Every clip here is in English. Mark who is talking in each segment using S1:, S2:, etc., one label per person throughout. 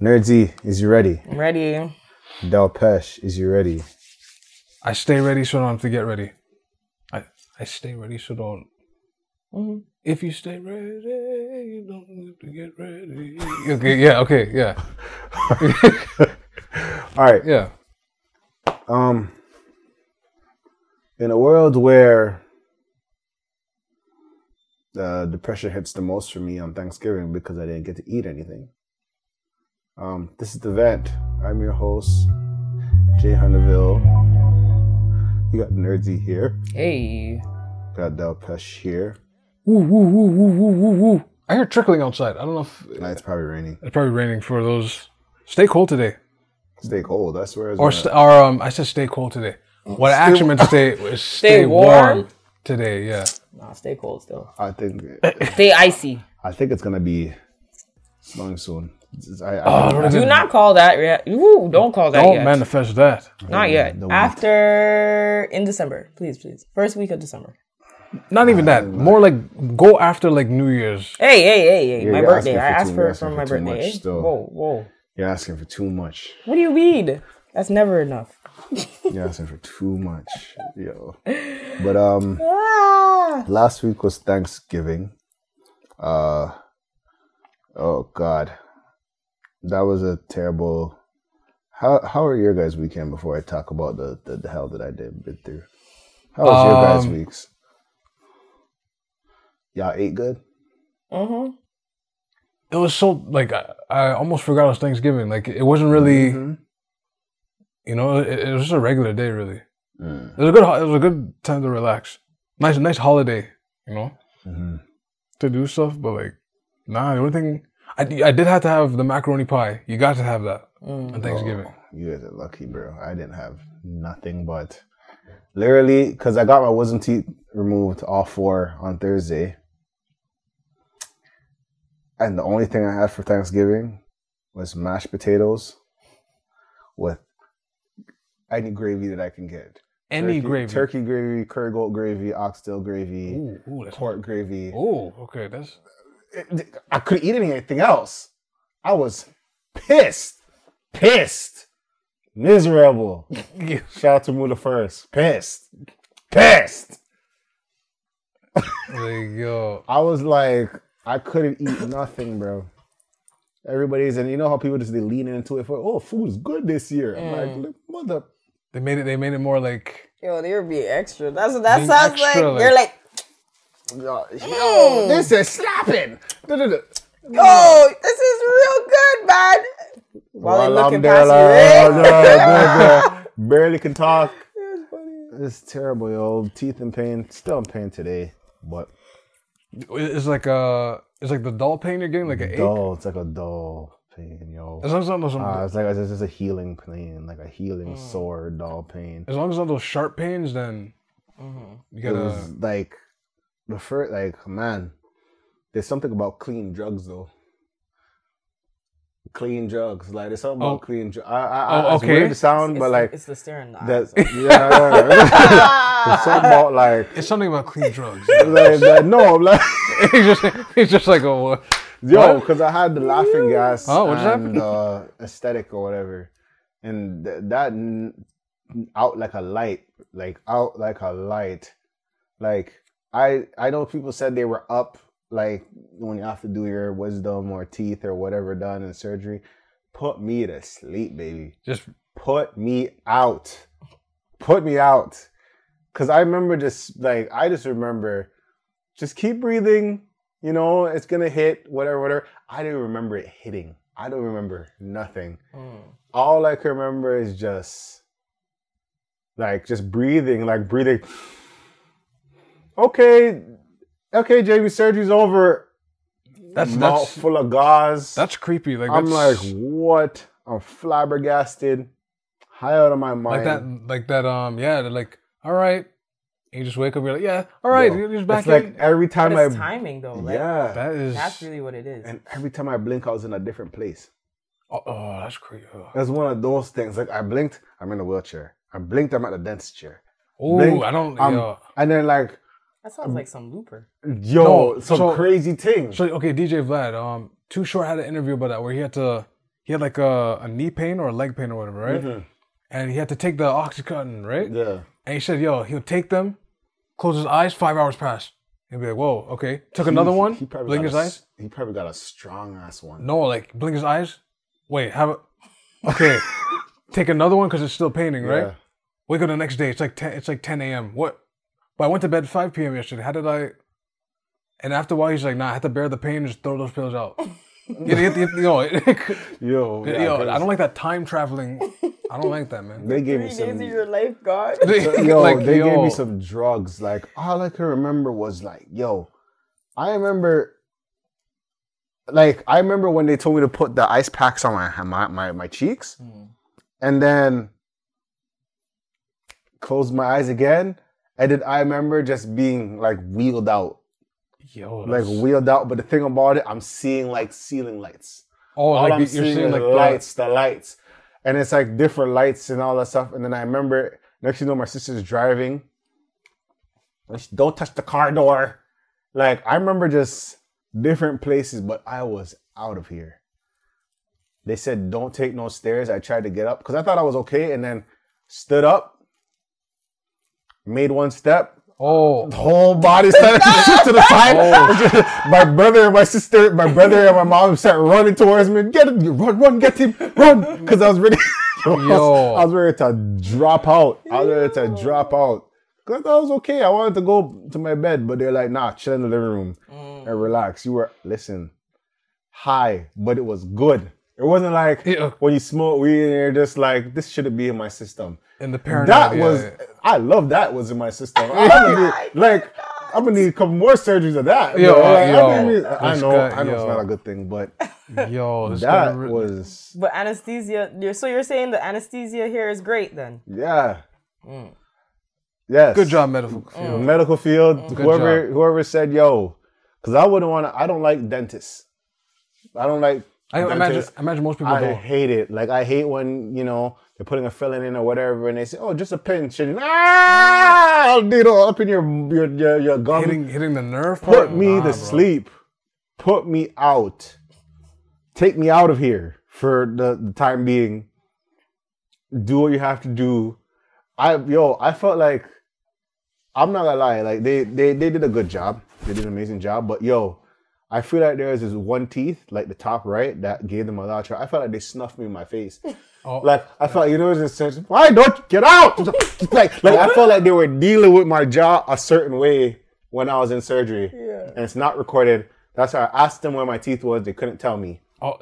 S1: Nerdy, is you ready?
S2: I'm ready.
S1: Dalpesh, is you ready?
S3: I stay ready so I don't have to get ready. I I stay ready so don't. If you stay ready, you don't have to get ready. Okay, yeah, okay, yeah,
S1: All right.
S3: yeah.
S1: Um, in a world where uh, the pressure hits the most for me on Thanksgiving because I didn't get to eat anything. Um, this is the vent. I'm your host, Jay Hunterville. You got Nerdy here.
S2: Hey.
S1: Got Delpesh here.
S3: Woo, woo, woo, woo, woo, woo, woo. I hear trickling outside. I don't know if
S1: Nah, it's probably raining.
S3: it's probably raining for those. Stay cold today,
S1: Stay cold. I swear. it's
S3: or
S1: gonna-
S3: st- or um, I said Oh, stay cold today. What I actually meant to say is stay, warm.
S2: warm.
S3: today. Yeah,
S2: Nah, stay cold still.
S1: I think
S2: Stay icy.
S1: I think it's gonna be snowing soon. It's- I,
S3: Oh,
S1: I,
S3: don't
S2: Do not call that yet. Ooh, don't call that
S3: don't
S2: yet.
S3: manifest that.
S2: Not yet.
S1: The week.
S2: After in December, please, please. First week of December.
S3: Not even that. More like go after like New Year's.
S2: Hey, hey, hey, hey!
S1: Yeah,
S2: my
S1: you're
S2: birthday.
S1: asking
S2: I
S1: for
S2: asked
S1: too-
S2: for
S1: you're
S2: it for
S1: asking
S2: my
S1: for too much
S2: birthday.
S1: still.
S2: Whoa, whoa!
S1: you're asking for too much.
S2: What do you mean? That's never enough.
S1: You're asking for too much, yo. But um,
S2: Ah.
S1: last week was Thanksgiving. Uh, oh God, that was a terrible. How how are your guys' weekend? Before I talk about the the, the hell that I did been through. How was your guys'
S3: Um,
S1: weeks? Y'all ate good.
S2: Mhm.
S3: It was so like I, I almost forgot it was Thanksgiving. Like it wasn't really.
S1: Mhm.
S3: You know, it, it was just a regular day. Really,
S1: Mm.
S3: it was a good. ho- It was a good time to relax. Nice, nice holiday. You know,
S1: Mhm.
S3: to do stuff, but like, nah. The only thing I, I did have to have the macaroni pie. You got to have that
S2: Mm.
S3: on Thanksgiving.
S1: Oh, You guys are lucky, bro. I didn't have nothing but literally because I got my wisdom teeth removed, all four on Thursday, and the only thing I had for Thanksgiving was mashed potatoes with any gravy that I can get.
S3: Any
S1: turkey,
S3: gravy.
S1: turkey gravy, curry goat gravy, oxtail gravy,
S3: Ooh, ooh, that's
S1: pork gravy.
S3: Ooh, okay, that's
S1: I couldn't eat anything else. I was pissed, pissed, miserable. Shout out to Muda first. Pissed, pissed.
S3: like yo.
S1: I was like, I couldn't eat nothing, bro. Everybody's and you know how people just they lean into it for oh food is good this year. I'm like "Look, mother.
S3: They made it. They made it more like
S2: Yo, they were being extra. That's what that
S3: Being
S2: sounds
S3: extra,
S2: like.
S3: like-
S2: You're like,
S1: Yo, yo, this is slapping. Da-da-da.
S2: yo, this is real good, man. While they
S1: While
S2: looking
S1: I'm there,
S2: past
S1: like,
S2: you,
S1: oh,
S2: eh?
S1: no, no, no. barely can talk. It's terrible, yo. Teeth in pain. Still in pain today, but
S3: it's like a it's like the doll pain you're getting like an ache.
S1: dull. It's like a dull pain, yo.
S3: As long as it's not those,
S1: Uh, it's like it's just a healing pain, like a healing
S3: Oh.
S1: sore, dull pain.
S3: as long as it's not those sharp pains, then
S2: Mm-hmm.
S3: you
S1: It
S3: gotta.
S1: was like the first, like man. There's something about clean drugs though. Clean drugs, like there's something
S3: Oh.
S1: about clean drugs. I, I, I,
S3: Oh,
S1: It's
S3: okay.
S1: weird to sound,
S2: It's
S1: but
S2: the-
S1: like
S2: it's the staring in the eyes.
S1: that's yeah. yeah. There's something about like
S3: It's something about clean drugs.
S1: like, like no, I'm like
S3: it's just it's just like a what?
S1: yo, because I had the laughing gas
S3: Oh, what just
S1: and uh, aesthetic or whatever, and th- that n- out like a light, like out like a light, like I I know people said they were up like when you have to do your wisdom or teeth or whatever done in surgery, put me to sleep, baby
S3: just
S1: put me out. Put me out. Cause I remember just like I just remember just keep breathing, you know, it's gonna hit, whatever, whatever. I didn't remember it hitting. I don't remember nothing. All I can remember is just like just breathing, like breathing. Okay, okay, JB surgery's over.
S3: that's
S1: Mouth
S3: that's
S1: full of gauze.
S3: that's creepy. Like
S1: I'm like,
S3: that's,
S1: what? I'm flabbergasted, high out of my
S3: like
S1: mind.
S3: that like that um yeah they're like all right. And you just wake up. You're like yeah all right.
S1: Yo,
S3: you're just
S1: It's
S3: back in.
S1: like every time
S2: But it's
S1: I,
S2: timing though. Like,
S1: yeah,
S3: that is
S2: That's really what it is.
S1: and every time I blink, I was in a different place.
S3: oh, oh, that's creepy. Oh,
S1: That's one of those things. Like I blinked, I'm in a wheelchair. I blinked, I'm at the dentist chair.
S3: Ooh,
S1: Blink,
S3: I don't.
S1: I'm-
S3: yo.
S1: And then like,
S2: that sounds like some looper.
S1: yo,
S3: No,
S1: some
S3: so-
S1: crazy thing.
S3: So okay, DJ Vlad, um, Too Short had an interview about that where he had to he had like a, a knee pain or a leg pain or whatever, right?
S1: Mm-hmm.
S3: And he had to take the oxycontin, right?
S1: Yeah.
S3: And he said, "Yo, he'll take them, close his eyes, five hours pass, and be like, whoa, okay." Took another one, blink
S1: got
S3: his
S1: a
S3: eyes.
S1: s- He probably got a strong ass one.
S3: No, like blink his eyes. Wait, have a, okay. Take another one because it's still paining, right?
S1: Yeah.
S3: Wake up the next day. It's like ten. It's like ten a.m. What? But I went to bed five p.m. yesterday. How did I? And after a while, he's like, "Nah, I have to bear the pain and just throw those pills out." you, know, you- you know,
S1: Yo, yeah,
S3: yo,
S1: there's-
S3: I don't like that time traveling. I don't like that, man.
S1: They gave me
S2: Three days of
S1: some.
S2: your life gone.
S1: Yo,
S3: Like,
S1: they gave
S3: yo.
S1: me some drugs. Like all I can remember was like, yo, I remember. Like I remember when they told me to put the ice packs on my my my, my cheeks, and then closed my eyes again. And then I remember just being like wheeled out,
S3: Yo,
S1: like
S3: that's-
S1: wheeled out. But the thing about it, I'm seeing like ceiling lights.
S3: oh,
S1: all
S3: like
S1: I'm
S3: you're
S1: seeing,
S3: seeing
S1: is
S3: like lights.
S1: lights, the lights, and it's like different lights and all that stuff. And then I remember next, thing you know, my sister's driving. And she, Don't touch the car door. Like I remember just different places, but I was out of here. They said don't take no stairs. I tried to get up because I thought I was okay, and then stood up, made one step,
S3: Oh,
S1: whole body started to shift to the side. my brother and my sister, my brother and my mom started running towards me. Get him, run, run, get him, run. Because I was ready. I, was,
S3: Yo.
S1: I was ready to drop out. I was ready to drop out. Because I thought it was okay. I wanted to go to my bed, but they're like, nah, chill in the living room
S3: Mm.
S1: and relax. You were, listen, high, but it was good. It wasn't like
S3: Yeah.
S1: when you smoke weed and you're just like, this shouldn't be in my system.
S3: and the paranoia.
S1: That
S3: yeah,
S1: was
S3: yeah.
S1: I love that was in my system. I'm gonna need, like I'm gonna need a couple more surgeries of that.
S3: Yo,
S1: bro. Like,
S3: yo,
S1: I, mean, I
S3: this
S1: know
S3: guy-
S1: I know
S3: yo.
S1: it's not a good thing, but
S3: Yo, this guy
S1: that
S3: re-
S1: was
S2: But anesthesia, you're, so you're saying the anesthesia here is great then?
S1: yeah. Yes.
S3: good job, medical. field.
S1: Medical field, whoever
S3: job.
S1: whoever said yo, because I wouldn't want to. I don't like dentists. I don't like.
S3: I imagine,
S1: dentists.
S3: imagine most people
S1: I
S3: don't.
S1: hate it. Like I hate when you know they're putting a filling in or whatever, and they say, "Oh, just a pinch," and ah, needle up in your your your, your gum.
S3: hitting hitting the nerve part?
S1: Put me
S3: Nah,
S1: to
S3: bro.
S1: sleep. Put me out. Take me out of here for the, the time being. Do what you have to do. I yo, I felt like I'm not gonna lie, like they they they did a good job. They did an amazing job, but yo, I feel like there is this one teeth, like the top right, that gave them a lot of trouble. I felt like they snuffed me in my face.
S3: Oh.
S1: Like I felt, you know, it's just sense. Why don't you get out? like, like I felt like they were dealing with my jaw a certain way when I was in surgery,
S2: Yeah.
S1: and it's not recorded. That's why I asked them where my teeth was. They couldn't tell me.
S3: Oh,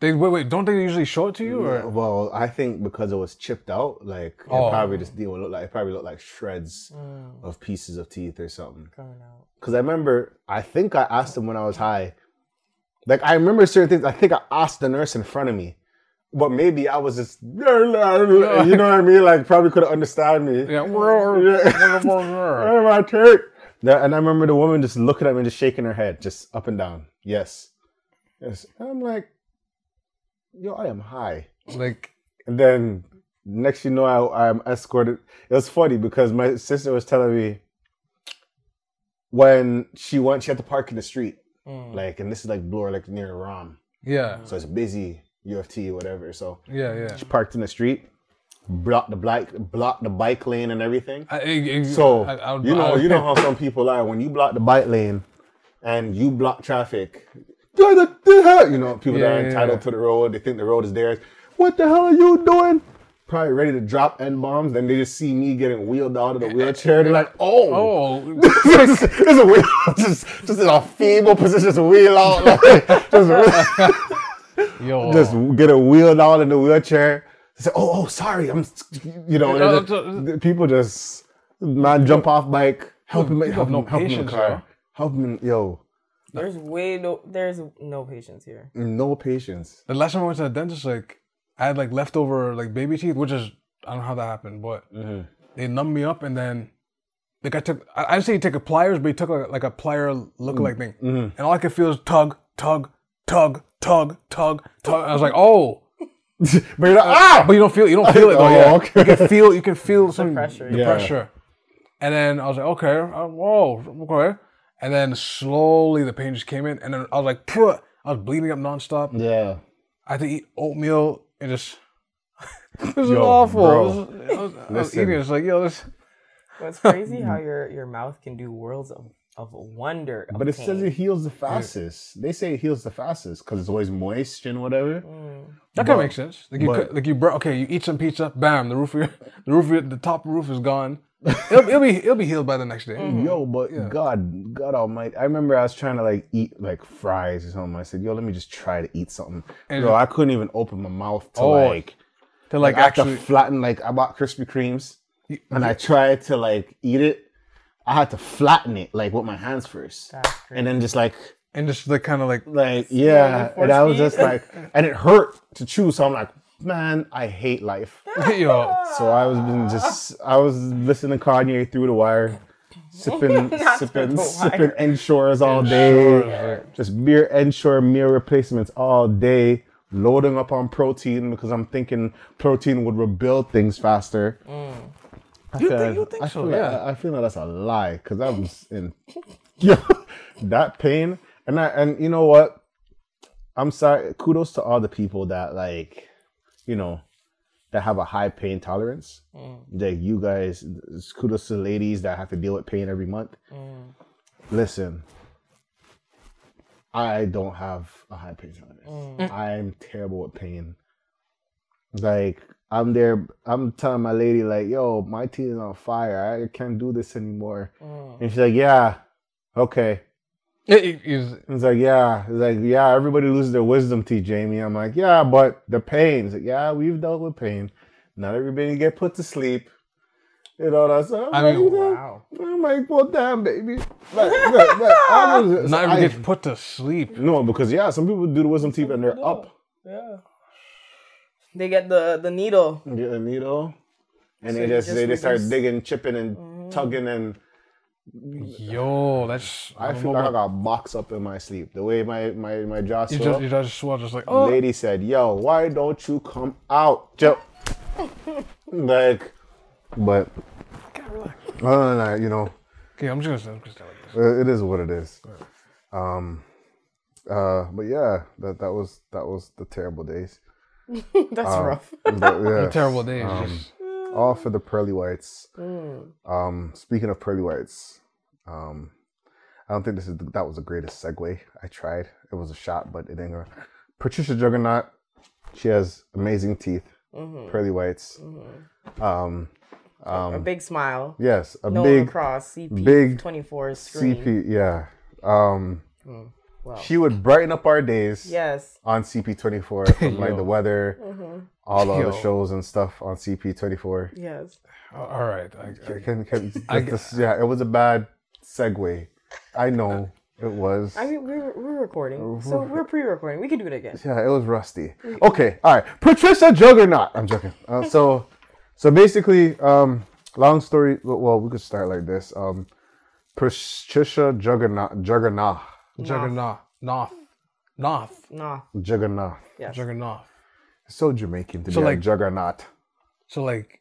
S3: they wait, wait. Don't they usually show it to you? Or
S1: Well, I think because it was chipped out, like it
S3: Oh.
S1: probably just deal look like it probably looked like shreds of pieces of teeth or something.
S2: Coming out.
S1: Because I remember, I think I asked them when I was high. Like I remember certain things. I think I asked the nurse in front of me, but maybe I was just, you know what I mean? Like probably could have understood me.
S3: yeah, yeah.
S1: Where my turn? That- and I remember the woman just looking at me, just shaking her head, just up and down. Yes, yes. And I'm like, yo, I am high.
S3: like
S1: And then next, you know, I, I'm escorted. It was funny because my sister was telling me when she went, she had to park in the street, like, and this is like Bloor, like near Rom,
S3: yeah,
S1: so it's busy, U of T, whatever. So
S3: yeah, yeah.
S1: she parked in the street, blocked the bike, blocked the bike lane and everything.
S3: I, I, I-
S1: So
S3: I, I would-
S1: you know,
S3: I-
S1: you know how some people are when you block the bike lane and you block traffic. "What the- the hell?" You know, people
S3: Yeah,
S1: that are
S3: yeah,
S1: entitled
S3: yeah.
S1: to the road, they think the road is theirs. What the hell are you doing? Probably ready to drop n bombs. Then they just see me getting wheeled out of the wheelchair. They're like, "Oh,
S3: Oh,
S1: there's a wheel, just just in a feeble position, just wheel out, like, just wheel-
S3: yo,
S1: just get a wheeled out in the wheelchair. Say, oh, oh, sorry, I'm, you know,
S3: Yeah,
S1: they're just- the people just man jump off bike, help him, help
S3: have
S1: him,
S3: no
S1: help him in the
S3: patience, bro.
S1: car, help him, yo,
S2: There's way no, there's no patience here.
S1: no patience.
S3: the last time I went to the dentist, like I had like leftover like baby teeth, which is I don't know how that happened, but they numbed me up and then. Like I took, I I didn't say he took a pliers, but he took like, like a plier look-alike thing, and all I could feel is tug, tug, tug, tug, tug, tug. I was like, oh,
S1: But you're like,
S3: Uh,
S1: ah,
S3: But you don't feel you don't feel it though.
S1: Oh,
S3: yeah.
S1: okay.
S3: You can feel you can feel some
S2: pressure.
S3: The
S1: Yeah.
S3: pressure. And then I was like, okay, uh, whoa, okay. And then slowly the pain just came in, and then I was like, Phew. I was bleeding up nonstop.
S1: yeah,
S3: I had to eat oatmeal and just. this was
S1: Yo,
S3: awful.
S1: bro.
S3: This was- I was, I was
S1: Listen.
S3: eating. It's like yo, this.
S2: Well, it's crazy how your, your mouth can do worlds of, of wonder. Of
S1: But it says it
S2: pain.
S1: heals the fastest. They say it heals the fastest because it's always moist and whatever.
S2: Mm.
S3: That kind
S1: But-
S3: of makes sense. Like you,
S1: but-
S3: cook- like you, bro. Okay, you eat some pizza. Bam, the roof, of your, the roof, of your, the top roof is gone. It'll, it'll be, it'll be healed by the next day.
S1: Yo, but God, God Almighty, I remember I was trying to like eat like fries or something. I said, "Yo, let me just try to eat something."
S3: And-
S1: Bro, I couldn't even open my mouth to
S3: Oh,
S1: like,
S3: To like
S1: I had to
S3: actually,
S1: flatten. Like I bought Krispy Kremes and I tried to like eat it. I had to flatten it like with my hands first,
S2: That's crazy.
S1: and then just like
S3: and just like kind of like
S1: like yeah,
S2: force
S1: and I was
S2: feed.
S1: just like, and it hurt to chew. So I'm like, man, I hate life.
S3: yo,
S1: So I was been just I was listening to Kanye through the wire, sipping
S2: Not
S1: sipping
S2: through the
S1: sipping
S2: wire.
S1: Ensures all
S3: Sure,
S1: day,
S3: like,
S1: just beer Ensure meal replacements all day, loading up on protein because I'm thinking protein would rebuild things faster. I
S3: You
S1: feel-
S3: think- you think
S1: I
S3: so,
S1: feel like-
S3: yeah.
S1: I feel like that's a lie because I was in yo that pain and I and you know what I'm sorry. Kudos to all the people that like, you know, that have a high pain tolerance.
S3: Mm.
S1: Like you guys, kudos to the ladies that have to deal with pain every month. Listen, I don't have a high pain tolerance. I'm terrible with pain. Like I'm there. I'm telling my lady like, "Yo, my teeth is on fire. I can't do this anymore." And she's like, "Yeah, okay."
S3: it- it- it's-
S1: It's like, yeah, it's like, yeah, everybody loses their wisdom teeth, Jamie. I'm like, yeah, but the pain. He's like, yeah, we've dealt with pain. Not everybody get put to sleep. You know that's I'm
S3: I mean,
S1: like,
S2: Wow.
S1: I'm like, well, damn, baby. Like, look, look, I was-
S3: not
S1: I-
S3: even gets put to sleep.
S1: no, because yeah, some people do the wisdom teeth and they're up.
S2: Yeah. They get the, the needle.
S1: You Get a needle. And
S2: So
S1: they
S2: you
S1: just,
S2: just
S1: they just start
S2: reduce- Mm.
S1: digging, chipping and tugging and
S3: Yo, that's
S1: I
S3: don't
S1: feel
S3: know
S1: like I
S3: about-
S1: got a box up in my sleep. The way my my, my jaw
S3: you
S1: swell.
S3: just you just swell just like oh
S1: lady said, "Yo, why don't you come out?" Joe, like, but other than that, you know,
S3: okay I'm just gonna I'm just gonna like this.
S1: it it is what it is. Um, uh, but yeah, that that was that was the terrible days.
S2: That's
S1: Um,
S2: rough.
S1: But yeah,
S3: terrible days.
S1: Um,
S3: just,
S1: all for the pearly whites.
S3: Mm.
S1: Um, speaking of pearly whites, um, I don't think this is the, that was the greatest segue. I tried; it was a shot, but it didn't go. Patricia Juggernaut, she has amazing teeth,
S3: Mm-hmm.
S1: pearly whites. Um,
S2: a big smile.
S1: yes, a
S2: No
S1: big
S2: cross CP
S1: big
S2: 24 screen.
S1: CP. Yeah, um,
S3: Mm,
S2: Wow.
S1: she would brighten up our days.
S2: Yes.
S1: on CP24, from like
S3: Yo. Mm-hmm.
S1: the weather, all the
S3: Yo.
S1: other shows and stuff on CP24.
S2: Yes.
S3: all right, I, I,
S1: Can, can,
S3: I
S1: this- this- yeah, it was a bad segue. I know
S3: Uh,
S1: it was.
S2: I mean, we're, we're
S1: Oh,
S2: recording, so we're pre-recording. We can do it again.
S1: yeah, it was rusty. Okay, all right. Patricia Juggernaut. I'm joking. Uh, so, so basically, um, long story. Well, we could start like this. Um, Patricia Juggernaut, Juggernaut,
S3: juggernaut, noth, noth,
S2: Nah.
S1: Juggernaut.
S2: Yes.
S3: juggernaut.
S1: It's so Jamaican to
S3: So
S1: be like
S3: like-
S1: Juggernaut.
S3: So like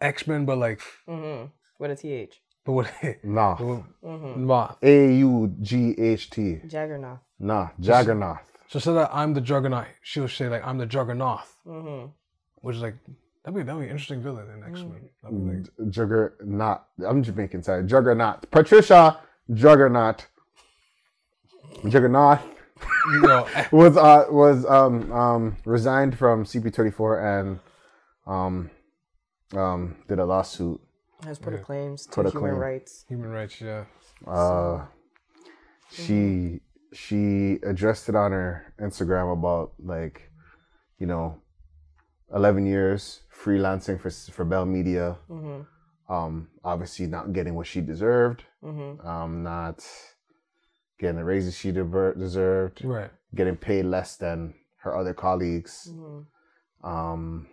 S3: X Men, but like
S2: Mm-hmm. What a th.
S3: but what
S1: Nah.
S2: Mm.
S3: moth.
S1: A U G H T.
S2: Jaggernaut.
S1: Nah, Juggernaut.
S3: So so that I'm the juggernaut, she would say like I'm the juggernaut,
S2: Mm. Mm-hmm.
S3: which is like that'd be that'd be an interesting villain in X
S2: Mm.
S3: Men. That'd be like
S1: Juggernaut. I'm Jamaican, sorry. Juggernaut. Patricia Juggernaut. Juggernaut Mm.
S3: you know, eh,
S1: was uh was um um resigned from CP24 and um um did a lawsuit.
S2: Has put a claims to
S1: Put a
S2: human
S1: claim.
S2: rights.
S3: human rights. Yeah,
S1: Uh, she she addressed it on her Instagram about like, you know, eleven years freelancing for for Bell Media.
S2: Mm-hmm.
S1: Um, obviously not getting what she deserved.
S2: Mm-hmm.
S1: um, not getting the raises she dever- deserved,
S3: right.
S1: getting paid less than her other colleagues,
S2: Mm-hmm.
S1: um,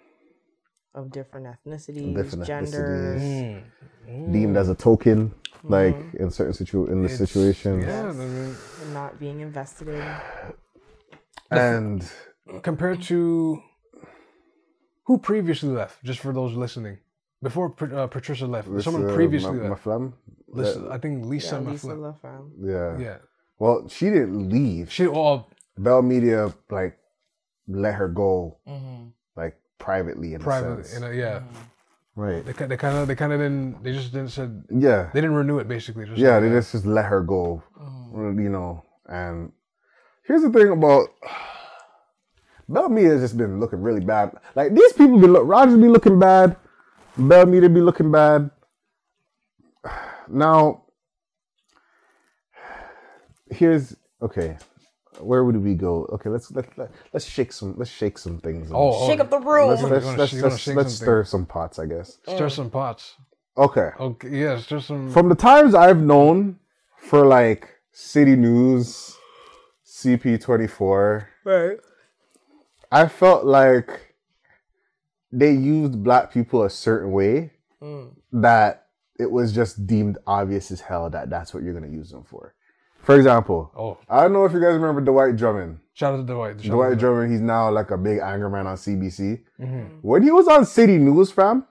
S2: Of different ethnicities,
S1: Different
S2: genders.
S1: ethnicities.
S3: Mm.
S1: deemed as a token, like
S2: Mhm.
S1: in certain situ in the
S3: It's-
S1: situation,
S3: Yeah, I mean,
S2: and not being invested in.
S1: and
S3: compared to who previously left, just for those listening, before Pat- uh, Patricia left,
S1: this,
S3: someone
S1: uh,
S3: previously
S1: Ma-
S3: left.
S1: Maflem?
S3: Lisa, I think Lisa
S2: Yeah,
S3: yeah,
S2: Lisa Lefram.
S1: yeah.
S3: Yeah,
S1: Well, she didn't leave.
S3: she all
S1: Bell Media like let her go
S2: Mm-hmm.
S1: like privately in a
S3: private.
S1: sense.
S3: You know, yeah.
S2: Mm.
S1: right.
S3: They, ki- they kind of they kind of didn't. They just didn't said
S1: Yeah.
S3: they didn't renew it basically. Just
S1: Yeah,
S3: like
S1: they
S3: that.
S1: just just let her go.
S2: Mm-hmm.
S3: Oh.
S1: You know, and here's the thing about Belmead has just been looking really bad. Like these people be look Rogers be looking bad, Belmead be looking bad. Now here's okay. Where would we go? Okay, let's let, let let's shake some let's shake some things. up.
S3: Oh, oh,
S2: Shake up the room.
S1: let's
S3: We're
S1: let's
S3: gonna- we're gonna
S1: let's,
S3: shake- we're gonna
S1: let's,
S3: shake
S1: let's
S3: something.
S1: stir some pots, I guess.
S3: stir some pots.
S1: Okay.
S3: Okay, yeah, stir some.
S1: From the times I've known for like City News, CP24,
S3: right.
S1: I felt like they used black people a certain way
S2: Mm.
S1: that it was just deemed obvious as hell that that's what you're going to use them for. For example,
S3: Oh,
S1: I don't know if you guys remember Dwight Drummond.
S3: shout out to Dwight. Shout
S1: Dwight
S3: out to
S1: Drummond, he's now like a big anger man on CBC.
S3: Mhm.
S1: When he was on City News, fam,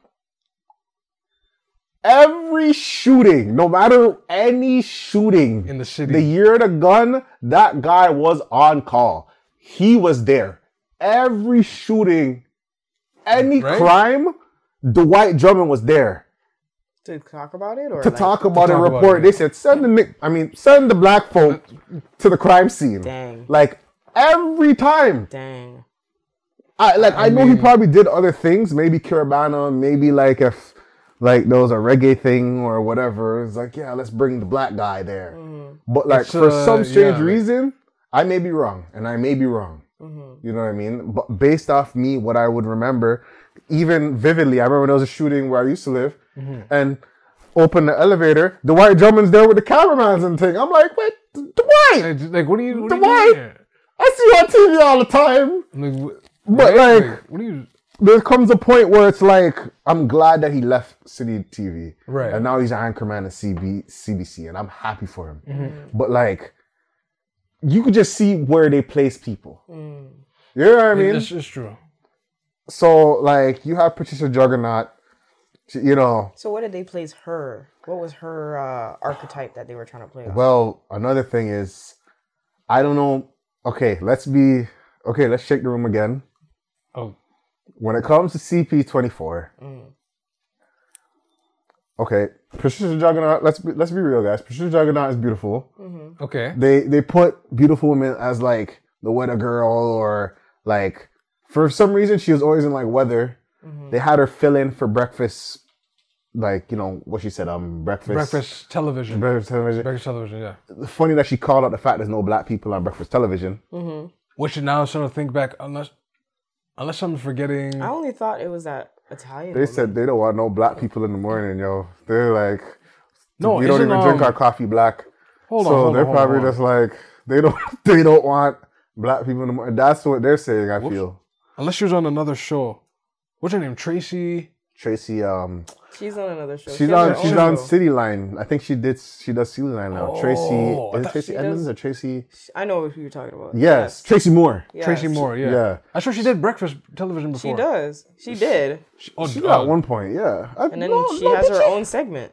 S1: every shooting, no matter any shooting,
S3: in
S1: the
S3: the city.
S1: year of the gun, that guy was on call. He was there. Every shooting, any
S3: Right?
S1: crime, Dwight Drummond was there
S2: To talk about it or
S1: to
S2: like,
S1: talk about
S3: talk
S1: a
S3: about
S1: report.
S3: it. Uh,
S1: They said send the Nick, I mean send the black folk to the crime scene.
S2: Dang,
S1: Like every time.
S2: dang.
S1: I like I,
S3: I
S1: know he
S3: mean-
S1: probably did other things, maybe Carabana, maybe like if like there was a reggae thing or whatever. It's like, yeah, let's bring the black guy there.
S2: Mm-hmm.
S1: But like
S3: It's,
S1: for
S3: uh,
S1: some strange
S3: yeah, like-
S1: reason, I may be wrong, and I may be wrong.
S2: Mm-hmm.
S1: You know what I mean? But based off me, what I would remember, even vividly, I remember there was a shooting where I used to live, and open the elevator, Dwight Drummond's there with the cameramans and thing. I'm like, wait, Dwight,
S3: Like, like, what are you? What are you
S1: Dwight!
S3: doing here?
S1: I see you on TV all the time.
S3: I'm Like, wh-
S1: But,
S3: right?
S1: like-
S3: what are you?
S1: There comes a point where it's like, I'm glad that he left City TV,
S3: Right.
S1: And now he's an anchorman at CB, CBC, and I'm happy for him. But like, you could just see where they place people.
S2: Mm.
S1: You know what I
S3: I mean,
S1: mean?
S3: it's, it's true.
S1: So like you have Patricia Juggernaut, she- you know.
S2: So what did they place her? What was her uh, archetype that they were trying to play? on?
S1: Well, another thing is, I don't know. Okay, let's be okay. Let's shake the room again.
S3: Oh,
S1: When it comes to CP twenty four,
S2: Mm.
S1: okay, Patricia Juggernaut. Let's be, let's be real, guys. Patricia Juggernaut is beautiful.
S2: Mm-hmm.
S3: okay.
S1: They they put beautiful women as like the weather girl or like for some reason she was always in like weather.
S2: Mm-hmm.
S1: They had her fill in for breakfast, like you know what she said. Um, breakfast.
S3: Breakfast television.
S1: Breakfast television.
S3: Breakfast television. Yeah.
S1: funny that she called out the fact there's no black people on breakfast television.
S2: Mm-hmm.
S3: Which now I'm starting to think back, unless, unless I'm forgetting.
S2: I only thought it was that Italian.
S1: They
S2: woman.
S1: said they don't want no black people in the morning, yo. They're like,
S3: no,
S1: we don't
S3: isn't,
S1: even drink
S3: um,
S1: our coffee black.
S3: Hold on.
S1: so
S3: hold on,
S1: they're
S3: hold on,
S1: probably
S3: hold on.
S1: just like they don't they don't want black people in the morning. That's what they're saying. I
S3: Whoops.
S1: feel
S3: Unless she was on another show. What's her name? Tracy.
S1: Tracy. Um,
S2: she's on another show.
S1: she's
S2: She has
S1: on
S2: her
S1: she's
S2: own
S1: on
S2: show.
S1: City Line. I think she did she does City Line now.
S3: Oh, I
S1: Tracy is it
S3: thought
S1: Tracy
S2: she
S1: Edmonds
S2: does-
S1: or Tracy?
S2: I know who you're talking about.
S1: Yes, Tracy Moore.
S2: Yes.
S3: Tracy
S2: Yes.
S3: Moore. Yeah.
S1: Yeah.
S3: I'm sure she did breakfast television
S2: She
S3: before.
S2: does. She did.
S3: She- oh,
S1: She
S3: uh,
S1: did at one point, yeah. I-
S2: And then
S1: no,
S2: she
S1: no,
S2: has
S1: did
S2: her
S1: she?
S2: own segment.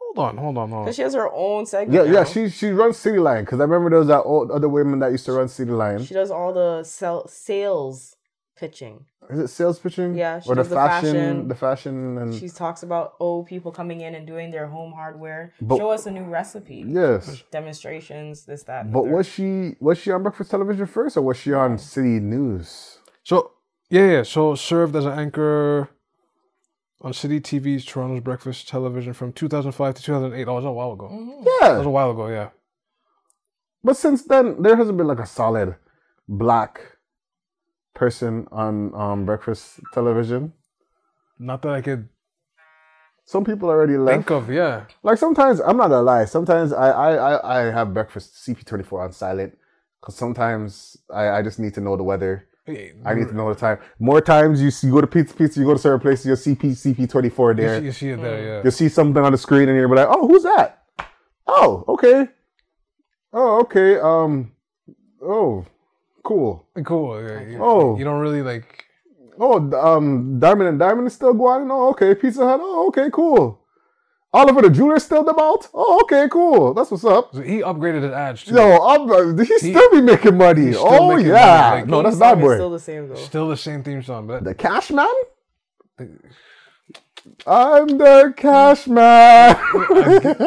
S3: Hold on. Hold on. Hold on.
S2: Cause she has her own
S1: Yeah,
S2: segment.
S1: yeah.
S2: now.
S1: She she runs City Line because I remember there was that old other women that used to run City Line.
S2: She does all the sell, sales pitching.
S1: Is it sales pitching?
S2: Yeah, she
S1: or the
S2: does the
S1: fashion,
S2: fashion.
S1: the fashion, and
S2: She talks about oh people coming in and doing their home hardware.
S1: But-
S2: Show us a new recipe.
S1: yes.
S2: Demonstrations, this, that. and the
S1: But
S2: third.
S1: was she was she on Breakfast Television first, or was she on City News?
S3: So yeah, yeah. So served as an anchor on City TV's Toronto's Breakfast Television from 2005 to 2008. Oh, that was a while ago.
S1: Mm-hmm.
S3: That was
S1: Yeah,
S3: a while ago. Yeah.
S1: but since then there hasn't been like a solid black person on um, Breakfast Television.
S3: Not that I could
S1: Some people already
S3: think
S1: left.
S3: of. Yeah.
S1: Like sometimes I'm not gonna lie. Sometimes I I I, I have Breakfast CP24 on silent because sometimes I I just need to know the weather. I
S3: Mm.
S1: need to know the time. More times you see, you go to pizza, pizza, you go to certain places, you'll see CP twenty four
S3: You
S1: there.
S3: see, you see it there. Yeah.
S1: You'll see something on the screen, and you'll be like, "Oh, who's that? Oh, okay. Oh, okay. Um, oh, cool.
S3: Cool. Yeah, you,
S1: Oh.
S3: You don't really like.
S1: Oh, d- um, Diamond and Diamond is still going. Oh, okay. Pizza Hut. Oh, okay, cool. Oliver the Jeweler still the malt? Oh, okay, cool. That's what's up.
S3: So he upgraded his ads too.
S1: Yo, I'm, uh, he still be making money.
S3: he's still
S1: Oh
S3: making
S1: yeah,
S3: money, like,
S1: no,
S2: Theme
S1: that's
S2: song
S1: not
S2: is
S1: word.
S2: Still the same though.
S3: Still the same theme song, but
S1: The cash man? I'm the cash man.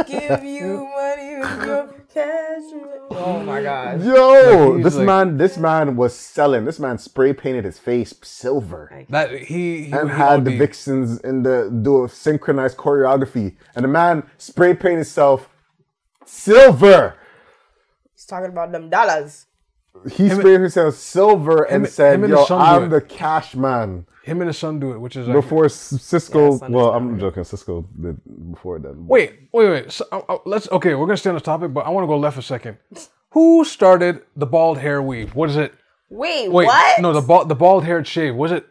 S2: Give you money with your cash. Oh my god.
S1: Yo,
S3: Like, he's
S1: this
S3: like-
S1: man, this man was selling. This man spray painted his face silver
S3: that he, he
S1: and
S3: he
S1: had the
S3: OD'd.
S1: vixens in the do a synchronized choreography. And the man spray painted himself silver.
S2: He's talking about them dollars.
S1: He sprayed himself silver and
S3: him-
S1: said,
S3: him and
S1: "Yo,
S3: his son do
S1: I'm
S3: it."
S1: the cash man."
S3: him and his son do it, which is like,
S1: Before S- Cisco,
S2: Yeah, son is
S1: well,
S2: not
S1: I'm joking. Cisco did before then.
S3: Wait, wait, wait. So, uh, uh, let's okay. We're gonna stay on this topic, but I want to go left a second. Who started the bald hair weave? What is it?
S2: Wait,
S3: Wait,
S2: what?
S3: no, the bald the bald haired shave. Was it?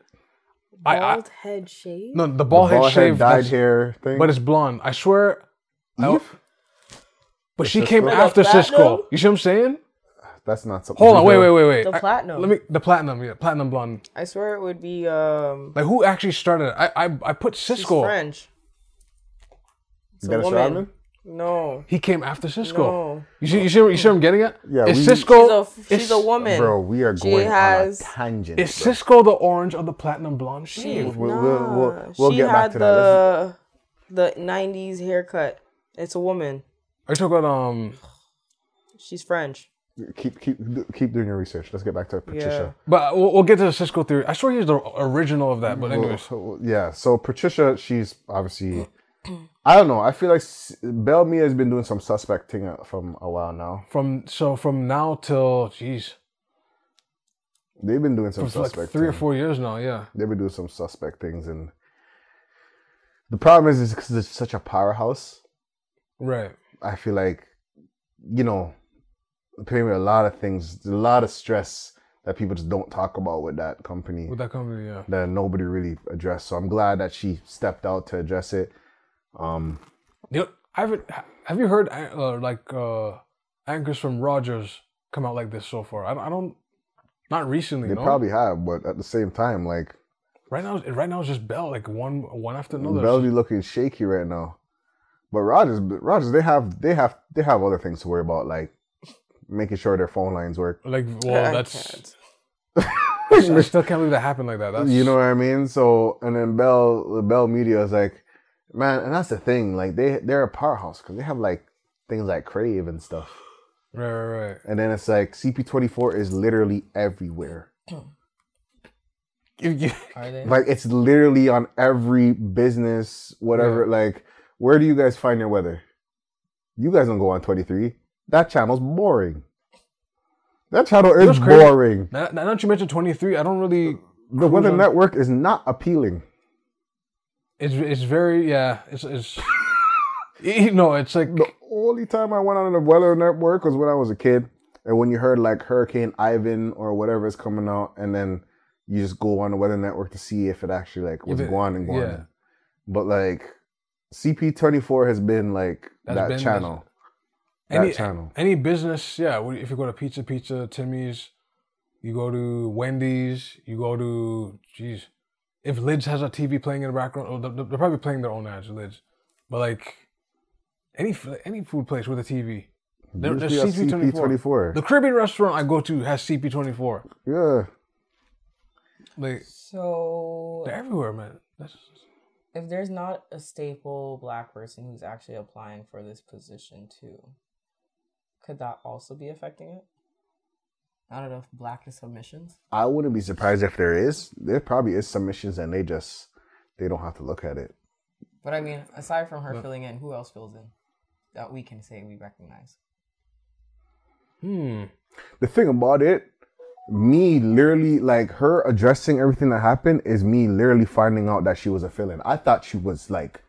S3: I, I
S2: bald head shave.
S3: no the bald,
S1: bald
S3: head shave.
S1: head dyed
S3: that's-
S1: hair thing.
S3: but it's blonde. I swear. I-
S1: Eve?
S3: but she came
S1: Cisco?
S3: after
S2: The platinum?
S3: Cisco. You see what I'm saying?
S1: that's not something.
S3: Hold on, wait, wait, wait, wait.
S2: The
S3: I-
S2: platinum.
S3: let me the platinum, yeah, platinum blonde.
S2: I swear it would be um
S3: Like who actually started? It? I I, I put
S2: she's
S3: Cisco.
S2: French. It's a
S1: Dennis
S2: woman.
S1: Rodman?
S2: No.
S3: He came after Cisco.
S2: No.
S3: You see, you see, you see what I'm getting at?
S1: Yeah,
S3: Is
S1: we-
S2: She's
S3: Cisco?
S2: a she's
S3: is-
S2: a woman.
S1: Bro, we are
S2: She
S1: going
S2: has-
S1: on a tangent.
S3: Is
S1: bro.
S3: Cisco the orange of the platinum blonde shave?
S1: We'll, we'll, we'll, we'll
S2: she
S1: get
S2: had
S1: back to that. Let's-
S2: the the nineties haircut. It's a woman.
S3: Are you talking about um?
S2: She's French.
S1: keep keep keep doing your research. Let's get back to Patricia.
S3: But we'll, we'll get to the Cisco theory. I swear he's the original of that. But
S1: Well,
S3: anyways,
S1: so- yeah. So Patricia, she's obviously. I don't know. I feel like S- Belle Mia has been doing some suspect thing uh, from a while now.
S3: from so from now till jeez,
S1: They've been doing some
S3: it's
S1: suspect.
S3: like three or
S1: thing.
S3: four years now. Yeah,
S1: They've been doing some suspect things, and the problem is, is because it's such a powerhouse.
S3: right.
S1: I feel like, you know, paying a lot of things, a lot of stress that people just don't talk about with that company.
S3: With that company, yeah.
S1: that nobody really addressed. So I'm glad that she stepped out to address it. Um,
S3: You know, I haven't. Have you heard uh, like uh anchors from Rogers come out like this so far? I don't. I don't not recently.
S1: they
S3: no.
S1: probably have, but at the same time, like
S3: right now. Right now it's just Bell. Like one one after another.
S1: Bellevue looking shaky right now. But Rogers, but Rogers, they have they have they have other things to worry about, like making sure their phone lines work.
S3: Like
S2: I
S3: well, that's.
S2: can't.
S3: I still can't believe that happened like that. That's
S1: you know what I mean? So and then Bell Bell Media is like, man, and that's the thing, like they they're a powerhouse because they have like things like Crave and stuff.
S3: Right, right, right.
S1: And then it's like CP24 is literally everywhere.
S3: You- you-
S2: Are they?
S1: Like it's literally on every business, whatever. Like, where do you guys find your weather? You guys don't go on twenty three. That channel's boring. That channel
S3: know
S1: is
S3: what's crazy?
S1: boring.
S3: now, now that you mentioned twenty three, I don't really.
S1: The Weather
S3: on.
S1: Network is not appealing.
S3: It's it's very yeah. It's it's. you know, it's like
S1: The only time I went on the Weather Network was when I was a kid, and when you heard like Hurricane Ivan or whatever is coming out, and then you just go on the Weather Network to see if it actually like was
S3: If it-
S1: going and going.
S3: yeah.
S1: But like CP twenty four has been like
S3: That's
S1: that
S3: been-
S1: channel. that
S3: any
S1: channel.
S3: any business. Yeah, we- if you go to Pizza Pizza, Timmy's, you go to Wendy's, you go to jeez, if Lids has a TV playing in the background, oh, they're, they're probably playing their own ads, Lids. But like any f- any food place with a TV, there, there's
S1: Usually a
S3: CP twenty four.
S1: CP24.
S3: The Caribbean restaurant I go to has CP twenty four.
S1: Yeah.
S3: Like
S2: So
S3: they're everywhere, man. That's
S2: if there's not a staple black person who's actually applying for this position too, could that also be affecting it? Not enough blackness submissions.
S1: I wouldn't be surprised if there is. There probably is submissions and they just they don't have to look at it.
S2: But I mean, aside from her filling in, who else fills in that we can say we recognize?
S3: hmm.
S1: The thing about it, me literally like her addressing everything that happened is me literally finding out that she was a fill-in. I thought she was like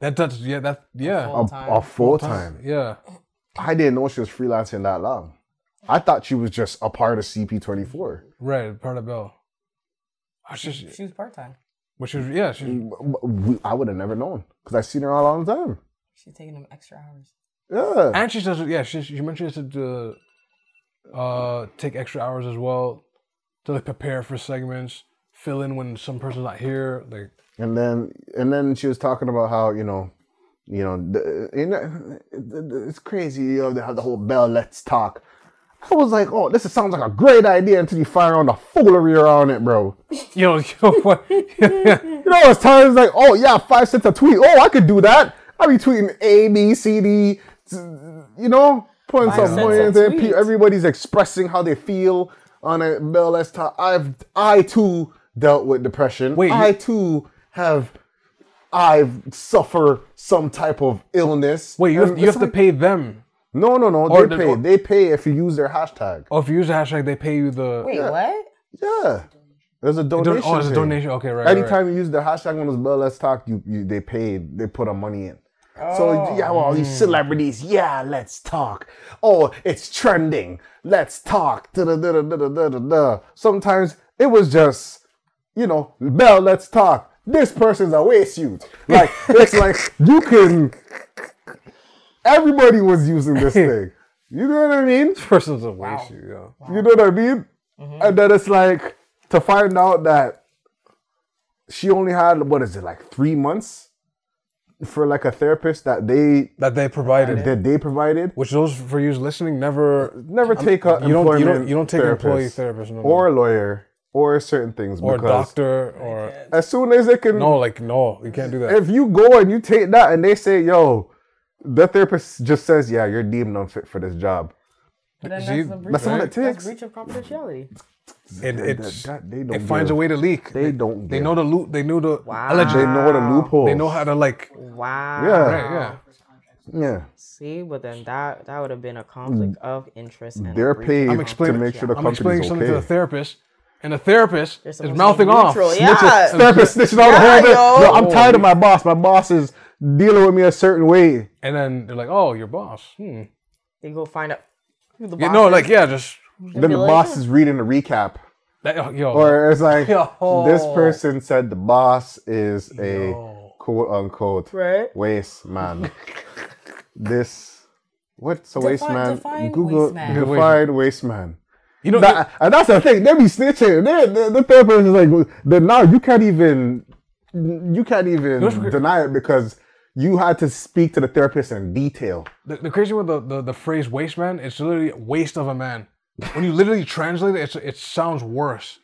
S3: That that's yeah that yeah.
S1: a,
S2: Full time.
S1: a full time.
S3: Yeah.
S1: I didn't know she was freelancing that long. I thought she was just a part of CP24.
S3: Right, part of Bell. I was just,
S2: She was part time.
S3: which was, yeah, she,
S1: I would have never known because I seen her all on time.
S2: She's taking them extra hours.
S1: Yeah.
S3: and she says, yeah, she, she mentioned she to uh, take extra hours as well to like prepare for segments, fill in when some person's not here. Like,
S1: And then and then she was talking about how, you know, You know, the, you know, it's crazy. You know, they have the whole bell. Let's talk. I was like, oh, this is- sounds like a great idea until you fire on the foolery around it, bro.
S3: Yo, yo, what?
S1: You know, it's times like, oh yeah, five cents a tweet. Oh, I could do that. I be tweeting A, B, C, D. t- You know, putting
S2: Five
S1: some
S2: cents
S1: money
S2: a
S1: in there.
S2: tweet.
S1: Pe- Everybody's expressing how they feel on a Bill. Let's talk. I've I too dealt with depression.
S3: Wait, you-
S1: I too have. I've suffer some type of illness.
S3: Wait, you
S1: And
S3: have, you
S1: it's
S3: have to
S1: like-
S3: pay them.
S1: No, no, no.
S3: Or
S1: they
S3: the-
S1: pay.
S3: or-
S1: they pay if you use their hashtag.
S3: Oh, if you use the hashtag, they pay you the.
S2: Wait, what?
S1: Yeah. There's a donation.
S3: Don- oh, it's a
S1: thing.
S3: donation. Okay, right. right, right.
S1: Anytime you use the hashtag on this Bill Let's Talk, you, you they paid, they put a money in. So
S3: Oh,
S1: yeah, well, all
S3: hmm.
S1: these celebrities, yeah, let's talk. Oh, it's trending. Let's talk. Da-da-da-da-da-da-da-da. Sometimes it was just, you know, Bell, let's talk. This person's a waistsuit. Like it's like you can. Everybody was using this thing. You know what I mean?
S3: This person's a waste, you yo.
S1: You know what I mean?
S3: Mm-hmm.
S1: And then it's like to find out that she only had what is it like three months for like a therapist that they
S3: That they provided.
S1: that they provided.
S3: Which those for you listening never.
S1: Never take a
S3: You don't. You don't.
S1: employment
S3: You don't take
S1: therapist
S3: an employee therapist no
S1: or a lawyer or certain things
S3: more. or a
S1: because
S3: doctor or
S1: as soon as they can,
S3: no, like no, you can't do that.
S1: if you go and you take that and they say, "Yo," the therapist just says, "Yeah, you're deemed unfit for this job."
S2: But then
S3: See,
S2: that's, the breach,
S1: that's what it takes.
S2: That's breach of confidentiality.
S3: It it's,
S1: That- they don't
S3: it finds
S1: give.
S3: a way to leak.
S1: They don't.
S3: They
S1: give.
S3: know the loot. They knew the.
S2: Wow.
S1: They
S3: Allegedly,
S1: know what a loophole.
S3: they know how to like.
S2: Wow.
S1: Yeah.
S3: Right, yeah.
S1: Yeah.
S2: See, but then that that would have been a conflict of interest. And a
S1: Mm. They're
S2: breach of
S1: paid
S3: I'm
S1: to
S3: explaining.
S1: make sure the
S3: I'm explaining
S1: company's
S3: something
S1: okay.
S3: to the therapist, and the therapist is
S2: supposed to be
S3: mouthing off.
S2: neutral,
S3: snitching.
S2: yeah.
S1: therapist snitching out
S2: Yeah,
S1: the whole
S2: yo.
S1: day. Yo, I'm tired of my boss. My boss is dealing with me a certain way.
S3: And then they're like, "Oh, your boss." Hmm.
S2: They go find out. Who the
S3: You
S2: boss
S3: know,
S2: is.
S3: like yeah, just
S1: Then the
S2: like,
S1: boss is reading the recap.
S3: that, yo.
S1: Or it's like,
S3: Yo.
S1: this person said the boss is a
S3: Yo.
S1: quote unquote
S2: right.
S1: waste man. this, what's a
S2: Defi-
S1: waste man?
S2: define
S1: Google
S2: waste man.
S1: define waste man.
S3: you know,
S1: That- and that's the thing. They be snitching. They, the, the third person is like, then now you can't even, you can't even deny it because you had to speak to the therapist in detail.
S3: The, the crazy one, the, the the phrase "waste man," it's literally "waste of a man." When you literally translate it, it's, it sounds worse.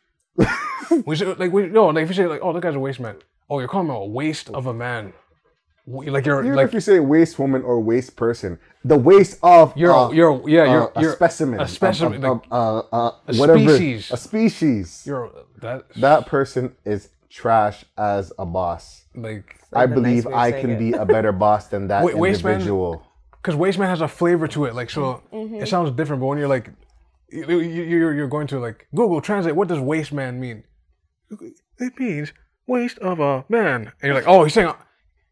S3: we say, like we no, like if you say like, "Oh, that guy's a waste man," oh, you're calling him a waste of a man. W- Like you're
S1: Even
S3: like
S1: if you say waste woman or waste person, the waste of
S3: you're
S1: uh,
S3: a, you're yeah
S1: uh,
S3: you're,
S1: a
S3: you're
S1: specimen,
S3: a specimen
S1: a,
S3: like,
S1: a- a- a- whatever-
S3: species.
S1: a species.
S3: you're that
S1: That person is trash as a boss.
S3: like
S1: I
S2: That's a nice
S1: believe
S2: way of
S1: I
S2: saying
S1: can
S2: it.
S1: be a better boss than that
S3: Wait, waste man-
S1: individual.
S3: because waste man has a flavor to it. Like so, it sounds different. But when you're like you, you you're, you're going to like Google Translate, what does waste man mean? It means waste of a man. And you're like, oh, he's saying.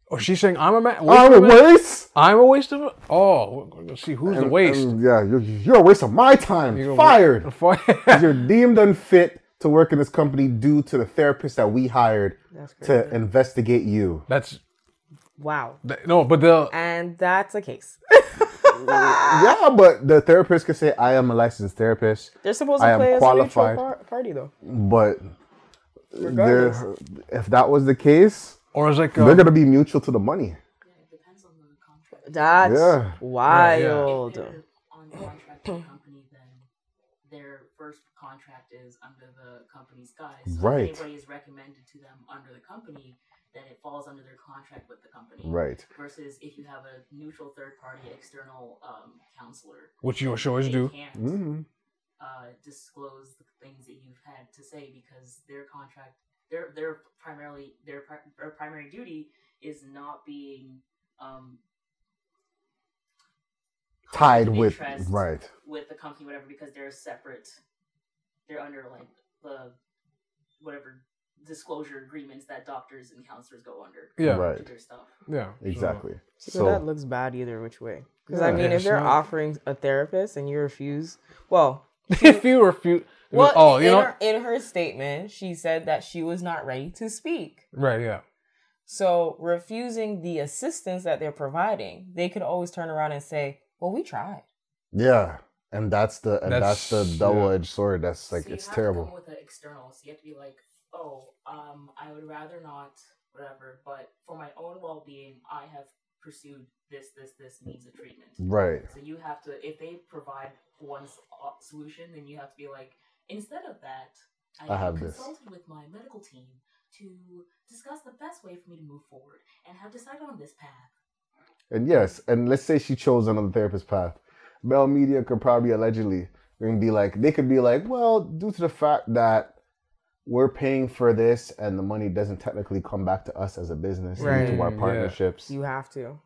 S3: Or she's saying I'm a man. Waste
S1: I'm
S3: of
S1: a
S3: a man?
S1: Oh, waste.
S3: I'm a waste of a. Oh, we're gonna see who's the waste.
S1: And, Oh, yeah, you're, you're a waste of my time. Fired.
S3: Fire.
S1: you're deemed unfit to work in this company due to the therapist that we hired
S2: That's crazy.
S1: to investigate you.
S3: That's
S2: Wow.
S3: that, no, but the
S2: And that's a case.
S1: Yeah, but the therapist could say, I am a licensed therapist,
S2: They're supposed
S1: I
S2: to
S1: am
S2: play as a neutral
S1: qualified.
S2: par- party though.
S1: but
S2: Regardless.
S1: they're- if that was the case,
S3: or it's like
S1: they're
S3: uh,
S1: going to be mutual to the money.
S2: That's
S1: Yeah.
S2: wild.
S4: They're on contract with the company, then their first contract is under the company's guise. So
S1: Right.
S4: If anybody is recommended to them under the company, then it falls under their contract with the company.
S1: Right.
S4: Versus if you have a neutral third party external um, counselor,
S3: which you should always
S4: they
S3: do.
S4: can't
S1: Mhm.
S4: uh, disclose the things that you've had to say because their contract, their their primarily their, pri- their primary duty is not being um,
S1: Tied
S4: conflict of
S1: with,
S4: interest
S1: right.
S4: with the company, whatever, because they're separate. They're under like the whatever disclosure agreements that doctors and counselors go under
S3: Yeah,
S1: Right.
S4: to their stuff.
S3: yeah, so-
S1: Exactly.
S2: So, that
S1: So,
S2: looks bad either which way. Because I
S1: Yeah.
S2: mean,
S3: Yeah,
S2: if they're
S3: so-
S2: offering a therapist and you refuse, well,
S3: if you refuse,
S2: well,
S3: oh, you
S2: in,
S3: know,
S2: her, in her statement, she said that she was not ready to speak.
S3: right? Yeah,
S2: So refusing the assistance that they're providing, they could always turn around and say, "Well, we tried."
S1: yeah. And that's the and that's,
S3: That's-
S1: the double edged sword. That's like
S4: So you
S1: it's
S4: have to come
S1: terrible.
S4: with an external, so you have to be like, oh, um, I would rather not, whatever. But for my own well-being, I have pursued this, this, this means of treatment.
S1: Right.
S4: So you have to, if they provide one s- op- solution, then you have to be like, instead of that, I,
S1: I have this.
S4: consulted with my medical team to discuss the best way for me to move forward and have decided on this path.
S1: And yes, and let's say she chose another therapist path. Bell Media could probably allegedly and be like, they could be like, well, due to the fact that we're paying for this and the money doesn't technically come back to us as a business due
S2: Right.
S1: to our
S3: Yeah.
S1: partnerships.
S2: You have to.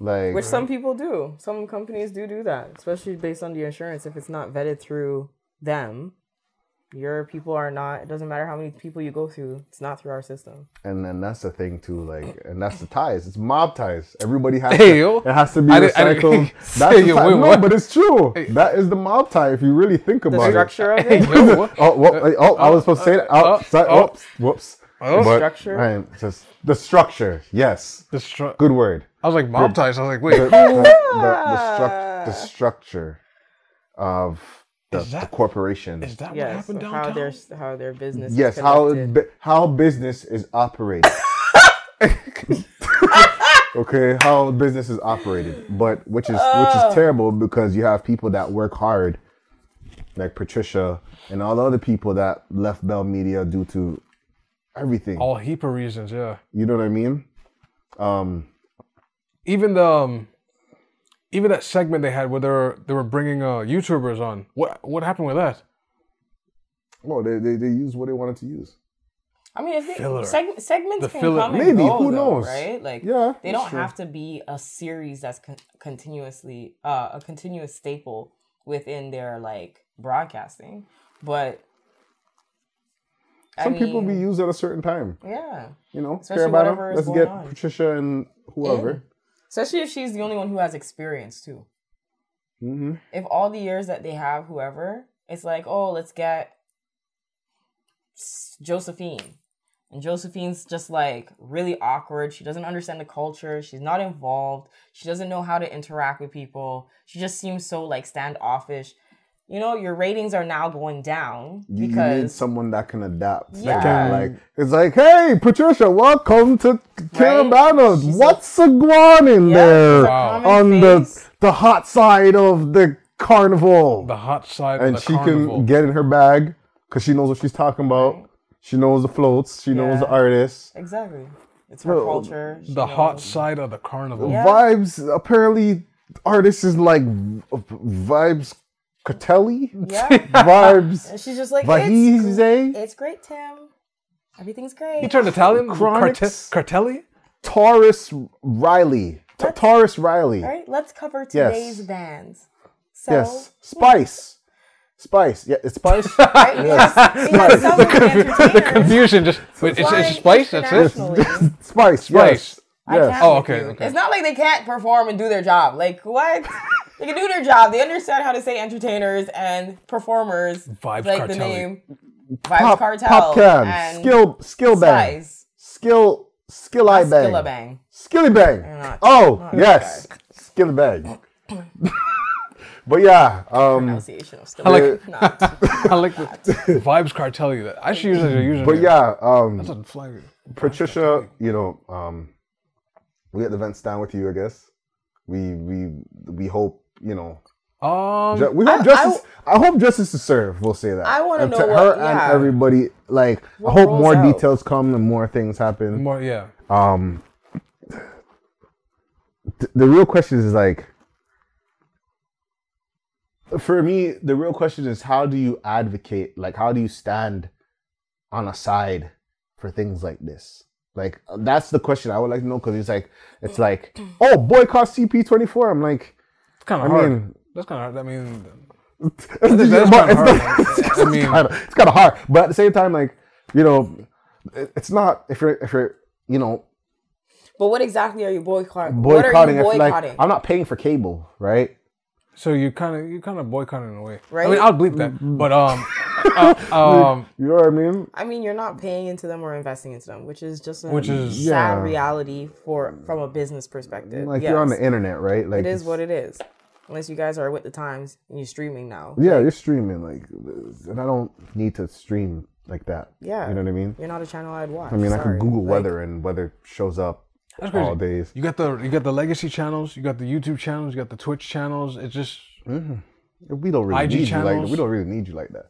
S1: Like,
S2: Which some people do. Some companies do do that, especially based on the insurance. If it's not vetted through them, your people are not. It doesn't matter how many people you go through. It's not through our system.
S1: and then that's the thing too. Like, and that's the ties. It's mob ties. Everybody has.
S3: Hey,
S1: to,
S3: yo.
S1: It has to be
S3: I didn't- I didn't-
S1: recycled. That's the
S3: Say,
S1: tie.
S3: wait,
S1: no,
S3: what?
S1: but it's true.
S3: Hey.
S1: That is the mob tie. If you really think
S2: The
S1: about it.
S2: structure of
S3: Hey,
S2: it.
S3: yo, what?
S1: Oh, whoop, oh, I was supposed to say that. Oh,
S3: uh,
S1: sorry,
S3: oh.
S1: whoops, whoops.
S3: Oh.
S1: But,
S2: Structure?
S1: man, just the structure. Yes,
S3: The stru-
S1: good word.
S3: I was like mob ties. I was like,
S1: The, the,
S3: wait,
S1: the- the struct- the structure of the,
S3: Is that-
S1: the corporation.
S3: is that what
S2: Yes,
S3: happened
S2: of how
S3: downtown?
S2: their how their business. is
S1: yes, how
S2: connected.
S1: bu- how business is operated. okay, how business is operated, but which is which
S2: Oh.
S1: is terrible because you have people that work hard, like Patricia and all the other people that left Bell Media due to everything.
S3: All heap of reasons. Yeah.
S1: You know what I mean? Um,
S3: even the um, even that segment they had where they were they were bringing uh, YouTubers on. What what happened with that?
S1: well, they, they they use what they wanted to use.
S2: I mean, if they,
S3: Filler.
S2: seg- segments
S3: The
S2: can
S3: filler.
S2: come and
S1: Maybe,
S2: go,
S1: who
S2: though,
S1: knows?
S2: right? Like,
S1: Yeah,
S2: they
S1: that's
S2: don't
S1: true.
S2: have to be a series that's con- continuously uh, a continuous staple within their like broadcasting, but I
S1: Some people be
S2: mean,
S1: used at a certain time.
S2: yeah,
S1: You know,
S2: Especially
S1: care about 'em.
S2: whatever is
S1: Let's
S2: going
S1: get
S2: on.
S1: Patricia and whoever.
S2: especially if she's the only one who has experience too.
S1: hmm
S2: If all the years that they have, whoever, it's like, oh, let's get s- Josephine. And Josephine's just like really awkward. She doesn't understand the culture. She's not involved. She doesn't know how to interact with people. She just seems so like standoffish. You know, your ratings are now going down
S1: You, you need
S2: because
S1: someone that can adapt. that
S2: Yeah.
S1: can, like it's like, hey, Patricia, welcome to Carabana.
S2: She's
S1: What's a going in
S2: Yeah,
S1: there
S2: she's a
S3: Wow.
S2: common
S1: on the
S2: face.
S1: the hot side of the carnival?
S3: The hot side
S1: and
S3: of the
S1: she
S3: carnival.
S1: can get in her bag because she knows what she's talking about. She knows the floats. She knows the
S2: Yeah.
S1: artists.
S2: exactly. It's her
S1: Well,
S2: culture. She
S3: the hot
S2: knows.
S3: side of the carnival.
S2: Yeah.
S1: Vibes apparently artists is like v- vibes Catelli.
S2: Yeah.
S1: vibes
S2: And she's just like, it's, gr-
S1: Vahize
S2: it's great, Tim. Everything's
S3: He
S2: great.
S3: turned Italian. Carte-
S1: Chronics.
S3: Cartelli.
S1: Taurus Riley. T- Taurus Riley.
S2: All right, let's cover
S1: Yes.
S2: today's bands. So,
S1: Yes. Spice. Spice. Yeah, it's Spice.
S2: Right? We have- we have
S1: Spice.
S2: someone
S3: The
S2: entertainer
S3: confusion just. Wait, it's, it's
S2: flying
S3: spice. That's it.
S2: internationally.
S1: Spice. Yes.
S3: Spice.
S2: I
S1: Yes.
S2: can't
S3: Oh,
S2: with
S3: okay,
S2: you.
S3: okay.
S2: It's not like they can't perform and do their job. Like what? they can do their job. They understand how to say entertainers and performers.
S3: Vibes
S2: like the
S3: Cartelli.
S2: name Vibes
S1: Pop,
S2: Cartel.
S1: pop can.
S2: and
S1: Skill skill bang.
S2: Spice.
S1: Skill skill eye bang.
S2: Skilla Bang.
S1: Skilly bang.
S2: not-
S1: Oh, yes. Skilly bang. but yeah, um
S2: Pronunciation of Skilla.
S1: like-
S2: Not.
S3: I like the vibes cartelli. That I should use it as a username.
S1: but yeah, um
S3: That's a flag.
S1: Patricia, you know, um, we at the vents down with you, I guess. We we we hope you know.
S3: Um,
S1: ju- we hope
S2: I-
S1: justice. I, hope justice is served. We'll say that.
S2: I wanna
S1: And
S2: know
S1: her
S2: what- yeah.
S1: and everybody. Like,
S2: What
S1: I hope
S2: rolls
S1: more
S2: out.
S1: details come and more things happen.
S3: more yeah.
S1: Um, th- the real question is like, for me, the real question is how do you advocate? Like, how do you stand on a side for things like this? Like, that's the question I would like to know because it's like, it's like, oh, boycott CP24. I'm like,
S3: It's kind
S1: I
S3: of hard.
S1: mean,
S3: that's kind of hard. I mean,
S1: it's,
S3: that's
S1: but
S3: kinda
S1: it's-
S3: hard.
S1: it's-
S3: I
S1: it's
S3: mean-
S1: kinda- it's kind of hard. But at the same time, like, you know, it- it's not if you're if you're you know
S2: But what exactly are you boycotting? what are
S1: boycotting.
S2: you
S1: I feel
S2: boycotting?
S1: like I'm not paying for cable, right?
S3: so you kind of you kind of boycotting in a way. I
S2: Right?
S3: mean, I'll bleep that. But um, uh, um,
S1: You know what I mean?
S2: I mean, you're not paying into them or investing into them, which is just a
S3: Which is-
S2: sad
S1: Yeah.
S2: reality for from a business perspective.
S1: Like
S2: yes.
S1: you're on the internet, right? Like
S2: It is what it is. Unless you guys are with the times and you're streaming now.
S1: yeah, you're streaming, like, and I don't need to stream like that.
S2: Yeah.
S1: you know what I mean.
S2: You're not a channel I'd watch.
S1: I mean, I can
S2: Sorry.
S1: Google
S2: Like,
S1: weather and weather shows up.
S3: That's crazy.
S1: all days.
S3: You got the you got the legacy channels, you got the YouTube channels, you got the Twitch channels. It's just
S1: Mhm. We don't really
S3: IG
S1: need you like
S3: channels.
S1: that. We don't really need you like that.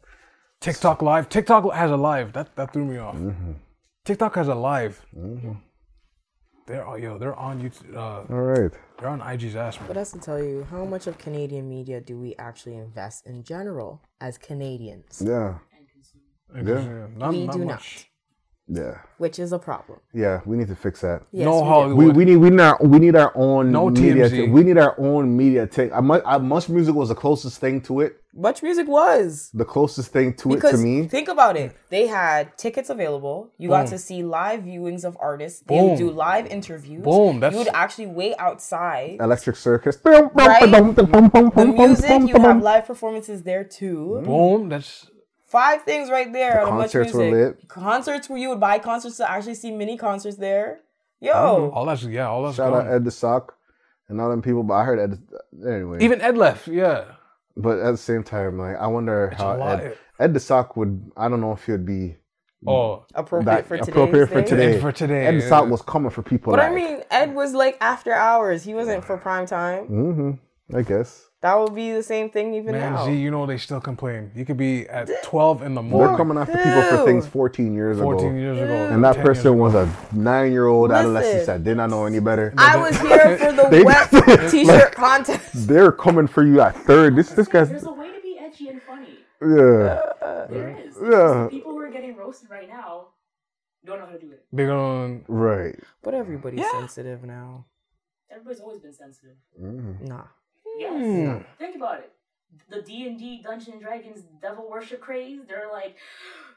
S3: TikTok live. TikTok has a live. That that threw me off.
S1: Mm-hmm.
S3: TikTok has a live. They're all yo. They're on YouTube. Uh,
S1: All right.
S3: they're on IG's ass. man.
S2: But that's to tell you how much of Canadian media do we actually invest in general as Canadians?
S1: Yeah.
S3: Yeah, uh, not-
S2: we do
S3: much.
S1: Yeah.
S2: not, which is a problem.
S1: Yeah. We need to fix that.
S2: Yes,
S3: no
S2: we do.
S3: Hollywood.
S1: We, we need we need our we need our own
S3: No
S1: media.
S3: TMZ.
S1: ta- we need our own media take. I must, I must music was the closest thing to it.
S2: Much music was.
S1: The closest thing to
S2: Because
S1: it to me.
S2: think about it. They had tickets available. You got to see live viewings of artists. They would do
S3: Boom.
S2: live interviews.
S3: Boom, that's-
S2: you would actually wait outside.
S1: Electric Circus.
S2: The music, you have live performances there too.
S3: Boom. That's
S2: Five things right there. out of Much
S1: concerts were
S2: Music.
S1: lit.
S2: Concerts where you would buy concerts to actually see mini concerts there. Yo,
S3: all that's yeah. All that's
S1: Shout
S3: gone.
S1: out Ed the Sock and all them people. But I heard Ed. Anyway,
S3: Even Ed left. Yeah.
S1: but at the same time, like I wonder how
S3: lot.
S1: Ed, Ed the Sock would. I don't know if he would be
S3: Oh.
S2: appropriate
S1: that
S2: for today.
S1: appropriate for Mm. today.
S3: And for today,
S1: Ed the
S3: yeah.
S1: Sock was coming for people.
S2: But
S1: like,
S2: I mean, Ed was like after hours. He wasn't for prime time.
S1: mm-hmm, I guess
S2: That would be the same thing even
S3: Man,
S2: now.
S3: Z, you know they still complain. You could be at 12 in the
S1: they're
S3: morning,
S1: coming after people for
S2: Ew.
S1: things 14 years
S3: 14
S1: ago.
S3: years ago,
S1: And that
S3: 10 years
S1: person was a nine-year-old adolescent
S2: Listen.
S1: that did not know any better.
S2: I was here for the
S1: They-
S2: wet t-shirt contest.
S1: They're coming for you at third. This this guy's
S4: There's a way to be edgy and funny.
S1: yeah.
S4: There is. It's just
S1: Yeah.
S4: the people who are getting roasted right now don't know how to do it.
S3: Big on
S1: right.
S2: But everybody's sensitive now.
S4: Everybody's always been sensitive.
S1: Mm-hmm.
S2: Nah.
S4: Yes.
S1: Hmm.
S4: Think about it. The D and D Dungeons and Dragons devil worship craze. They're like,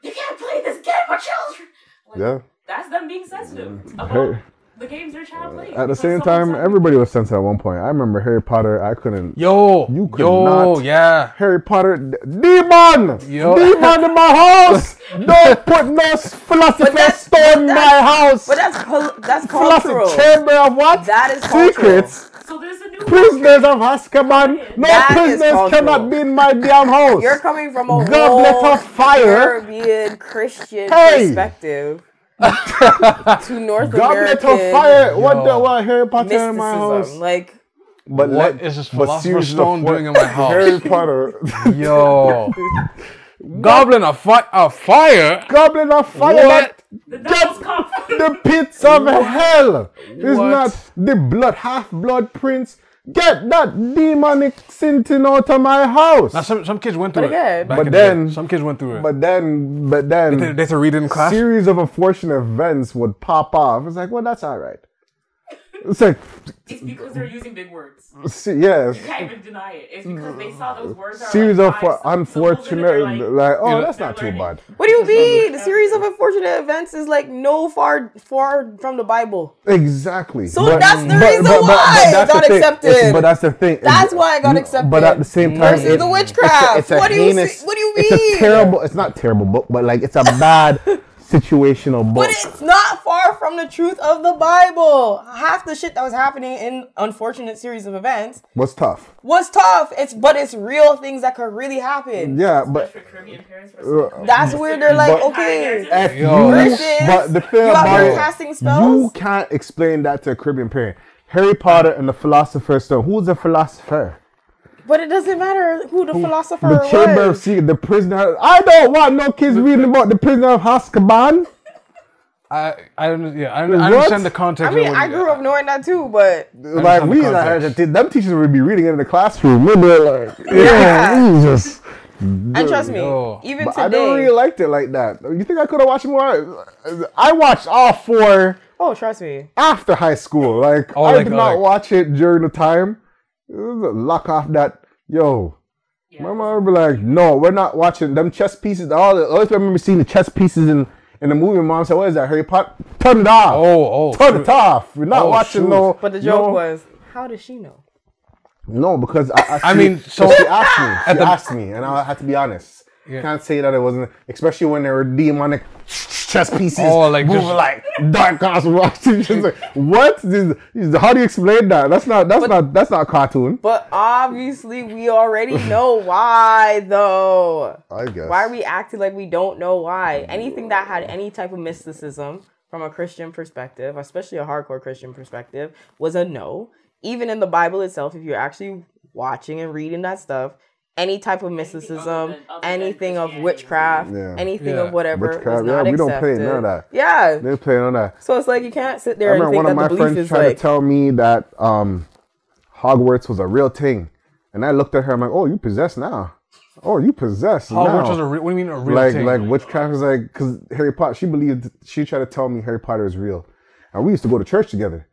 S4: you can't play this game for children. Like,
S1: Yeah.
S4: That's them being sensitive about
S1: Mm-hmm. Hey. Uh,
S4: the games their child plays.
S1: At the
S4: Because
S1: same
S4: someone's
S1: time,
S4: like,
S1: everybody was sensitive at one point. I remember Harry Potter. I couldn't.
S3: yo,
S1: You could
S3: yo,
S1: not-
S3: yeah.
S1: Harry Potter, d- demon,
S3: Yo.
S1: demon in my house. Don't put no philosopher's
S2: that's-
S1: stone in
S2: but
S1: my
S2: that's-
S1: house.
S2: But that's cul- that's cultural.
S1: Philosophy chamber of what?
S2: That is cultural.
S1: secrets.
S4: So there's a new
S1: Prisoners of Azkaban. No
S2: That is cultural.
S1: prisoners cannot be in my damn house.
S2: You're coming from a
S1: Goblet
S2: whole
S1: of fire.
S2: Caribbean Christian
S1: Hey.
S2: perspective to North
S1: Goblet
S2: American
S1: of fire. What the
S3: Yo.
S1: what? Harry Potter in my house.
S2: mysticism. Like
S1: But
S3: What
S1: let-
S3: is this
S1: but
S3: philosopher's
S1: seriously,
S3: stone
S1: what-
S3: doing in my house?
S1: Harry Potter,
S3: Yo, goblin of, fi- of fire.
S1: Goblin of Fire,
S3: What?
S4: The devil's cup.
S1: that- the pits of hell is
S3: What?
S1: not the blood, half blood prince. Get that demonic sinting out of my house.
S3: Now some some kids went through
S2: again-
S3: it. back
S1: But
S3: in the day.
S1: then-
S3: some kids went through it.
S1: but then, but then,
S3: they, they had to read it in class.
S1: series of unfortunate events would pop off. It's like, well, that's all right. It's like,
S4: It's because they're using big words.
S1: see, yes.
S4: can't even deny it. It's because they saw those words. Are
S1: Series of
S4: like
S1: for-
S4: five syllables and they're
S1: unfortunate,
S4: Like,
S1: like, oh, that's
S4: they're
S1: not too
S4: learning.
S1: bad.
S2: what do you mean? A series of unfortunate events is like no far far from the Bible.
S1: Exactly.
S2: So that's the reason why it
S1: that's
S2: got
S1: the thing.
S2: accepted.
S1: It's- But that's the thing.
S2: That's why it got
S1: No,
S2: accepted.
S1: But at the same time,
S2: Versus the witchcraft. What do you see- what do you
S1: It's
S2: mean?
S1: a terrible. It's not terrible book, but like it's a bad situational book.
S2: But it's not far from the truth of the Bible. Half the shit that was happening in unfortunate series of events
S1: What's tough?
S2: was tough. It's but it's real things that could really happen.
S1: Yeah, but
S4: For Caribbean parents were
S1: Uh,
S4: so-
S2: That's where they're like,
S1: But-
S2: okay,
S1: F you.
S3: Yo,
S2: Versus,
S1: But the thing
S2: you out
S1: about
S2: here
S1: it,
S2: casting spells?
S1: you can't explain that to a Caribbean parent. Harry Potter and the Philosopher's Stone. Who's the philosopher?
S2: but it doesn't matter who the philosopher
S1: The Chamber of
S2: was.
S1: Secrets. The prisoner. I don't want no kids reading about the prisoner of Azkaban.
S3: I I don't- yeah I, I
S1: What?
S3: understand the context.
S2: I mean,
S3: of what
S2: I
S3: you-
S2: grew up knowing that too, but
S1: Like
S3: Understand the
S1: we, like,
S3: context.
S1: them teachers would be reading it in the classroom. We'd be like, yeah,
S2: Yeah.
S1: we just.
S2: and trust me,
S3: Yo.
S2: even
S1: But
S2: today,
S1: I never really liked it like that. You think I could have watched more? I watched all four
S2: oh, trust me,
S1: after high school. Like
S3: Oh,
S1: I
S3: like-
S1: did not
S3: like-
S1: watch it during the time. Lock off that, yo.
S4: Yeah.
S1: My mom would be like, no, we're not watching them chess pieces. All the I always remember seeing the chess pieces in in the movie. Mom said, "What is that, Harry Potter? Turn it off!
S3: Oh oh.
S1: turn it
S3: shoot.
S1: off! We're not
S3: Oh,
S1: watching
S3: shoot.
S1: no."
S2: but the
S1: no-
S2: joke was, how does she know?
S1: No, because I, I,
S3: I
S1: she-
S3: mean, so-
S1: she asked me. She asked me, and I had to be honest. Can't say that it wasn't, especially when there were demonic chess pieces.
S3: Oh, like
S1: moving
S3: just-
S1: like dark cosmos. She's like, what? This- this- how do you explain that? That's not. That's not. That's not cartoon.
S2: But obviously, we already know why, though.
S1: I guess.
S2: Why are we acting like we don't know why? Anything that had any type of mysticism from a Christian perspective, especially a hardcore Christian perspective, was a no. Even in the Bible itself, if you're actually watching and reading that stuff, any type of mysticism,
S4: than- other than
S2: anything of
S4: Christianity.
S2: witchcraft,
S1: Yeah.
S2: anything
S3: Yeah.
S2: of whatever,
S1: Witchcraft,
S2: was not
S1: yeah, we don't
S2: accepted.
S1: play none of that.
S2: Yeah.
S1: They're playing on that.
S2: So it's like you can't sit
S1: I
S2: there and
S1: remember
S2: think
S1: one
S2: that
S1: of my
S2: the belief
S1: friends
S2: is
S1: tried
S2: like
S1: to tell me that um, Hogwarts was a real thing, and I looked at her. I'm like, "Oh, you possess now? Oh, you possess
S3: Hogwarts
S1: now?"
S3: was a re- what do you mean a real
S1: like
S3: thing?
S1: like witchcraft is like because Harry Potter. She believed she tried to tell me Harry Potter is real, and we used to go to church together.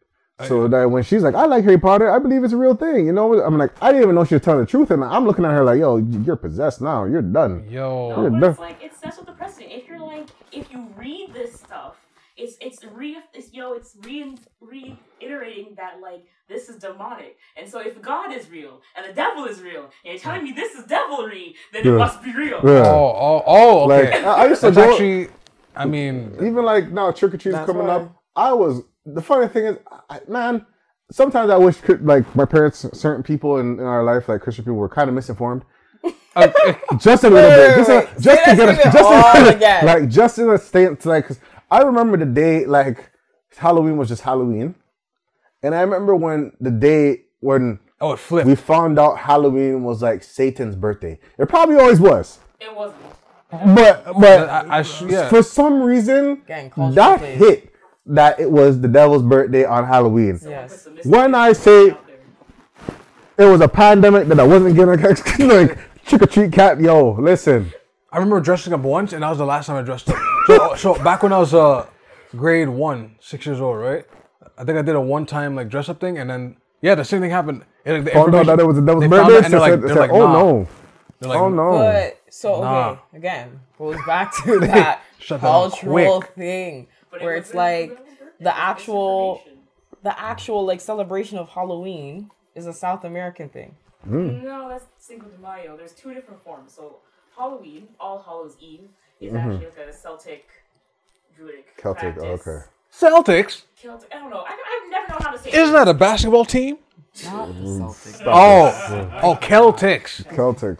S1: So that when she's like, "I like Harry Potter. I believe it's a real thing," you know, I'm like, I didn't even know she was telling the truth, and I'm looking at her like, "Yo, you're possessed now. You're done."
S3: yo,
S1: Yeah,
S4: No, but
S1: no.
S4: it's like it's that's what the precedent. If you're like, if you read this stuff, it's it's re it's yo, it's re reiterating that like this is demonic. And so if God is real and the devil is real, and you're telling me this is devilry, then
S1: Yeah.
S4: it must be real.
S1: Yeah.
S3: oh, oh, oh, okay.
S1: Like I, I used to
S3: That's
S1: go,
S3: actually, I mean,
S1: even like now trick or treat's
S2: That's
S1: coming
S2: why.
S1: up. I was the funny thing is, I, man. Sometimes I wish could, like my parents, certain people in, in our life, like Christian people, were kind of misinformed.
S3: uh, uh,
S1: just a little
S2: Wait,
S1: bit,
S2: wait,
S1: just, a,
S2: wait.
S1: just
S2: Say
S1: to
S2: that
S1: get us,
S2: statement
S1: just
S2: all
S1: to,
S2: again.
S1: like just in a state, like 'cause I remember the day like Halloween was just Halloween, and I remember when the day when
S3: oh, it flipped.
S1: we found out Halloween was like Satan's birthday. It probably always was,
S4: It wasn't.
S1: but but
S3: I, I sh- yeah.
S1: for some reason
S2: Gang culture,
S1: that
S2: please.
S1: hit that it was the devil's birthday on Halloween.
S4: Put
S2: yes.
S4: some mystery
S1: When I say
S4: out there.
S1: it was a pandemic that I wasn't gonna like trick or treat cat, yo, listen.
S3: I remember dressing up once, and that was the last time I dressed up. So, so back when I was uh, grade one, six years old, right? I think I did a one-time like dress-up thing, and then yeah, the same thing happened. And, like, the
S1: Found out
S3: information-
S1: Oh, that it was a devil's
S3: they found
S1: birthday.
S3: it, and they're
S1: so
S3: like,
S1: said-
S3: they're
S1: said,
S3: like,
S1: oh
S3: nah.
S1: no.
S3: They're like, "Hmm."
S1: Oh no.
S2: But so okay,
S3: Nah.
S2: again, goes back to that
S3: shut that down
S2: cultural
S3: quick.
S2: thing
S4: But it
S2: where
S4: was
S2: it's
S4: the
S2: like
S4: devil's birthday.
S2: the
S4: It's
S2: actual
S4: misinformation.
S2: the actual like celebration of Halloween is a South American thing.
S4: No, that's Cinco de Mayo. There's two different forms. So Halloween, All Hallows Eve, is
S3: Mm-hmm.
S4: actually like a Celtic, Druidic,
S1: Celtic, oh,
S4: practice.
S1: okay.
S3: Celtics.
S4: Celtic. I don't know. I, I've never known how to say. it.
S3: Isn't that a basketball team?
S1: Mm. Stop
S3: Oh, oh, Celtics.
S1: it. Celtics.
S3: Oh.
S1: Celtic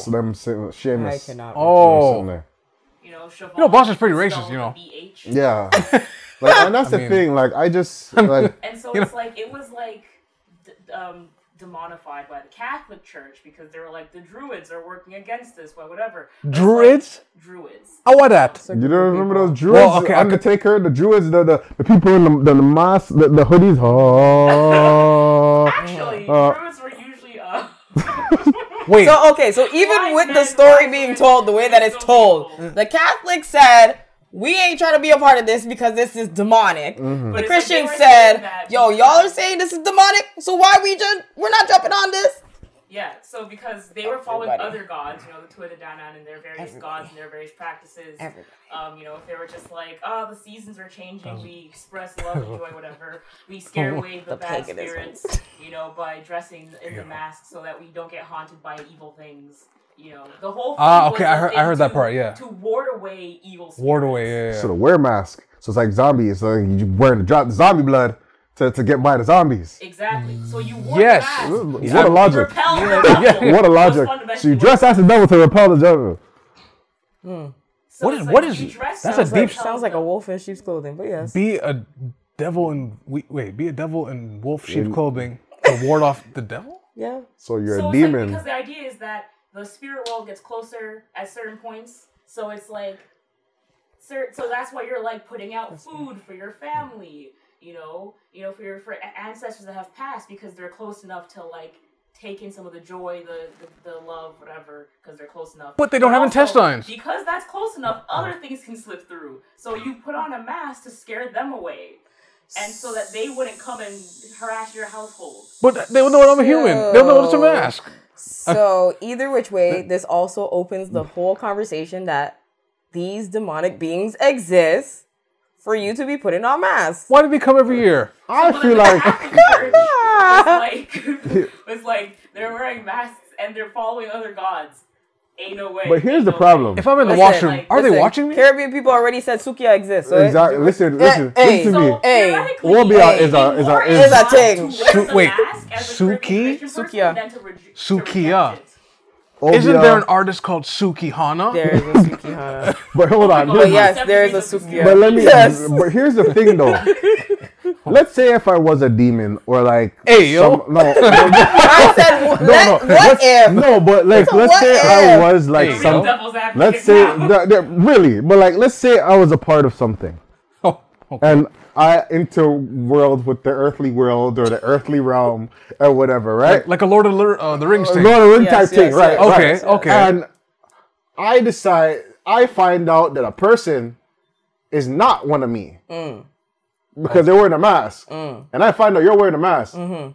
S1: Cross, them sitting- Seamus.
S2: I cannot.
S1: Them
S3: Oh,
S1: sitting there.
S4: You know, Siobhan,
S3: know, Boston's pretty racist,
S4: spelled
S3: you know.
S4: BH.
S1: Yeah. like, and that's the
S3: mean-
S1: thing. Like, I just like
S4: And so
S3: You
S4: it's like it was like d- um, demonified by the Catholic Church because they were like the Druids are working against us, why whatever. It's like,
S3: Druids?
S4: Druids.
S3: Oh, what that?
S1: you don't remember those druids,
S3: Well, okay, I could-
S1: Undertaker, the druids, the, the, the people in the the, the mask, the, the hoodies. Oh,
S4: Actually,
S1: Uh,
S4: Druids were usually uh,
S3: Wait,
S2: So okay, so even
S4: Wise
S2: with the
S4: men,
S2: story
S4: wise
S2: being
S4: men,
S2: told the way that it's
S4: so
S2: told,
S4: people.
S2: the Catholics said we ain't trying to be a part of this because this is demonic.
S1: Mm-hmm.
S2: The
S4: but it's like they
S2: Christians
S4: were saying
S2: said,
S4: that
S2: "Yo,
S4: because-
S2: y'all are saying this is demonic, so why we just we're not jumping on this?"
S4: Yeah, so because they were following
S2: Everybody.
S4: other gods, you know, the Tuatadanan and their various gods and their various practices.
S2: Everybody. Oh.
S4: Um, you know, if they were just like, oh, the seasons are changing, we express love and joy, whatever. We scare away the,
S2: The
S4: bad
S2: paganism.
S4: spirits, you know, by dressing in the mask so that we don't get haunted by evil things. You know, the whole thing
S3: Ah,
S4: was
S3: okay,
S4: a
S3: I heard- I
S4: thing
S3: heard that
S4: to-
S3: part, yeah.
S4: To ward away evil spirits.
S3: Ward away. Yeah, yeah,
S1: so the wear mask. So it's like zombie. It's like you wearing the drop zombie blood to, to get by the zombies.
S4: Exactly. So you wore
S3: Yes.
S4: the mask.
S1: What
S3: Yeah,
S1: a
S3: I'm-
S1: logic!
S4: Repel the devil.
S1: What a
S4: That's
S1: logic!
S4: fundamentally
S1: So you
S4: what
S1: dress as the devil to repel the devil.
S4: So
S3: What
S4: it's
S3: is-
S4: like
S3: what is-
S4: you dress
S3: that's a
S4: up,
S3: deep-
S4: repel
S2: Sounds like
S4: the-
S2: a wolf in sheep's clothing, but yes.
S3: Be a devil in we- wait. Be a devil in wolf sheep clothing to ward off the devil.
S2: Yeah.
S1: So you're a
S4: so it's like,
S1: demon.
S4: because the idea is that the spirit world gets closer at certain points. So it's like, cer- so that's why you're like putting out food for your family. You know, you know, for your for a- ancestors that have passed because they're close enough to like take in some of the joy, the the, the love, whatever, because they're close enough.
S3: But they don't have
S4: also,
S3: intestines.
S4: Because that's close enough,
S1: Uh-huh.
S4: other things can slip through. So you put on a mask to scare them away. And so that they wouldn't come and harass your household.
S3: But they don't know I'm a human. They don't know it's a
S2: So-
S3: mask. Uh,
S2: So either which way, this also opens the whole conversation that these demonic beings exist for you to be putting on masks.
S3: Why do they come every year?
S1: I
S4: But
S1: feel
S4: the
S1: like
S4: Catholic Church was like, was like they're wearing masks and they're following other gods. Ain't no way.
S1: But here's
S4: ain't
S1: the
S4: no
S1: problem.
S4: way.
S3: If I'm in the
S2: Listen,
S3: washroom, are they
S2: listen,
S3: watching me?
S2: Caribbean people already said Sukiya exists. So it-
S1: Exactly.
S2: Eh,
S1: Listen, listen,
S2: hey.
S1: listen to me.
S4: So
S2: Hey,
S4: theoretically,
S1: Wobia is a-
S4: it's
S1: is a-
S4: more
S1: is- Is
S2: a
S4: inclined
S2: thing.
S4: to wear
S3: Su-
S4: the
S3: wait,
S4: mask as a
S3: Suki?
S4: Christian person
S2: Sukiya.
S4: than to reje- to
S3: Sukiya.
S4: reject it.
S3: Isn't
S1: Obia-
S3: there an artist called Suki Hana?
S2: There is a Sukihana.
S1: But hold on.
S2: but
S4: But
S2: Oh, yes,
S4: yes,
S2: there is a
S4: yeah.
S2: Sukihana.
S1: But let me.
S2: Yes.
S1: But here's the thing, though. Let's say if I was a demon or like
S3: Hey, yo.
S1: some- no, no,
S2: I said, w- let,
S1: no,
S2: what if?
S1: no, but like
S2: a
S1: let's
S2: what
S1: say
S2: if.
S1: I was like
S3: Hey,
S1: some.
S3: yo.
S4: Devil's advocate
S1: Let's say
S4: now.
S1: no, no, really, but like let's say I was a part of something
S3: Oh, okay.
S1: and I interworld with the earthly world or the earthly realm or whatever, right?
S3: Like a Lord of the, uh, the Rings thing.
S1: Lord of the Rings
S2: Yes,
S1: type thing,
S2: yes,
S1: right?
S2: yes.
S1: right.
S3: okay, okay.
S1: And I decide, I find out that a person is not one of me
S2: Mm.
S1: because they're wearing a mask, and I find out you're wearing a mask.
S2: Mm-hmm.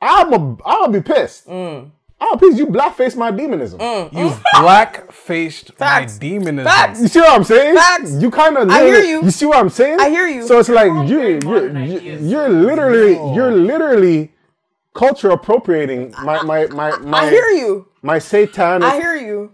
S1: I'm a, I'll be pissed.
S2: Mm.
S1: I'll be pissed. You blackface my demonism.
S3: you black faced my
S2: Facts.
S3: demonism.
S2: Facts.
S1: You see what I'm saying?
S2: Facts.
S1: You kind of.
S2: I hear you.
S1: You see what I'm saying?
S2: I hear you.
S1: So it's like
S4: all
S1: you,
S4: very modern
S1: you, you,
S4: ideas.
S1: you're literally, you're literally culture appropriating my my my my
S2: I hear you.
S1: my satanic
S2: I hear you.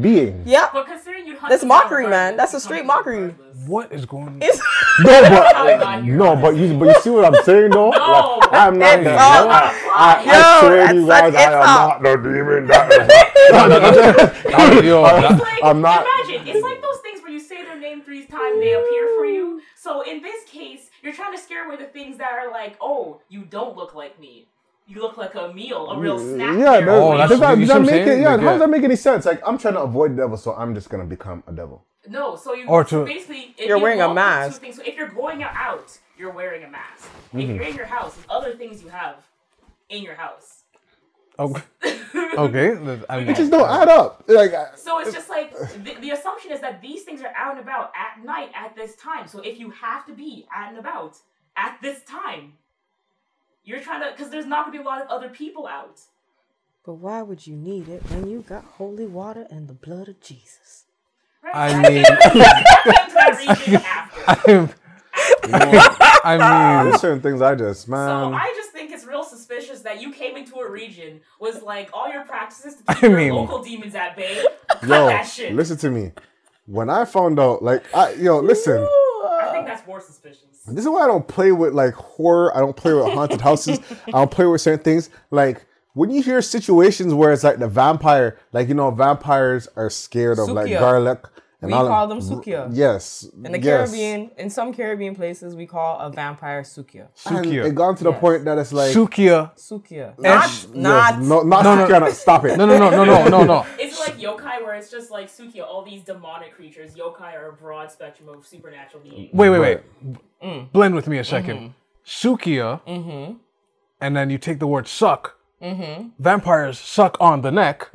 S1: being.
S2: Yeah.
S4: But considering you hunt
S2: That's
S4: them down
S2: mockery, man.
S4: regardless,
S2: That's a
S4: you
S2: straight
S4: hunt them
S2: mockery.
S4: regardless.
S3: What is going on?
S2: It's,
S1: No,
S4: I'm
S1: but
S4: not here.
S1: no, but you, but you see what I'm saying though.
S4: No.
S1: Like, I'm not.
S2: It's
S1: that-
S2: all-
S1: I, I, I
S2: Yo,
S1: swear to
S2: that's
S1: you
S2: such-
S1: guys,
S2: it's
S1: I am
S2: all-
S1: not the demon. That is,
S3: Yo, that-
S4: Like,
S1: I'm not-
S4: Imagine it's like those things where you say their name three times, they appear for you. So in this case, you're trying to scare away the things that are like, oh, you don't look like me. You look like a meal, a real snack.
S1: yeah,
S4: there.
S1: no,
S3: Oh, that's
S1: does that,
S3: you
S1: does
S3: see
S1: that
S3: what I'm
S1: make it?
S3: saying?
S1: Yeah,
S3: Like,
S1: how
S3: yeah.
S1: does that make any sense? Like, I'm trying to avoid devil, so I'm just gonna become a devil.
S4: No, so you
S3: Or to-
S4: so basically if
S2: You're
S4: you
S2: wearing a
S4: walk with two
S2: mask.
S4: things- so if you're going out, you're wearing a mask.
S3: Mm-hmm.
S4: If you're in your house, there's other things you have in your house.
S3: okay. okay. I mean,
S1: Just don't add up. Like, I-
S4: So it's just like the, the assumption is that these things are out and about at night at this time. So if you have to be out and about at this time, you're trying to because there's not going to be a lot of other people out.
S2: but why would you need it when you got holy water and the blood of Jesus?
S4: Right?
S3: I mean,
S4: That's what I reasoned after.
S3: I'm, I mean,
S1: there's certain things I just
S4: So
S3: Um,
S1: man.
S4: I just think it's real suspicious that you came into a region was like all your practices to keep
S3: I
S4: your
S3: mean-
S4: local demons at bay. Cut
S1: yo,
S4: that shit.
S1: listen to me. When I found out, like, I yo, listen.
S3: uh,
S4: I think that's more suspicious.
S1: This is why I don't play with like horror. I don't play with haunted houses. I don't play with certain things. Like when you hear situations where it's like the vampire, like you know, vampires are scared of like
S2: Sukiya.
S1: garlic. And
S2: We
S1: all
S2: call them Sukiya.
S1: Yes.
S2: In the
S1: yes.
S2: Caribbean, in some Caribbean places, we call a vampire Sukiya.
S1: And
S3: Sukiya.
S1: It got to the
S2: Yes.
S1: point that it's like
S3: Sukiya.
S2: Sukiya.
S3: Yes,
S2: Not, not.
S1: yes, no, not
S3: No, no.
S1: Sukiya. No. Stop it.
S3: No, no, no, no, no, no, no.
S4: Is it like yokai where it's just like Sukiya, all these demonic creatures? Yokai are a broad spectrum of supernatural beings.
S3: Wait, wait, wait. Mm. Blend with me a 2nd
S2: Mm-hmm.
S3: Sukiya, and then you take the word suck.
S2: Mm-hmm.
S3: Vampires suck on the neck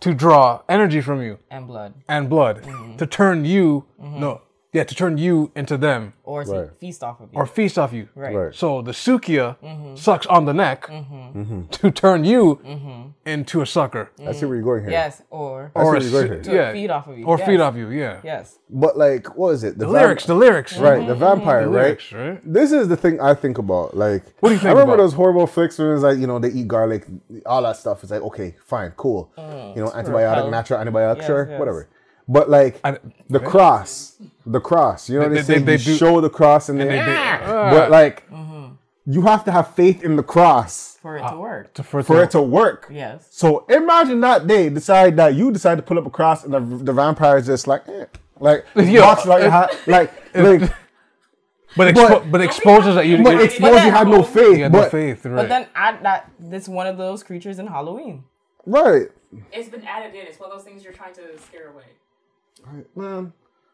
S3: to draw energy from you
S2: And blood.
S3: and blood
S2: Mm-hmm.
S3: to turn you no yeah to turn you into them
S2: Or to
S1: Right.
S2: feast off of you.
S3: or feast off you.
S2: right. Mm-hmm.
S1: Right.
S3: So the Sukiya sucks on the neck
S1: Mm-hmm.
S3: to turn you
S2: Mm-hmm.
S3: into a sucker
S1: I see where you're going here.
S2: Yes. Or
S1: I see
S3: or
S1: where
S3: a
S1: you're
S3: su-
S1: going here.
S3: yeah
S2: feed off of you.
S3: or
S2: yes.
S3: feed off you. Yeah.
S2: Yes.
S1: But like, what is it?
S3: The lyrics, the lyrics,
S1: Right, the vampire,
S3: The
S1: right?
S3: lyrics, right?
S1: This is the thing I think about. Like, what
S3: do you think
S1: I remember
S3: about?
S1: those horrible flicks where it's like, you know, they eat garlic, all that stuff. It's like, okay, fine, cool.
S2: Oh,
S1: you know, antibiotic,
S2: repellent.
S1: natural antibiotic,
S2: Yes,
S1: sure,
S2: yes.
S1: whatever. But like,
S3: I-
S1: the cross, the cross. You know what
S3: They-
S1: they,
S3: they-
S1: say?
S3: they
S1: you
S3: do-
S1: show the cross, and,
S3: They- Ah.
S1: they,
S3: they-
S1: but like,
S2: Mm-hmm.
S1: you have to have faith in the cross
S2: For it to work.
S3: to- for,
S1: for
S3: to-
S1: it to work.
S2: yes.
S1: So imagine that they decide that you decide to pull up a cross and the, the vampire is just like, eh, like,
S3: Yo,
S1: box like,
S3: it-
S1: ha- like, like,
S3: but,
S1: but-
S3: expo- but exposes that you,
S1: but
S3: you,
S4: it-
S1: expose you had no faith.
S3: you had
S1: but,
S3: no faith, right?
S2: But then add that that's one of those creatures in Halloween.
S1: Right.
S4: It's been added in. It's one of those things you're trying to scare away.
S1: Man.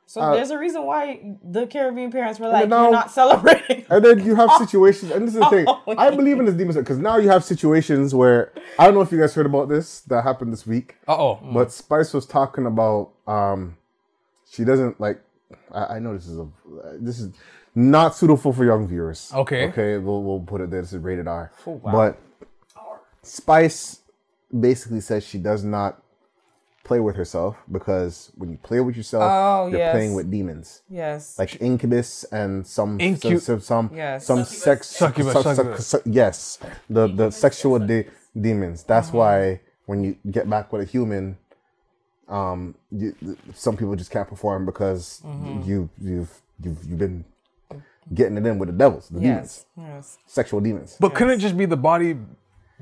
S2: So there's a reason why the Caribbean parents were like,
S1: Uh, know-
S2: "You're not celebrating."
S1: And then you have situations, and this is the thing.
S2: Oh.
S1: I believe in this demon because now you have situations where I don't know if you guys heard about this that happened this week,
S3: uh oh.
S1: but mm. Spice was talking about um, she doesn't like. I, I know this is a this is not suitable for young viewers.
S3: Okay.
S1: okay, we'll we'll put it there. This is rated R.
S2: Oh, wow.
S1: But Spice basically says she does not play with herself because when you play with yourself,
S2: Oh,
S1: you're
S2: yes.
S1: playing with demons.
S2: yes.
S1: like incubus and some
S3: Incu-
S1: some, some,
S2: Yes.
S1: some
S4: Succubus.
S1: sex
S3: Succubus,
S1: suc- suc-
S3: succubus.
S1: suc- yes the the sexual de- demons that's
S2: Mm-hmm.
S1: why when you get back with a human um you, th- some people just can't perform because
S2: Mm-hmm.
S1: you you've you've you've been getting it in with the devils the demons
S2: yes. Yes.
S1: sexual demons
S3: But couldn't it just be the body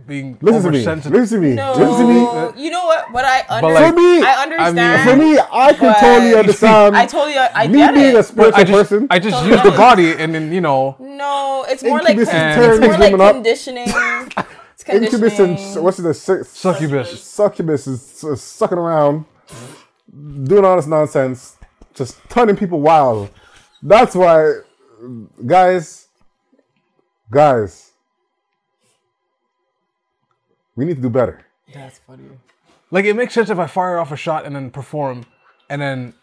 S3: being
S1: Listen to me.
S3: oversensitive.
S1: Listen to me.
S2: No,
S1: Listen to me.
S2: you know what? What I under-
S3: like,
S1: For me-
S2: I
S1: I
S2: understand.
S1: For me, I can
S2: But-
S1: totally understand.
S2: I told you, I
S1: me
S2: get
S1: being
S2: it.
S1: a spiritual
S3: I just,
S1: person.
S3: I just
S2: So
S3: use the
S2: nice.
S3: body and then you know
S2: no, it's more like
S1: Incubus
S2: con-
S3: is
S2: it's
S3: tearing
S2: more
S1: these
S2: like
S1: women up.
S2: conditioning. it's
S1: Incubus and
S2: conditioning.
S1: what's the six?
S3: succubus.
S1: succubus is is sucking around, doing all this nonsense, just turning people wild. That's why, guys, guys, we need to do better.
S2: That's funny.
S3: Like it makes sense if I fire off a shot and then perform, and then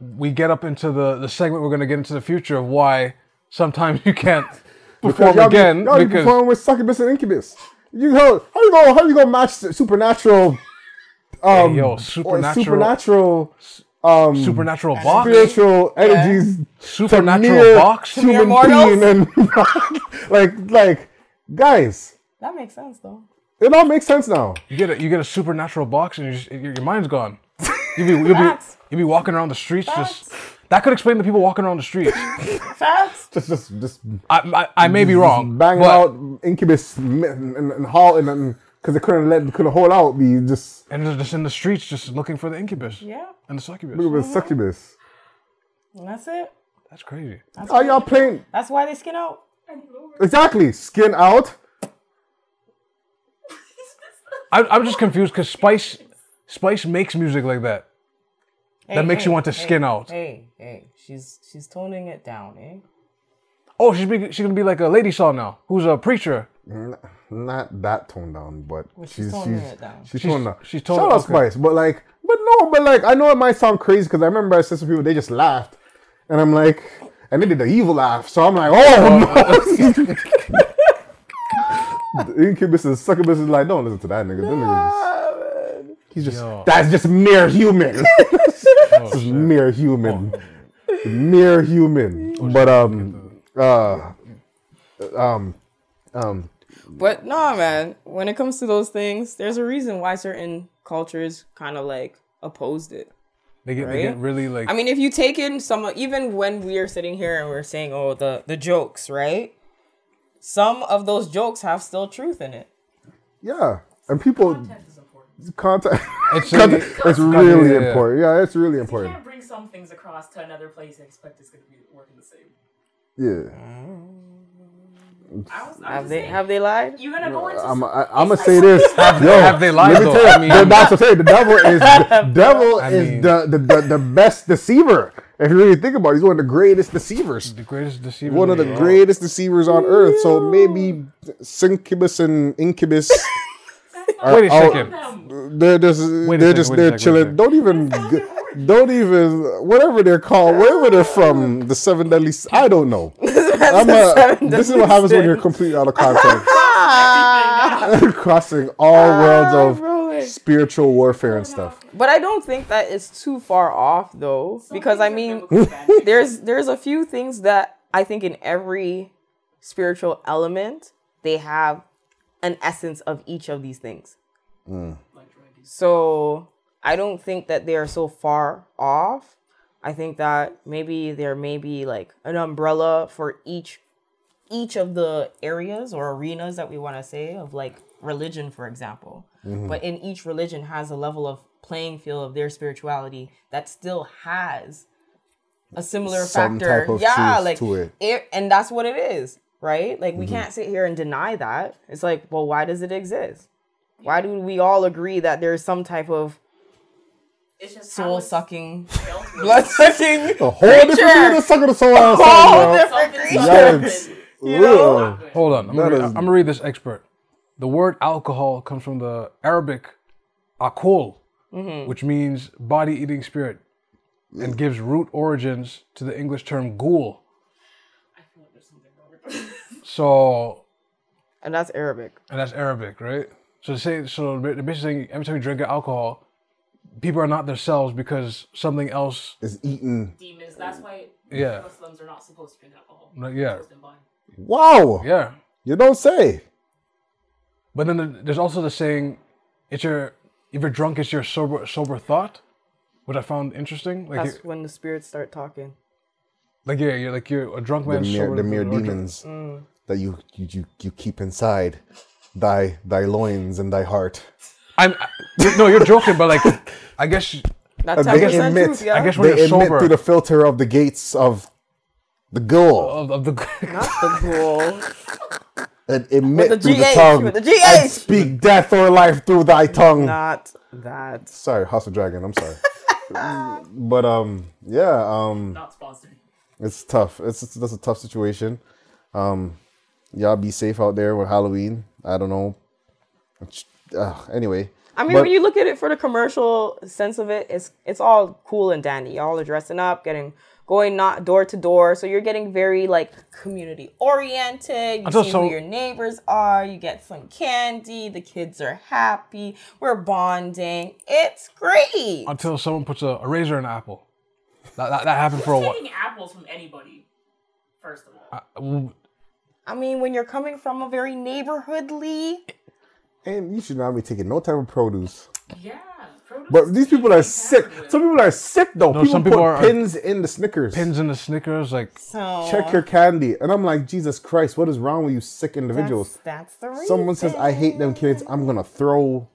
S3: we get up into the the segment we're gonna get into the future of why sometimes you can't perform
S1: y'all
S3: again
S1: be, y'all be
S3: because
S1: performing with succubus and incubus. You go, how you go, how you go match supernatural, um,
S3: yo,
S1: or
S3: supernatural-
S1: supernatural, um,
S3: supernatural box,
S1: spiritual energies
S3: supernatural
S1: mere
S3: box.
S2: mere
S1: human
S2: mortals?
S1: being and like like guys
S2: That makes sense though.
S1: it all makes sense now
S3: You get a you get a supernatural box and you just, your, your mind's gone. You be you be
S2: Facts.
S3: you be walking around the streets just.
S2: Facts.
S3: That could explain the people walking around the streets.
S2: Facts.
S1: just just just
S3: I, I, I may be wrong,
S1: banging
S3: but-
S1: out incubus and, and, and hauling and because they couldn't let couldn't hold out be just
S3: and they're just in the streets, just looking for the incubus
S2: Yeah,
S3: and the succubus.
S1: look at the succubus
S2: and that's it.
S3: That's crazy.
S1: are y'all playing
S2: That's why they skin out.
S1: exactly skin out
S3: I, I'm just confused because Spice Spice makes music like that.
S2: Hey,
S3: That makes
S2: hey,
S3: you want to
S2: hey,
S3: skin out.
S2: Hey, hey, she's she's toning it down, eh?
S3: Oh, she's be, she's gonna be like a lady saw now, who's a preacher.
S1: N- not that toned down but
S2: she's
S1: she's
S2: toning
S1: she's
S2: it down.
S1: she's
S3: She's-
S1: toned down
S3: she's toned-
S1: shout out
S3: okay.
S1: spice but like but no but like i know it might sound crazy because i remember i said some people they just laughed and i'm like and they did the evil laugh so i'm like oh no
S3: Oh.
S1: The Incubus and succubus is like, don't listen to that nigga. Them niggas is- he's just
S3: Yo.
S1: that's just mere human.
S3: Oh,
S1: Just
S3: shit. Oh,
S1: mere human. Mere human. But um uh um um
S2: But nah, man. When it comes to those things, there's a reason why certain cultures kind of like opposed it.
S3: They get they get
S2: Right?
S3: really like.
S2: I mean, if you take in some, even when we are sitting here and we're saying, "Oh, the the jokes," right? Some of those jokes have still truth in it.
S1: yeah. And people
S4: Content is important.
S1: contact it's,
S3: It's really-
S1: it's
S3: yeah,
S1: really
S3: yeah, yeah.
S1: important. Yeah, it's really
S4: You
S1: important.
S4: can't bring some things across to another place and expect it's going to be working the same.
S1: Yeah.
S4: I was, I'm
S2: Have
S4: just
S2: they
S4: saying,
S2: have they lied?
S4: you're going to go into
S1: I'm
S4: some-
S1: I, I'm gonna say this. Have, Yo,
S3: have they lied
S1: Let me
S3: though?
S1: tell you,
S3: I mean-
S1: the, that's what I'm saying. The devil is the devil
S3: I mean-
S1: is the, the, the the best deceiver. If you really think about it, he's one of the greatest deceivers.
S3: the greatest deceiver.
S1: One of
S3: in
S1: the
S3: world.
S1: greatest deceivers on earth. So maybe succubus and incubus. are
S3: Wait a
S1: out-
S3: second.
S4: them.
S1: They're just
S3: Wait a
S1: they're
S3: second,
S1: just
S3: wait a
S1: they're
S3: second,
S1: chilling.
S3: wait
S1: Don't even g- don't even whatever they're called, wherever they're from, the seven deadly. s- I don't know. I'm a- this is what happens when you're completely out of context. crossing all worlds of
S2: Ah. Bro,
S1: spiritual warfare and stuff.
S2: But I don't think that it's too far off though, because I
S4: Things are
S2: mean,
S4: biblical fact.
S2: there's there's a few things that I think in every spiritual element they have an essence of each of these things.
S4: Like drug use.
S2: So I don't think that they are so far off. I think that maybe there may be like an umbrella for each each of the areas or arenas that we want to say of like religion for example
S1: Mm-hmm.
S2: but in each religion has a level of playing field of their spirituality that still has a similar
S1: Some
S2: factor
S1: type of
S2: yeah
S1: truth
S2: like
S1: to it. Mm-hmm.
S2: and that's what it is right like we can't sit here and deny that it's like well why does it exist why do we all agree that there's some type of
S4: It's just how
S2: soul
S4: it's
S2: sucking
S4: dealt with.
S2: blood sucking
S1: A whole different
S2: Creature.
S1: thing to suck the soul out of
S2: whole
S1: something, bro.
S2: different
S4: Something's different.
S2: creature
S1: That
S4: Something.
S1: is-
S2: You know?
S1: Ugh.
S3: Hold on, I'm gonna,
S1: That
S3: read,
S1: is-
S3: I'm gonna read this expert. The word alcohol comes from the Arabic akol,
S1: Mm-hmm.
S3: which means body eating spirit, and gives root origins to the English term ghoul.
S4: I feel like there's something wrong with this.
S3: So,
S2: and that's arabic
S3: and that's Arabic, right? So, they say, so they're basically saying every time you drink alcohol, people are not themselves because something else,
S1: Is eating.
S4: Demons. That's why
S3: Yeah.
S4: Muslims are not supposed to drink alcohol.
S3: Like, yeah,
S4: Supposed to buy.
S1: Wow.
S3: yeah.
S1: You don't say.
S3: But then there- there's also the saying, it's your, if you're drunk, it's your sober, sober thought, which I found interesting. Like,
S2: that's when the spirits start talking
S3: Like yeah, you're like you're a drunk
S1: The
S3: man.
S1: mere,
S3: sober
S1: the
S2: Mm.
S3: looking
S1: mere
S3: or drunk.
S1: demons that you, you you you keep inside thy thy loins and thy heart.
S3: I'm I- no, you're joking, but like, I guess
S2: That's
S1: Uh,
S2: ten
S1: they
S2: percent
S1: admit-
S2: truth, yeah.
S3: I guess when
S1: They
S3: you're
S1: admit
S3: sober
S1: through the filter of the gates of the
S2: Uh,
S1: ghoul
S3: of, of the
S2: Not the ghoul.
S1: and emit
S2: With the
S1: through the
S2: GH,
S1: tongue
S2: with the
S1: and
S2: GH.
S1: speak death or life through thy tongue.
S2: Not that.
S1: Sorry, House of Dragon. I'm sorry, but um, yeah, um,
S4: Not sponsored.
S1: it's tough. It's, it's that's a tough situation. Um, y'all be safe out there with Halloween. I don't know. It's- Uh, anyway,
S2: I mean,
S1: But-
S2: when you look at it for the commercial sense of it, it's it's all cool and dandy. Y'all are dressing up, getting going not door to door, so you're getting very like community oriented. You
S3: Until
S2: see
S3: so-
S2: who your neighbors are. You get some candy. The kids are happy. We're bonding. It's great.
S3: until someone puts a, a razor in an apple. That, that, that happened for a
S4: Who's
S3: while.
S4: taking apples from anybody? First of all,
S3: Mm,
S2: I mean, when you're coming from a very neighborhoodly,
S1: and you should not be taking no type of produce.
S4: yeah. Produce
S1: But these people are sick. Some people are sick though. people
S3: some people
S1: put
S3: are-
S1: pins in the Snickers.
S3: Pins in the Snickers, like
S2: so
S1: Check your candy, and I'm like, Jesus Christ, what is wrong with you sick individuals?
S2: that's, that's the reason.
S1: Someone says I hate them kids. I'm gonna throw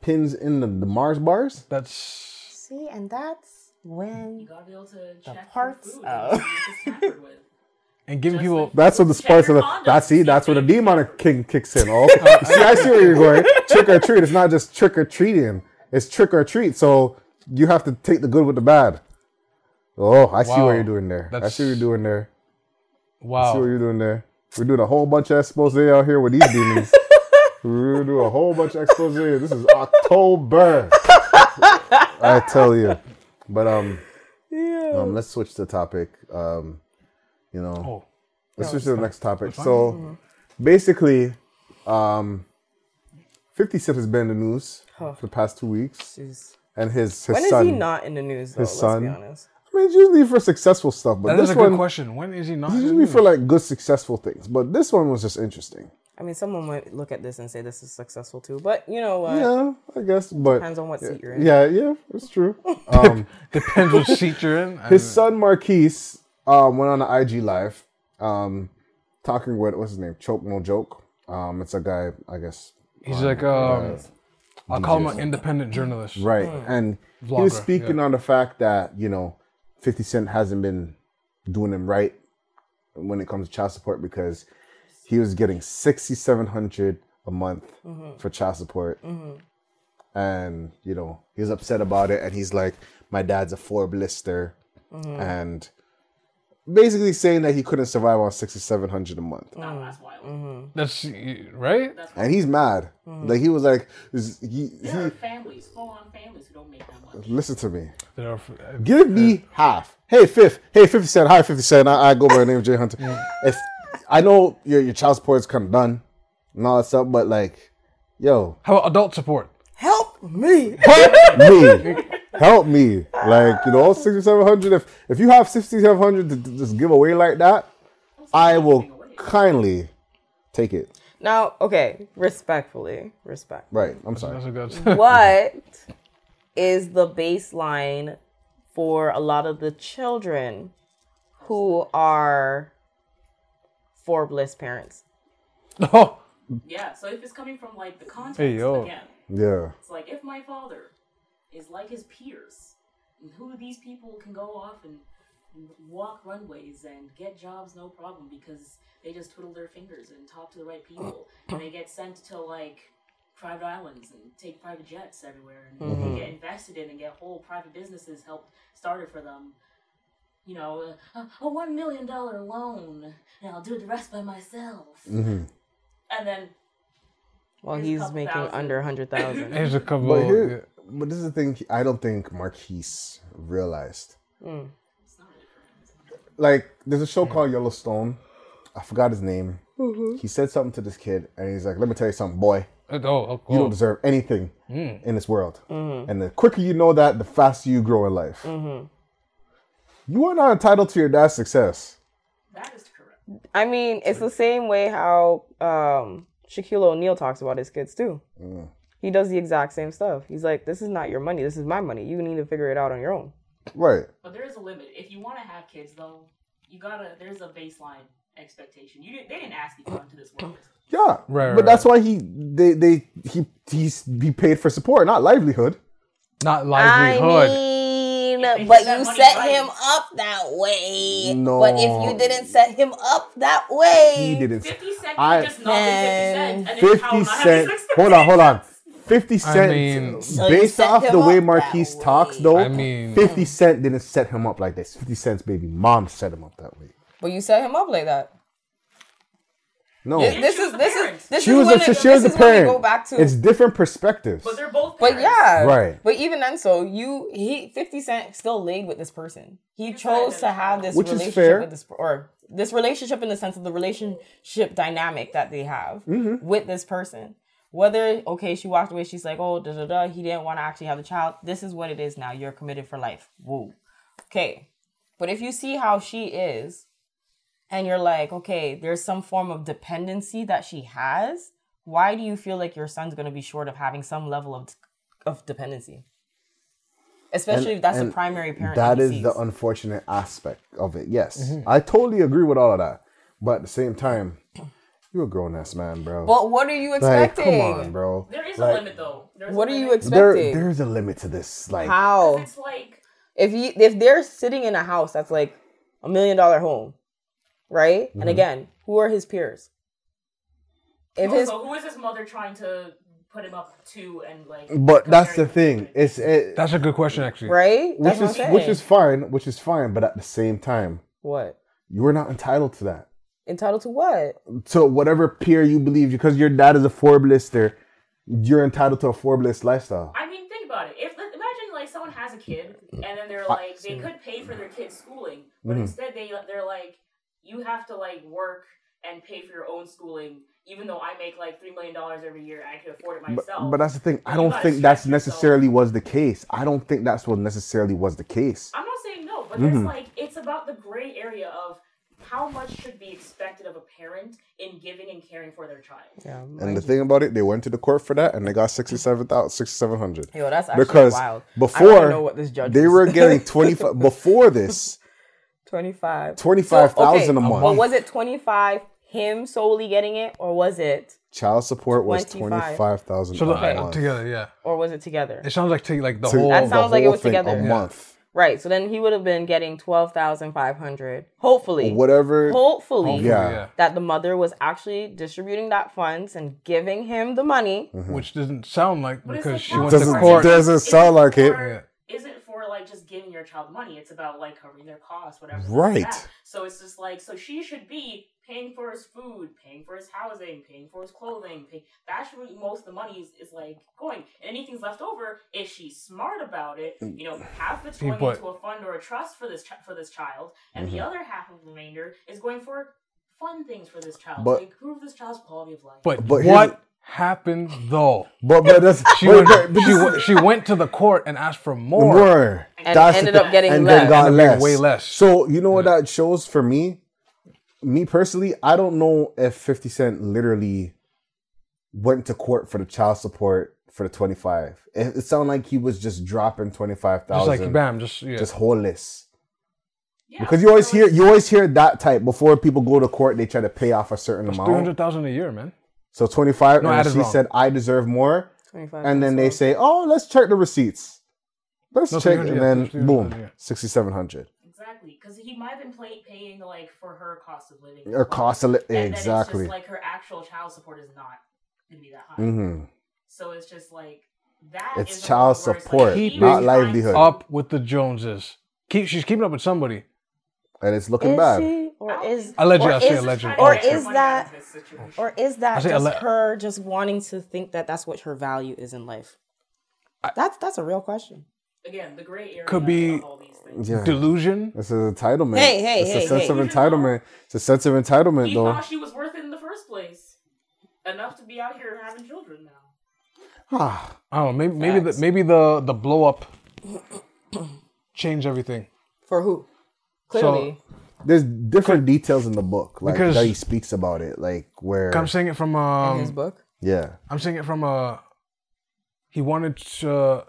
S1: pins in the, the Mars bars.
S3: that's
S2: See, and that's when
S4: you gotta be able to check your
S2: parts
S4: food
S2: of-
S4: and see if it's tampered with.
S3: and giving people.
S1: That's what the sparks of
S4: your
S1: the.
S4: condoms.
S1: That's see. That's where the demonic king kicks in. Oh,
S3: Uh,
S1: see, I see where you're going. Trick or treat. It's not just trick or treating. It's trick or treat. So you have to take the good with the bad. Oh, I see
S3: Wow.
S1: what you're doing there. I
S3: That's-
S1: see what you're doing there. See what
S3: Wow,
S1: you're doing there. We're doing a whole bunch of expose out here with these demons. We're gonna do a whole bunch of expose. This is October. I tell you. But um, um let's switch the topic. Um, you know.
S3: Oh.
S1: Let's switch to the next topic. So basically, um 50 Cent has been in the news for the past two weeks.
S2: Jeez.
S1: And his, his
S2: When is
S1: son.
S2: he not in the news though?
S1: His
S2: let's
S1: son.
S2: be honest.
S1: I mean, it's usually for successful stuff, but
S3: that
S1: this
S3: is a
S1: one
S3: good question. When is he not?
S1: it's
S3: in the
S1: usually for
S3: news?
S1: like good successful things. But this one was just interesting.
S2: I mean, someone might look at this and say this is successful too, but you know what?
S1: Yeah, I guess, but
S2: Depends on what seat you're in.
S1: yeah, yeah, it's true. Um,
S3: depends what seat you're in. and-
S1: his son Marquise um, went on the IG live, um, talking with what's his name, Choke No Joke. Um, it's a guy, I guess,
S3: he's like um, I'll call him an independent journalist.
S1: right? And he was
S3: Vlogger,
S1: speaking on the fact that you know, Fifty Cent hasn't been doing him right when it comes to child support because he was getting sixty seven hundred a month for child support. and you know he was upset about it and he's like my dad's a four blister and basically saying that he couldn't survive on 6700 a month
S4: Nah, Oh, that's wild.
S3: That's right.
S1: and he's mad like he was like is- he,
S4: There
S1: he
S4: are families, full-on families who don't make that much.
S1: listen to me
S3: There are,
S1: give me half hey fifth hey 50 cent hi 50 cent i, I go by the name of jay hunter if i know your, your child support is kind of done and all that stuff but like yo
S3: how about adult support?
S2: Help me!
S1: help me. Help me. Like, you know, 6,700. If, if you have 6,700 to, to just give away like that, I will kindly take it.
S2: Now, okay, respectfully, respect.
S1: Right. I'm sorry.
S3: That's a good.
S2: Mm. What is the baseline for a lot of the children who are four bliss parents?
S3: oh,
S4: Yeah, so if it's coming from like the context
S3: Hey, yo.
S4: again,
S1: Yeah.
S4: it's like if my father is like his peers, and who these people can go off and and walk runways and get jobs no problem because they just twiddle their fingers and talk to the right people, and they get sent to like private islands and take private jets everywhere, and they get invested in and get whole private businesses helped started for them. You know, a, a one million dollar loan, and I'll do the rest by myself. And then
S2: Well,
S4: There's a
S2: he's
S4: couple
S2: making
S4: thousand.
S2: under a hundred thousand.
S3: here's a couple.
S1: But,
S3: yeah.
S1: here, but this is the thing I don't think Marquise realized.
S4: it's not really for him.
S1: Like, there's a show called Yellowstone. I forgot his name. He said something to this kid, and he's like, Let me tell you something, boy.
S3: Uh, Oh, oh, Mm.
S1: You don't
S3: oh.
S1: deserve anything in this world. And the quicker you know that, the faster you grow in life. You are not entitled to your dad's success.
S4: That is correct.
S2: I mean, it's the same way how um, Shaquille O'Neal talks about his kids too.
S1: Mm.
S2: He does the exact same stuff. He's like, "This is not your money. This is my money. You need to figure it out on your own."
S1: Right.
S4: But there is a limit. If you want to have kids, though, you gotta. There's a baseline expectation. You didn't. They didn't ask you to come to this world.
S1: Yeah,
S3: Right, right,
S1: But that's why he they they he he's he paid for support, not livelihood.
S3: Not
S2: I
S3: livelihood.
S2: mean,
S4: you
S2: but
S4: set
S2: you
S4: money
S2: set
S4: right.
S2: him up that way.
S1: No.
S2: But if you didn't set him up that way,
S1: He didn't.
S4: Fifty cents.
S1: I-
S4: just not fifty cents. And then how
S1: Fifty
S4: am I having
S1: cent.
S4: six
S1: Hold on, hold on. Fifty
S3: I
S1: cent.
S3: mean-
S2: So you
S1: based
S2: set
S1: off
S2: him
S1: the way
S2: up that
S1: Marquise
S2: way.
S1: talks, though,
S3: I mean-
S1: fifty cent didn't set him up like this. Fifty cent's baby mom set him up that way.
S2: but you set him up like that.
S1: No,
S2: Th- This
S4: she was
S2: is
S4: the
S2: this
S4: parent.
S2: is this
S1: she
S2: is
S1: was a
S2: when it-
S1: she was a
S2: this is when we
S1: parent.
S2: go back to.
S1: it's different perspectives.
S4: But they're both.
S2: but
S4: parents.
S2: yeah,
S1: Right.
S2: But even then, so you he Fifty Cent still laid with this person. He chose to have this
S1: Which is
S2: relationship
S1: fair.
S2: with this or this relationship in the sense of the relationship dynamic that they have
S1: Mm-hmm.
S2: with this person. Whether okay, she walked away. She's like, oh, da da da. He didn't want to actually have the child. This is what it is now. You're committed for life. Woo. Okay. But if you see how she is, and you're like, okay, there's some form of dependency that she has. Why do you feel like your son's going to be short of having some level of of dependency? Especially
S1: And-
S2: if that's the
S1: and
S2: primary parent.
S1: That is
S2: he
S1: the
S2: sees.
S1: unfortunate aspect of it. Yes,
S3: Mm-hmm.
S1: I totally agree with all of that. But at the same time, you're a grown ass man, bro.
S2: But what are you
S1: like,
S2: expecting?
S1: come on, bro.
S4: There is
S1: Like,
S4: a limit, though. There's a
S2: What are you
S4: limit.
S1: There,
S2: expecting?
S1: there's a limit to this. Like,
S2: How?
S4: It's like
S2: If you if they're sitting in a house that's like a million dollar home, right?
S1: Mm-hmm.
S2: And again, who are his peers? If his
S4: also, who is his mother trying to put him up to and like?
S1: but that's the
S4: comparing
S1: thing. It's it,
S3: That's a good question, actually.
S2: right,
S1: which
S2: that's
S1: is
S2: what I'm
S1: which
S2: saying.
S1: is fine, which is fine. But at the same time,
S2: what
S1: you are not entitled to that.
S2: entitled to what?
S1: to whatever peer you believe, because your dad is a Forbes lister, you're entitled to a Forbes list lifestyle.
S4: I mean, think about it. If like, imagine like someone has a kid and then they're like they could pay for their kid's schooling, but
S1: Mm-hmm.
S4: instead they they're like you have to like work and pay for your own schooling, even though I make like three million dollars every year, I can afford it
S1: But,
S4: myself.
S1: but that's the thing. I
S4: You
S1: don't
S4: gotta
S1: think that's
S4: stretch yourself.
S1: necessarily was the case. I don't think that's what necessarily was the case.
S4: I'm not saying no, but there's
S1: Mhm.
S4: like it's about the gray area of how much should be expected of a parent in giving and caring for their child.
S2: Yeah,
S1: And the thing about it, they went to the court for that, and they got sixty-seven thousand, sixty-seven hundred.
S2: Yo, that's actually
S1: Because
S2: wild. I don't
S1: before
S2: even know what this judge
S1: they
S2: was.
S1: were getting twenty-five. before this,
S2: 25
S1: $25,000 a
S2: So,
S1: month.
S2: But was it 25 him solely getting it or was it
S1: child support was
S2: 25.
S1: twenty-five thousand a
S3: So look,
S2: Okay.
S1: month.
S3: together, yeah.
S2: or was it together?
S3: It sounds like take like the
S1: To-
S3: whole.
S2: That sounds
S1: the
S2: like it
S1: whole
S2: was
S1: thing,
S2: together.
S1: A
S2: Yeah.
S1: month,
S2: Right. So then he would have been getting 12,500. Hopefully.
S1: whatever.
S2: Hopefully.
S3: Hopefully,
S1: Oh, Yeah.
S2: That the mother was actually distributing that funds and giving him the money.
S3: Which doesn't sound like
S4: But it's
S3: because
S4: like
S3: she
S4: how
S3: went
S4: much
S1: Mm-hmm. Doesn't-
S3: to
S4: is
S3: court.
S1: doesn't
S4: Is
S1: sound like it.
S4: for-
S3: Yeah.
S4: Isn't for like just giving your child money. It's about like covering their costs, whatever. like
S1: Right.
S4: that. So it's just like so she should be paying for his food, paying for his housing, paying for his clothing. Pay, that should be most of the money is, is like going. And anything's left over, if she's smart about it, you know, half it's
S3: See,
S4: going
S3: but-
S4: into a fund or a trust for this chi- for this child, and
S1: Mm-hmm.
S4: the other half of the remainder is going for fun things for this child
S1: But-
S4: to improve this child's quality of life.
S3: But,
S1: But here's-
S3: what happened though?
S1: But but that's
S3: She
S1: but
S3: went,
S1: that- but
S3: she, went, she went to the court and asked for more.
S1: more.
S2: And
S1: That's
S2: ended
S1: the-
S2: up getting
S1: and
S2: less.
S1: then got
S3: Ended up
S1: less.
S3: getting way less.
S1: So you know what that shows for me? Me personally, I don't know if Fifty Cent literally went to court for the child support for the twenty five. It, it sounded like he was just dropping twenty five
S3: Just
S1: thousand,
S3: like bam, just yeah.
S1: just holeless.
S4: Yeah,
S1: Because you always
S4: so
S1: hear
S4: it's-
S1: you always hear that type before people go to court. They try to pay off a certain
S3: That's three
S1: amount.
S3: hundred thousand a year, man.
S1: So twenty five,
S3: No,
S1: and
S3: that
S1: then
S3: is
S1: she
S3: wrong.
S1: said, "I deserve more."
S2: 25
S1: and then they
S2: so-
S1: say, "Oh, let's check the receipts." Let's
S3: No,
S1: check,
S3: 300,
S1: and
S3: yeah,
S1: then
S3: 300, yeah.
S1: boom, sixty-seven hundred.
S4: Exactly, because he might have been play- paying like for her cost of living.
S1: Or cost of li-
S4: and Then
S1: exactly.
S4: it's just like her actual child support is not going to be that high.
S1: hmm
S4: So it's just like that.
S1: It's
S4: is the
S1: child
S4: part where it's,
S1: support,
S4: like, he
S3: not
S4: was trying
S1: livelihood.
S4: to-
S3: Up with the Joneses. Keep she's keeping up with somebody.
S1: And it's looking
S2: Is
S1: bad.
S2: she
S4: I
S2: or
S4: don't
S2: is
S4: think-
S3: Allegedly,
S2: or
S3: I
S4: he's
S3: say
S4: just
S2: is,
S3: allegedly.
S4: trying to
S2: or
S4: get her
S2: is
S4: money out of
S2: that-
S4: this situation.
S2: or is that
S3: I say
S2: just
S3: ele-
S2: her just wanting to think that that's what her value is in life? that's that's a real question.
S4: again the gray area
S3: Could be-
S4: of all these things?
S1: Yeah,
S3: Delusion.
S1: this is entitlement.
S2: Hey, hey,
S1: it's
S2: hey,
S1: a sense of
S2: hey.
S1: entitlement. It's a sense of entitlement,
S4: He
S1: though.
S4: thought she was worth it in the first place, enough to be out here having children now.
S1: Ah,
S3: I don't know. Maybe maybe the maybe the the blow up changed everything.
S2: For who? Clearly.
S1: there's different details in the book, like
S3: because-
S1: that he speaks about it, like where,
S3: I'm saying it from
S2: in his
S3: um.
S2: book.
S1: yeah,
S3: I'm saying it from a. He wanted to.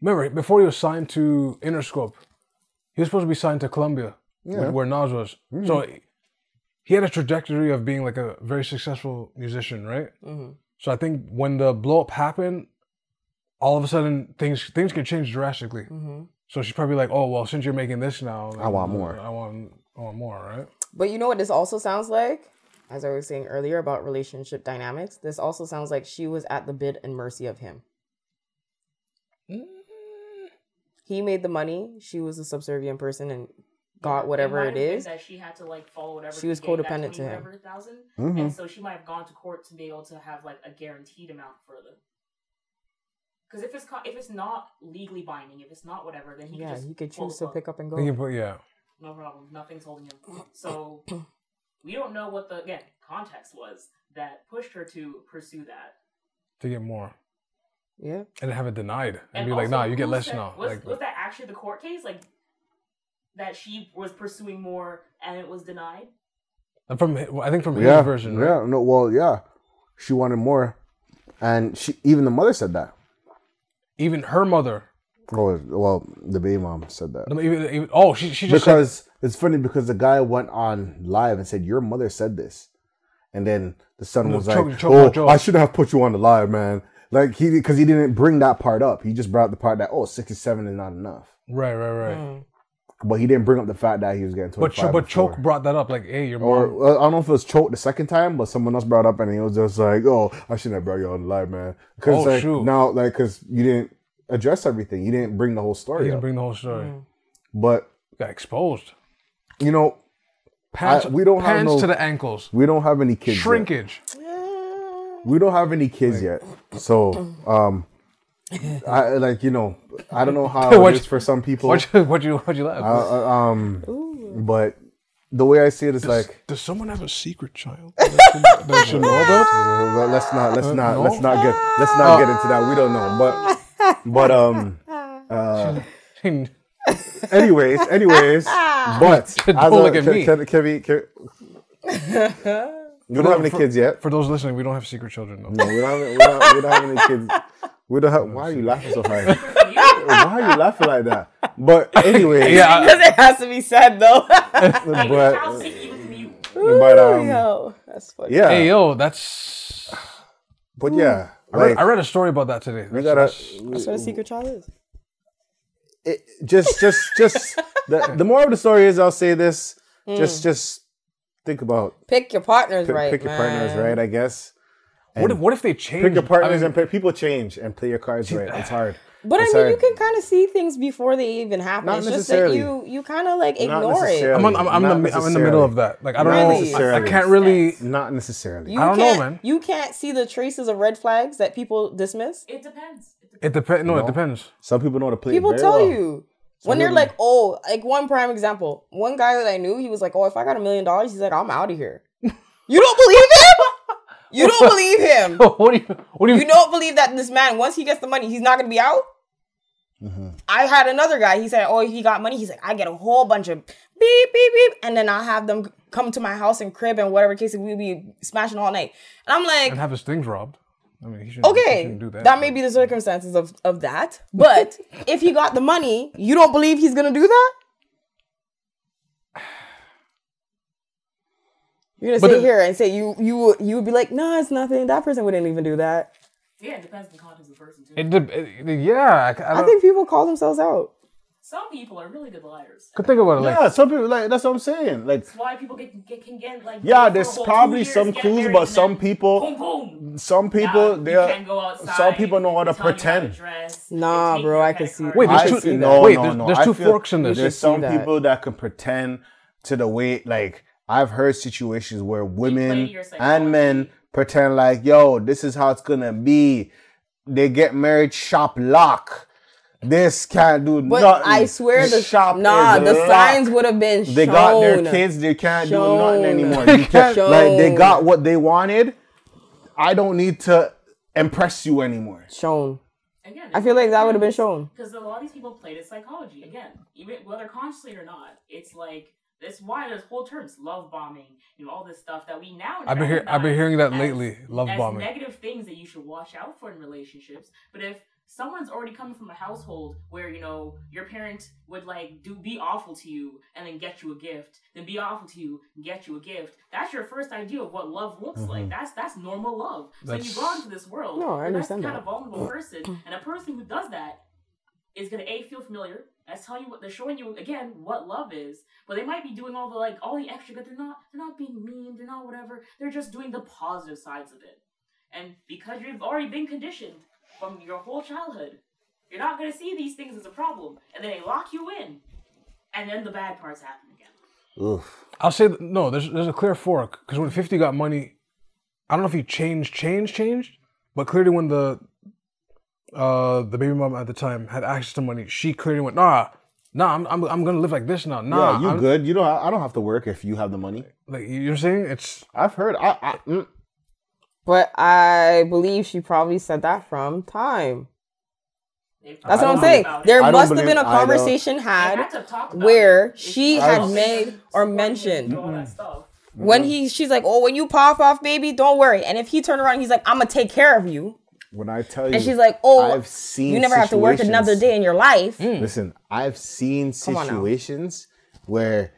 S3: Remember before he was signed to Interscope, he was supposed to be signed to Columbia,
S1: Yeah. Hmm.
S3: where Nas was. So he had a trajectory of being like a very successful musician, right?
S4: Mm-hmm.
S2: Mhm.
S3: So I think when the blow up happened, all of a sudden things things can change drastically.
S4: Mm-hmm.
S2: Mhm.
S3: So she's probably like, "Oh well, since you're making this now,
S1: I want more."
S3: I want, I want more, right?"
S2: But you know what this also sounds like? As I was saying earlier about relationship dynamics, this also sounds like she was at the bid and mercy of him. He made the money, she was a subservient person and got whatever
S4: might
S2: it
S4: have been
S2: is.
S4: That she had to like follow whatever.
S2: She
S4: to
S2: was
S4: get that
S2: codependent to
S4: 20
S2: him.
S4: whatever thousand,
S2: Mm-hmm.
S1: hmm
S4: and so she might have gone to court to be able to have like a guaranteed amount for them. Because if it's co- if it's not legally binding, if it's not whatever, then he
S2: yeah,
S4: could just
S2: he could
S4: pull
S2: choose to
S4: the plug.
S2: pick up and
S3: He can
S2: go.
S3: put, yeah,
S4: No problem. Nothing's holding him. So we don't know what the again context was that pushed her to pursue that.
S3: to get more
S2: Yeah.
S3: and have it denied and,
S4: And
S3: be like,
S4: also,
S3: "Nah, you get
S4: who
S3: less
S4: said-
S3: now."
S4: Was,
S3: like,
S4: was that actually the court case? Like that she was pursuing more and it was denied.
S3: and from hi- I think from
S1: yeah,
S3: his version, right?
S1: yeah, no, well, yeah, she wanted more, and she even the mother said that.
S3: even her mother,
S1: Well, well, the baby mom said that
S3: I mean, even, even oh, she she just said,
S1: because it's funny because the guy went on live and said your mother said this, and then the son
S3: No,
S1: was
S3: choke-
S1: like,
S3: choke
S1: "Oh,
S3: my jaw."
S1: I should have put you on the live, man." Like he because he didn't bring that part up. He just brought up the part that oh, 67 is not enough,
S3: right, right, right.
S2: Mm.
S1: but he didn't bring up the fact that he was getting
S3: But
S1: 25.
S3: Cho- but
S1: before.
S3: Choke brought that up, like, "Hey, your
S1: Or
S3: mom."
S1: well, I don't know if it was Choke the second time, but someone else brought it up, and he was just like, "Oh, I shouldn't have brought you on the live, man." Because
S3: Oh,
S1: like,
S3: shoot.
S1: now, like, because you didn't address everything, you didn't bring the whole
S3: he
S1: story
S3: didn't
S1: up.
S3: bring the whole story.
S2: Mm.
S1: but
S3: Got exposed.
S1: you know,
S3: Pants,
S1: Uh, we don't have
S3: pants
S1: no- Oh.
S3: to the ankles.
S1: we don't have any kids. yet.
S3: Shrinkage.
S1: We don't have any kids yet, so um, I like you know, I don't know how
S3: What
S1: it
S3: you-
S1: is for some people,
S3: What you what you what you laugh?
S1: uh, uh, um, but the way I see it is like.
S3: Does someone have a secret child that I should know about?
S1: Well, let's not let's not
S3: Uh, no?
S1: let's not get let's not get into that. We don't know, but but um. Anyways, anyways, but as
S3: Don't
S1: a,
S3: look at
S1: can,
S3: me.
S1: Can, can we, can, we don't have any kids yet.
S3: For those listening, we don't have secret children. Though.
S1: No, we don't have, we don't, we don't have any kids. We don't have, why are you laughing so hard? why are you laughing like that? But anyway,
S3: Yeah, I-
S2: Because it has to be said though.
S4: How
S1: but
S4: sick even from you?
S1: but um,
S2: Yo, that's funny.
S1: yeah,
S3: hey yo, that's.
S1: but yeah,
S3: I read,
S1: like
S3: I read a story about that today.
S1: we
S3: That's-
S1: gotta
S3: that's-
S2: That's what a secret child is.
S1: it, just just just the the moral of the story is I'll say this
S3: Mm.
S1: just just think about
S2: Pick your partners
S1: pick,
S2: right.
S1: pick your partners
S2: man.
S1: right I guess
S3: what if what if they change?
S1: pick your partners
S3: Mm. I
S1: and play, people change and play your cards right it's hard
S2: But I
S1: It's
S2: mean, you
S1: hard.
S2: can kind of see things before they even happen.
S1: Not
S2: it's just that
S1: necessarily.
S2: you you kind of like ignore it.
S1: necessarily.
S3: am on, I'm, I'm, in the,
S1: Not
S3: I'm in the middle
S1: necessarily.
S3: of that. Like I don't
S1: Not
S3: know. I- I,
S1: necessarily.
S3: can't really.
S1: not necessarily
S2: You
S3: I don't know,
S2: can't,
S3: man.
S2: You can't see the traces of red flags that people dismiss.
S4: It depends. It depends.
S3: It depends. No, it depends.
S1: some people know how to play it
S2: People
S1: very
S2: tell
S1: well.
S2: you when they're like, oh, like one prime example. One guy that I knew, he was like, oh, if I got a million dollars, he's like, I'm out of here. you don't believe him? You don't believe him.
S3: what do you? What do you?
S2: You don't believe that this man, once he gets the money, he's not gonna be out.
S3: Mm-hmm.
S2: I had another guy. He said, "Oh, he got money." He's like, "I get a whole bunch of beep beep beep," and then I'll have them come to my house and crib and whatever case we be smashing all night. And I'm like,
S3: and have his things robbed. I mean, he shouldn't, he
S2: okay,
S3: shouldn't do that.
S2: that may be the circumstances of, of that. But if he got the money, you don't believe he's gonna do that? You're gonna
S3: But
S2: sit
S3: the-
S2: here and say you you would- you would be like, nah, it's nothing. That person wouldn't even do that.
S4: Yeah, it depends on the context of the person too.
S3: It, dep- it, it- yeah, I, I,
S2: I
S3: don't,
S2: think people call themselves out.
S4: Some people are really good liars.
S3: could think about it. Like,
S1: yeah some people like that's what I'm saying like
S4: That's why people get, get can get like
S1: yeah
S4: for a
S1: there's
S4: whole two
S1: probably
S4: years,
S1: some
S4: get
S1: clues
S4: married,
S1: but
S4: and
S1: some
S4: then
S1: people
S4: boom boom.
S1: some
S4: Nah,
S1: people
S4: you
S1: they're
S4: can't go outside,
S1: some people know how to
S4: they tell you
S1: pretend.
S4: dress,
S2: Nah,
S4: they take
S2: bro,
S4: your
S2: I can
S4: credit
S2: see
S4: card.
S3: Wait,
S1: I
S3: there's
S1: see-
S3: two.
S1: no,
S3: wait,
S1: no,
S3: there's,
S1: no.
S3: there's
S1: I
S3: two
S1: feel-
S3: forks in this.
S1: There's
S2: see
S1: some
S2: that.
S1: people that can pretend to the way like I've heard situations where women
S4: your psychology.
S1: and men pretend like, yo, this is how it's gonna be. They get married shop lock. This can't do
S2: But
S1: nothing.
S2: I swear the
S1: shop
S2: Nah,
S1: is
S2: the
S1: locked.
S2: signs would have been shown.
S1: They got their kids. They can't
S2: Shown.
S1: do nothing anymore. You can't,
S2: Shown.
S1: like they got what they wanted. I don't need to impress you anymore.
S2: Shown.
S4: Again,
S2: I feel like that would have been shown.
S4: because a lot of these people played it psychology again, even whether consciously or not. It's like that's why there's whole terms love bombing, you know, all this stuff that we now.
S3: I've been hear, I've been
S4: recognize
S3: hearing that
S4: as-
S3: lately. Love
S4: as
S3: bombing.
S4: negative things that you should watch out for in relationships. But if someone's already coming from a household where you know your parent would like do be awful to you and then get you a gift then be awful to you and get you a gift that's your first idea of what love looks like
S1: Mhm.
S4: that's that's normal love so
S3: Mm-hmm. That's-
S4: you go into this world
S2: No, I
S4: and that's the
S2: understand
S4: kind
S2: that.
S4: of vulnerable person and a person who does that is gonna a feel familiar that's telling you what they're showing you again what love is but they might be doing all the like all the extra good they're not they're not being mean they're not whatever they're just doing the positive sides of it and because you've already been conditioned from your whole childhood, you're not going to see these things as a problem. And then they lock you in. And then the bad parts happen again.
S1: Oof.
S3: I'll say th- no. There's there's a clear fork because when Fifty got money, I don't know if he changed, changed, changed, but clearly when the uh the baby mom at the time had access to money, she clearly went nah, nah. I'm I'm, I'm gonna live like this now. Nah,
S1: yeah, you
S3: I'm,
S1: good. You don't. I I don't have to work if you have the money.
S3: Like you know what I'm saying? It's
S1: I've heard. I, I mm,
S2: But I believe she probably said that from time.
S4: They've
S2: That's
S4: talked
S2: what I'm
S1: don't
S2: saying.
S4: about it.
S2: There
S1: I don't
S2: must have
S1: believe
S2: been a
S1: I don't-
S2: conversation
S4: They
S2: had
S4: had to talk about
S2: where
S4: it.
S2: she
S4: It's Mm-hmm.
S1: I
S2: had
S1: don't-
S2: made or
S4: Supporting
S2: mentioned
S4: all that stuff.
S2: when he she's like, "Oh, when you pop off, baby, don't worry." And if he turned around, he's like, "I'm gonna take care of you,"
S1: when I tell you,
S2: and she's like, "Oh,
S1: I've seen
S2: you never have to work
S1: situations-
S2: another day in your life."
S1: Listen, I've seen
S2: on now.
S1: situations where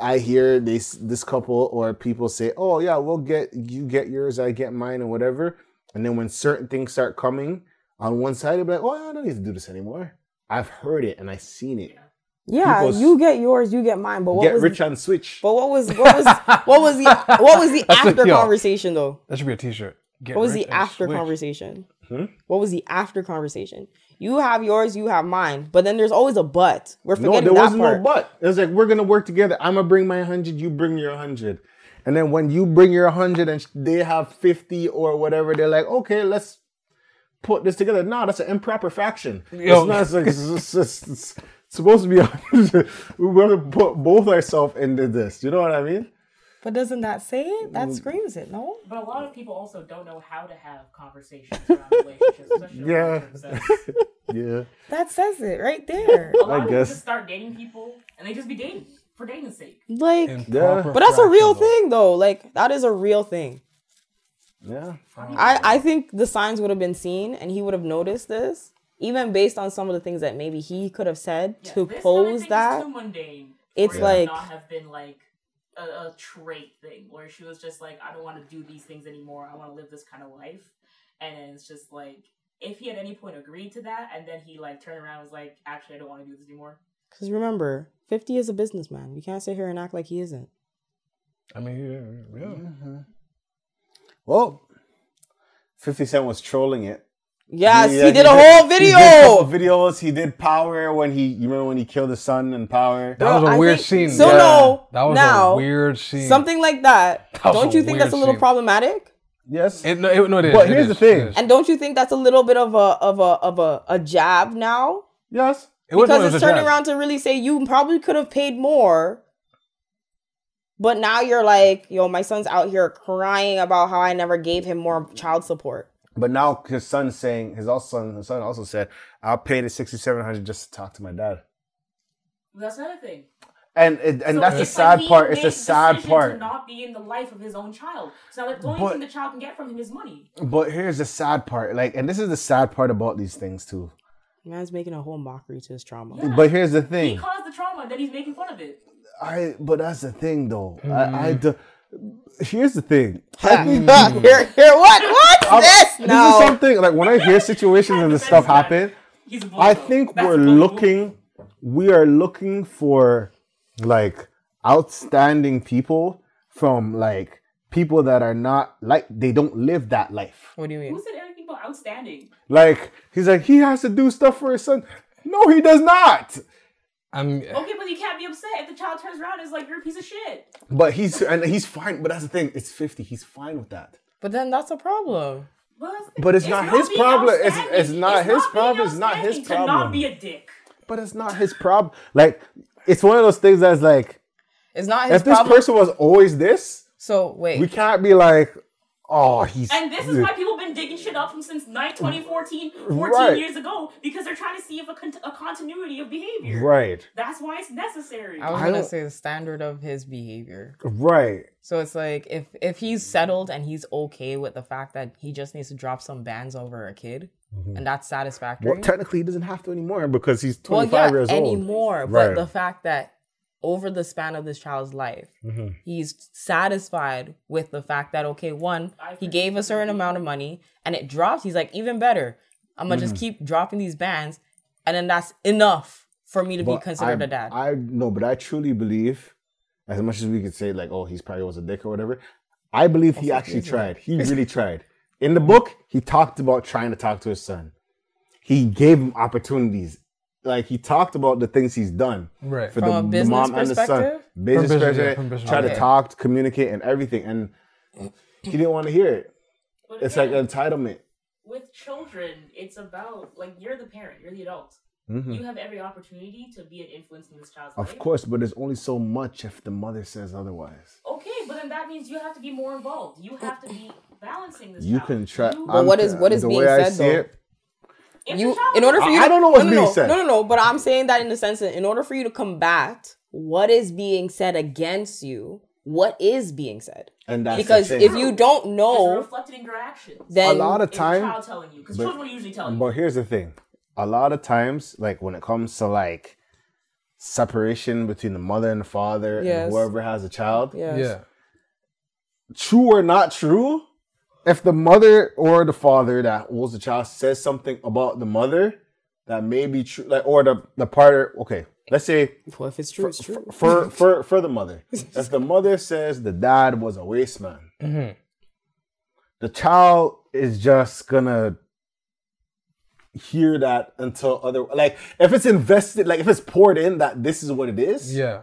S1: I hear this this couple or people say, "Oh yeah, we'll get you get yours, I get mine, and whatever." And then when certain things start coming on one side, they'll be like, "Oh, I don't need to do this anymore." I've heard it and I've seen it.
S2: Yeah,
S1: People's-
S2: you get yours, you get mine. But what
S1: get
S2: was?
S1: rich on switch.
S2: but what was? What was? What was the? What was the
S3: That's like,
S2: after
S3: yo.
S2: conversation though?
S3: that should be a T-shirt. Get
S2: What was
S3: rich
S2: the
S3: and
S2: after
S3: switch.
S2: conversation?
S1: Hmm?
S2: What was the after conversation? You have yours, you have mine, but then there's always a but. We're
S1: No,
S2: forgetting
S1: there
S2: that
S1: wasn't
S2: part.
S1: no but. It was like we're gonna work together. I'm gonna bring my hundred, you bring your hundred, and then when you bring your hundred and sh- they have fifty or whatever, they're like, okay, let's put this together. No, that's an improper faction.
S3: Yo.
S1: It's not. It's, like, it's, it's- it's- it's supposed to be. 100. We're gonna put both ourselves into this. You know what I mean?
S2: But doesn't that say it?
S1: Mm.
S2: That screams it, no?
S4: But a lot of people also don't know how to have conversations around relationships, especially
S1: Yeah.
S4: long-term sex.
S1: Yeah.
S2: That says it right there.
S4: A lot of people
S1: guess.
S4: just start dating people and they just be dating for dating's sake.
S2: Like,
S3: Improper
S2: but that's a real
S3: fractions.
S2: thing though. Like, that is a real thing.
S1: Yeah.
S2: I, I think the signs would have been seen and he would have noticed this, even based on some of the things that maybe he could have said
S4: Yeah,
S2: to
S4: this kinda
S2: pose
S4: thing is
S2: that.
S4: too mundane.
S2: It's
S4: for it
S2: like-
S4: to not have been like a, a trait thing where she was just like, I don't want to do these things anymore. I want to live this kind of life. And it's just like, if he at any point agreed to that, and then he like turned around and was like, actually, I don't want to do this anymore.
S2: Because remember, 50 is a businessman. You can't sit here and act like he isn't.
S3: I mean, yeah, yeah.
S1: Well, Fifty Cent was trolling it.
S2: Yes,
S1: Yeah,
S2: he did a whole video.
S1: He did a couple videos. He did Power when he. You remember when he killed his son in Power?
S3: That was
S2: Bro,
S3: a
S2: I
S3: weird
S2: think-
S3: scene.
S2: So
S1: Yeah.
S2: no,
S3: that was
S2: now
S3: a weird scene.
S2: something like that.
S3: was
S2: don't
S3: a
S2: you think that's a
S3: weird
S2: little
S3: scene.
S2: problematic?
S1: Yes.
S3: It, no, it, no, it is.
S1: But
S3: it
S1: here's the
S3: is,
S1: thing.
S3: It, is.
S2: And don't you think that's a little bit of a of a of a, a jab now?
S1: yes.
S3: It wasn't-
S2: because
S3: it was
S2: it's
S3: a
S2: turning
S3: jab.
S2: around to really say you probably could have paid more. But now you're like, yo, my son's out here crying about how I never gave him more child support.
S1: But now his son's saying his also son his son also said, I'll pay the sixty seven hundred just to talk to my dad.
S4: That's another thing.
S1: And and, and
S4: So
S1: that's the
S4: it's like
S1: sad
S4: he
S1: part. It's
S4: made
S1: the sad
S4: decision To
S1: part.
S4: not be in the life of his own child. So now the only
S1: But- Mm.
S4: thing the child can get from him is money.
S1: But here's the sad part. Like and this is the sad part about these things too.
S2: Man's making a whole mockery to his trauma.
S1: But here's the
S4: He
S1: thing.
S4: caused the trauma, and then he's making fun of it.
S1: I but that's the thing though. I, I do, here's the thing. I think
S2: here, here, what? What's this?
S1: this is
S2: No.
S1: something like when I hear situations and this stuff happen,
S4: He's a bully,
S1: I
S4: though.
S1: think
S4: That's
S1: we're
S4: a bully.
S1: looking, we are looking for like outstanding people from like people that are not like they don't live that life.
S2: What do you mean?
S4: Who said anything about outstanding?
S1: Like he's like he has to do stuff for his son. No, he does not.
S3: I'm,
S4: Okay, but you can't be upset if the child turns around and is like, you're a piece of shit.
S1: But he's and he's fine. But that's the thing. It's fifty. He's fine with that.
S2: But then that's a problem.
S4: Well, that's-
S1: But it's not his
S4: being
S1: problem. It's- it's
S4: outstanding.
S1: not his
S4: being
S1: problem. It's not his
S4: outstanding To
S1: problem.
S4: not be a dick.
S1: But it's not his problem. Like it's one of those things that's like
S2: It's not his
S1: if this
S2: problem.
S1: person was always this,
S2: so wait.
S1: we can't be like, oh, he's.
S4: And this is why people have been digging shit up from since nine- 2014, 14
S1: Right.
S4: years ago, because they're trying to see if a, con- a continuity of behavior.
S1: right,
S4: That's why it's necessary.
S2: I was
S1: I
S2: gonna
S1: don't-
S2: say the standard of his behavior.
S1: right.
S2: So it's like if if he's settled and he's okay with the fact that he just needs to drop some bands over a kid,
S1: Mm-hmm.
S2: and that's satisfactory.
S1: Well, technically, he doesn't have to anymore because he's
S2: well,
S1: 25
S2: yeah,
S1: years old.
S2: anymore.
S1: Right.
S2: But the fact that over the span of this child's life,
S1: Mhm.
S2: he's satisfied with the fact that okay, one,
S4: I
S2: he
S4: think-
S2: gave a certain amount of money and it drops. He's like, even better. I'm gonna
S1: Mm-hmm.
S2: just keep dropping these bands, and then that's enough for me to
S1: But
S2: be considered
S1: I,
S2: a dad.
S1: I know, but I truly believe, as much as we could say, like, oh, he's probably was a dick or whatever. I believe he actually tried. He really tried. In the book, he talked about trying to talk to his son. He gave him opportunities. Like he talked about the things he's done.
S3: Right.
S1: for
S2: From
S1: the,
S2: a
S1: the
S2: business
S1: mom and the son.
S2: perspective?
S1: Business,
S3: business, yeah,
S1: perspective,
S3: from business
S1: try to
S2: perspective.
S1: talk, communicate, and everything. And he didn't want to hear it.
S4: But
S1: It's like
S4: again,
S1: entitlement.
S4: with children, it's about like you're the parent, you're the adult.
S3: Mm-hmm.
S1: Mhm.
S4: You have every opportunity to be an influence in this child's life.
S1: Of course, but there's only so much if the mother says otherwise.
S4: Okay, but then that means you have to be more involved. You have to be balancing this.
S1: You
S4: child.
S1: can try.
S4: You-
S2: But what is- what is
S1: the
S2: being
S1: way I
S2: said,
S1: see
S2: though?
S1: it?
S4: if the
S2: you
S4: child
S2: in order for
S1: I-
S2: you
S1: I don't know what's
S2: no, no,
S1: being
S2: no,
S1: said.
S2: no no no but i'm saying that in the sense that in order for you to combat what is being said against you what is being said
S1: And that's the
S2: because
S1: thing.
S2: if you don't
S4: is
S2: know
S4: reflected in your actions.
S1: a
S2: then
S1: lot of
S4: Is the
S1: time,
S4: child telling you because
S1: but-
S4: children will usually tell you.
S1: but here's the thing: a lot of times, like when it comes to like separation between the mother and the father
S2: Yes.
S1: and whoever has a child,
S2: yes.
S3: Yeah.
S1: true or not true, if the mother or the father that holds the child says something about the mother that may be true, like or the the partner. Okay, let's say
S2: well if it's true it's true
S1: for for for the mother, if the mother says the dad was a waste man,
S2: Mm-hmm.
S3: Mhm.
S1: the child is just gonna hear that until other like if it's invested like if it's poured in that this is what it is
S3: Yeah.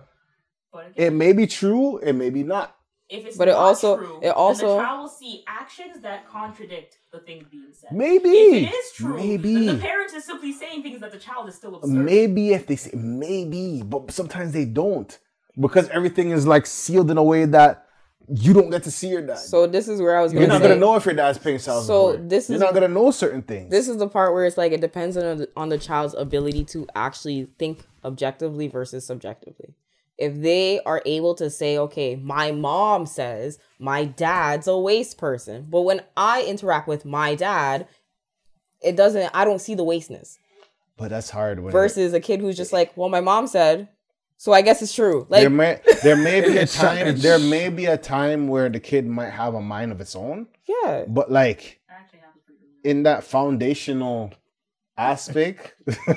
S4: But again,
S1: it may be true it may be not
S4: if it's
S2: but it
S4: not
S2: also-
S4: true,
S2: it
S4: then
S2: also-
S4: the child will see actions that contradict the thing being said.
S1: maybe
S4: If it is true,
S1: maybe
S4: then the parent is simply saying things that the child is still observing.
S1: Maybe if they say maybe, but sometimes they don't because everything is like sealed in a way that you don't get to see your dad.
S2: so this is where i was
S1: You're
S2: going
S1: not
S2: to
S1: gonna
S2: say
S1: know if your dad's paying child
S2: So
S1: support.
S2: this
S1: You're
S2: is-
S1: not gonna know certain things.
S2: this is the part where it's like it depends on the, on the child's ability to actually think objectively versus subjectively if they are able to say okay my mom says my dad's a waste person but when i interact with my dad it doesn't i don't see the wasteness
S1: but that's hard. When
S2: versus a kid who's just like well my mom said so i guess it's true
S1: there
S2: like
S1: may there may be a
S3: It's-
S1: time
S3: it's-
S1: there may be a time where the kid might have a mind of its own,
S2: yeah
S1: but like
S4: That actually happens pretty good.
S1: in that foundational aspect,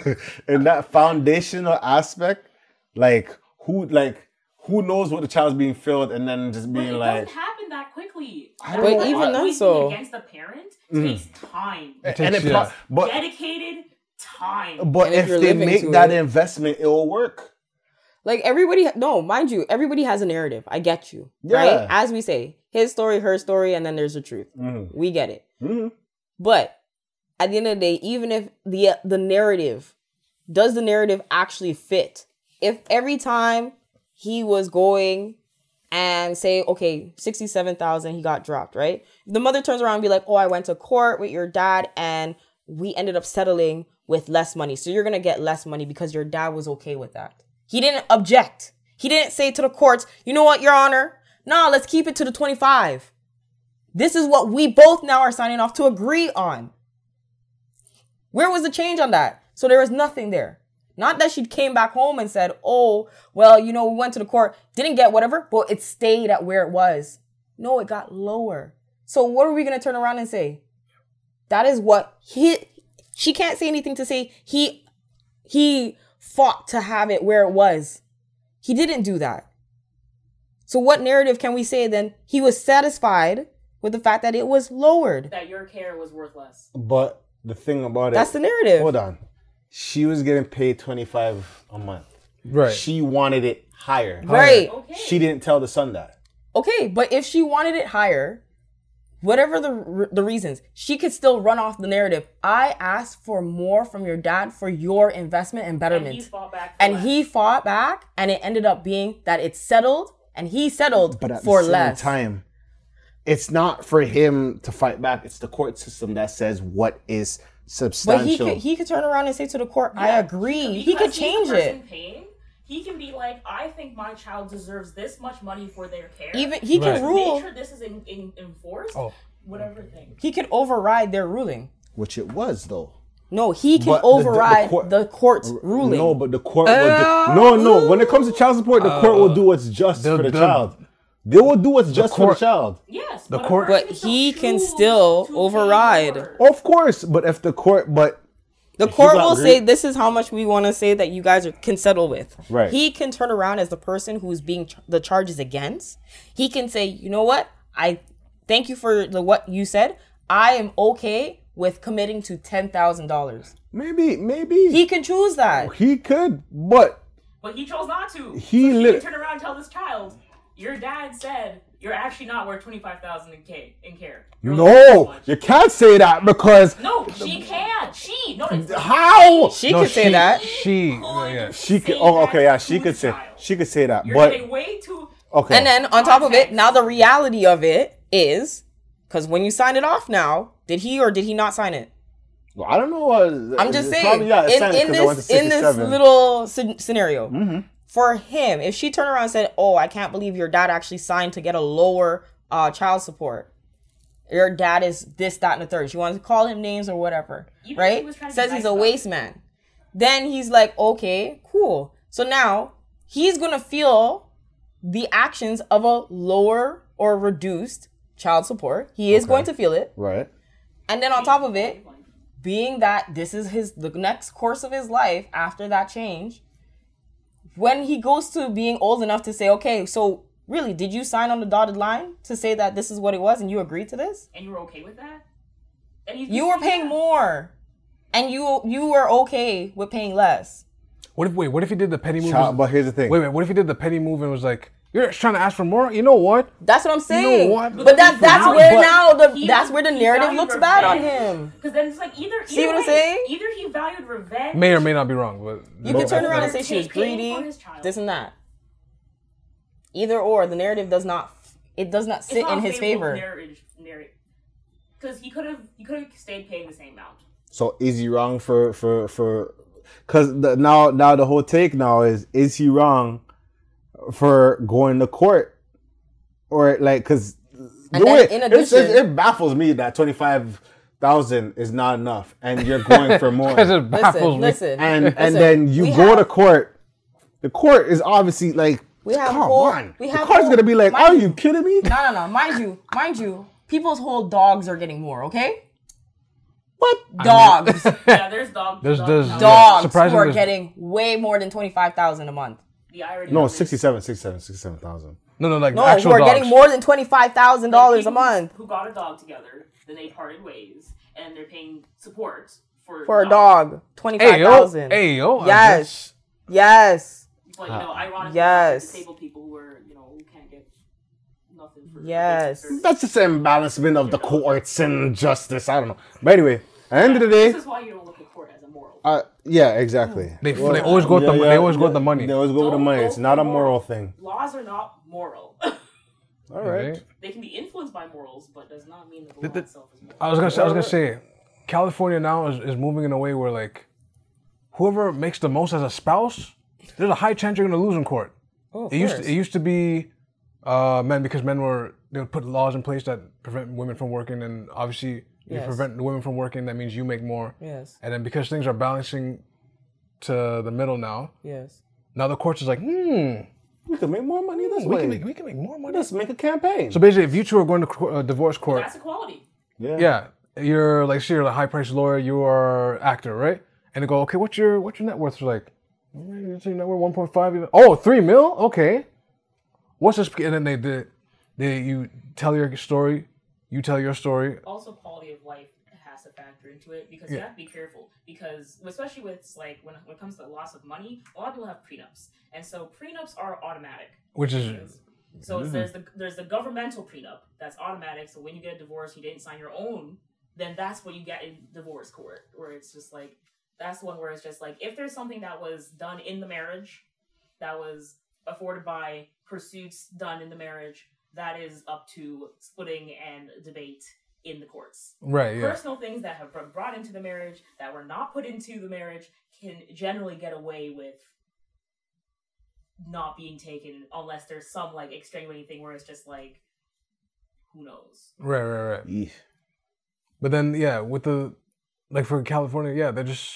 S1: in that foundational aspect, like who like who knows what the child's being filled and then just
S4: But
S1: being
S4: it
S1: like
S4: doesn't happen that quickly.
S1: I
S4: The
S1: don't
S4: work
S1: know.
S2: even
S4: that
S2: then,
S4: we do
S2: so-
S4: against the parent
S1: Mm.
S4: takes time,
S3: It
S1: and
S3: takes-
S1: it pro-
S3: yeah.
S1: but
S4: dedicated time.
S1: but
S2: And if
S1: if,
S2: you're
S1: they
S2: living
S1: make
S2: to
S1: that
S2: it-
S1: investment, it will work.
S2: like everybody no mind you everybody has a narrative i get you
S1: Yeah.
S2: right as we say his story her story and then there's the truth
S1: Mhm.
S2: we get it
S1: Mhm.
S2: But at the end of the day, even if the the narrative does the narrative actually fit? If every time he was going and say, okay, sixty seven thousand, he got dropped, right? The mother turns around and be like, oh, I went to court with your dad, and we ended up settling with less money. So you're gonna get less money because your dad was okay with that. He didn't object. He didn't say to the courts, you know what, Your Honor, nah, let's keep it to the twenty five. This is what we both now are signing off to agree on. Where was the change on that? So there was nothing there. Not that she came back home and said, oh, well, you know, we went to the court, didn't get whatever, but it stayed at where it was. No, it got lower. So what are we going to turn around and say? That is what he, she can't say anything to say he, he fought to have it where it was. He didn't do that. So what narrative can we say then? He was satisfied with the fact that it was lowered.
S4: That your care was worthless.
S1: But the thing about
S2: That's
S1: it,
S2: the narrative.
S1: hold on, she was getting paid twenty five a month.
S3: Right.
S1: She wanted it higher.
S2: Right.
S4: Okay.
S1: She didn't tell the son that.
S2: Okay, but if she wanted it higher, whatever the the reasons, she could still run off the narrative. I asked for more from your dad for your investment and
S4: and he
S2: betterment.
S4: fought back. for
S2: And
S4: that.
S2: he fought back and it ended up being that it settled and he settled
S1: But at
S2: for
S1: the same
S2: less.
S1: time, it's not for him to fight back. It's the court system that says what is
S2: but he
S1: substantial.
S2: could he could turn around and say to the court, I agree. He could
S4: Because he's the
S2: change
S4: person
S2: it.
S4: Paying, he can be like, I think my child deserves this much money for their care.
S2: Even he
S3: Right.
S2: can
S4: make
S2: rule
S4: sure this is in, in, enforced.
S3: Oh.
S4: Whatever thing.
S2: he could override their ruling.
S1: which it was though.
S2: No, he can
S1: But the- the- the
S2: override the,
S1: court-
S2: court's ruling. Oh.
S1: No, but the court will do, no, no. When it comes to child support, the court will do what's just
S3: the-
S1: for the,
S3: the-
S1: child. They will do what's just for
S3: court-
S1: the child.
S4: Yes, the
S3: court-
S2: But he can still override.
S1: Of course, but if the court, but
S2: the court
S1: got
S2: will
S1: re-
S2: say this is how much we want to say that you guys are, can settle with.
S1: Right.
S2: He can turn around as the person who's being ch- the charges against. He can say, you know what? I thank you for the what you said. I am okay with committing to ten thousand dollars.
S1: maybe, maybe
S2: He can choose that.
S1: he could, but
S4: But he chose not to.
S1: He
S4: so
S1: lit-
S4: can turn around and tell this child, your dad said you're actually not worth twenty five thousand in K in care. You're only worth this
S1: no,
S4: much."
S1: you can't say that because
S4: No, she can. She no. it's-
S1: how
S2: She
S3: No,
S2: could say
S3: she-
S2: that.
S3: She,
S4: Could
S3: yeah.
S1: she
S4: say
S1: could. Oh,
S4: that
S1: okay, yeah,
S4: to
S1: she
S4: the
S1: could say
S4: child.
S1: she could say that,
S4: You're
S1: but
S4: getting way too.
S1: okay,
S2: And then on top of it,
S4: Context.
S2: now the reality of it is because when you sign it off now, did he or did he not sign it?
S1: Well, I don't know. Uh,
S2: I'm just
S1: it's
S2: saying.
S1: probably- yeah, it's
S2: in,
S1: signed
S2: in
S1: 'cause I went
S2: this
S1: to Mm-hmm.
S2: in this
S1: 67.
S2: little sce- scenario, for him, if she turned around and said, "Oh, I can't believe your dad actually signed to get a lower uh, child support," your dad is this, that, and the third. She wants to call him names or whatever,
S4: Even if he
S2: right?
S4: was trying to be
S2: Says he's
S4: nice
S2: a
S4: about
S2: waste man. Then he's like, "Okay, cool." So now he's gonna feel the actions of a lower or reduced child support. He is going to feel it,
S1: right?
S2: and then on top of it, being that this is his the next course of his life after that change when he goes to being old enough to say okay so really did you sign on the dotted line to say that this is what it was and you agreed to this
S4: And you were okay with that? And he's-
S2: you were paying more and you you were okay with paying less
S3: What if wait? What if he did the petty move?
S1: Child,
S3: was-
S1: but here's the thing.
S3: Wait, wait. What if he did the petty move and was like, "You're just trying to ask for more? You know what?
S2: that's what i'm saying
S3: what?
S2: but that that's
S4: But-
S2: where now the
S4: he-
S2: that's where the
S4: he
S2: narrative
S4: valued
S2: looks bad on
S4: revenge.
S2: him
S4: Because then it's like either, either
S2: See what I'm
S4: way,
S2: saying?
S4: Either he valued revenge.
S3: May or may not be wrong, but
S2: You could turn around and say
S4: Or
S2: she was
S4: take pain for
S2: greedy,
S4: his child.
S2: this and that. Either or, the narrative does not it does not
S4: It's
S2: sit
S4: not
S2: in
S4: a
S2: his
S4: favorable
S2: favor.
S4: Marriage, Because he could have, he could have stayed paying the same amount.
S1: So is he wrong for for for? Because now now the whole take now is is he wrong for going to court or like because
S2: And then in addition-
S1: it baffles me that twenty five thousand is not enough and you're going for more
S3: That just baffles
S2: Listen,
S3: me.
S2: listen,
S1: and
S2: listen,
S1: and then you
S2: we
S1: go
S2: have-
S1: to court. The court is obviously like
S2: We have
S1: come
S2: whole-
S1: on.
S2: we
S1: the
S2: have
S1: court's
S2: whole-
S1: gonna be like,
S2: mind
S1: are
S2: you-
S1: you kidding me?
S2: No, no, no. Mind you, mind you, people's whole dogs are getting more. Okay,
S1: What?
S2: dogs,
S4: Yeah, there's dog.
S3: There's-
S4: dog
S3: there's- dog- Yeah,
S4: pound.
S2: dogs who
S3: surprisingly-
S2: are getting way more than twenty five thousand a month.
S4: The irony
S1: No,
S4: of it.
S1: 67, 67, 67,000.
S3: No, no, like
S2: No,
S3: actual
S2: who are
S3: dogs.
S2: getting more than twenty five thousand dollars a
S4: People
S2: month
S4: Who got a dog together? Then they parted ways, and they're paying support for
S2: for a dog. Twenty
S3: Hey
S2: five
S3: yo,
S2: thousand.
S3: hey yo.
S2: Yes. Yes.
S4: But you know, ironically,
S2: yes.
S4: disabled people who are you know who can't get nothing for
S2: Yes.
S4: basic services.
S1: That's just an imbalancement of the courts and justice. I don't know. But anyway, at the end of the day,
S4: This is why you don't look at court as a moral.
S1: uh, yeah, exactly.
S3: They- they always go with the- they always go with the money.
S1: They always go with the
S4: Don't
S1: money.
S4: go
S1: It's not a
S4: for
S1: moral thing.
S4: Laws are not moral.
S1: All
S3: Right?
S1: right.
S4: they can be influenced by morals, but does not mean that the law
S3: the-
S4: itself is moral.
S3: I was gonna say, I was gonna say, California now is, is moving in a way where like, whoever makes the most as a spouse, there's a high chance you're gonna lose in court.
S2: Oh, of
S3: It used to,
S2: course.
S3: it used to be uh, men because men were they would put laws in place that prevent women from working, and obviously if you
S2: Yes.
S3: prevent the women from working, that means you make more.
S2: yes.
S3: And then because things are balancing to the middle now,
S2: Yes.
S3: now the courts is like, hmm,
S1: We can make more money this
S3: we
S1: way.
S3: can make we can make more money.
S1: Let's make a campaign.
S3: So basically, if you two are going to co- uh, divorce court,
S4: That's equality.
S3: yeah, you're like, so you're a high priced lawyer, you are actor, right? And they go, okay, what's your what's your net worth? You're like, "Mm, so your net worth one point five. Oh, three mil. Okay, what's this? And then they did. They you tell your story, you tell your story.
S4: also quality of life has to factor into it because you have to be careful because especially with like when, when it comes to loss of money a lot of people have prenups and so prenups are automatic
S3: Which is
S4: so it's- there's the there's the governmental prenup that's automatic so when you get a divorce you didn't sign your own then that's what you get in divorce court where it's just like that's one where it's just like if there's something that was done in the marriage that was afforded by pursuits done in the marriage that is up to splitting and debate in the courts
S3: right, yeah.
S4: personal things that have been brought into the marriage that were not put into the marriage can generally get away with not being taken unless there's some like extenuating thing where it's just like who knows
S3: Right, right, right.
S1: Yeah.
S3: But then, yeah, with the like for California, yeah, they're just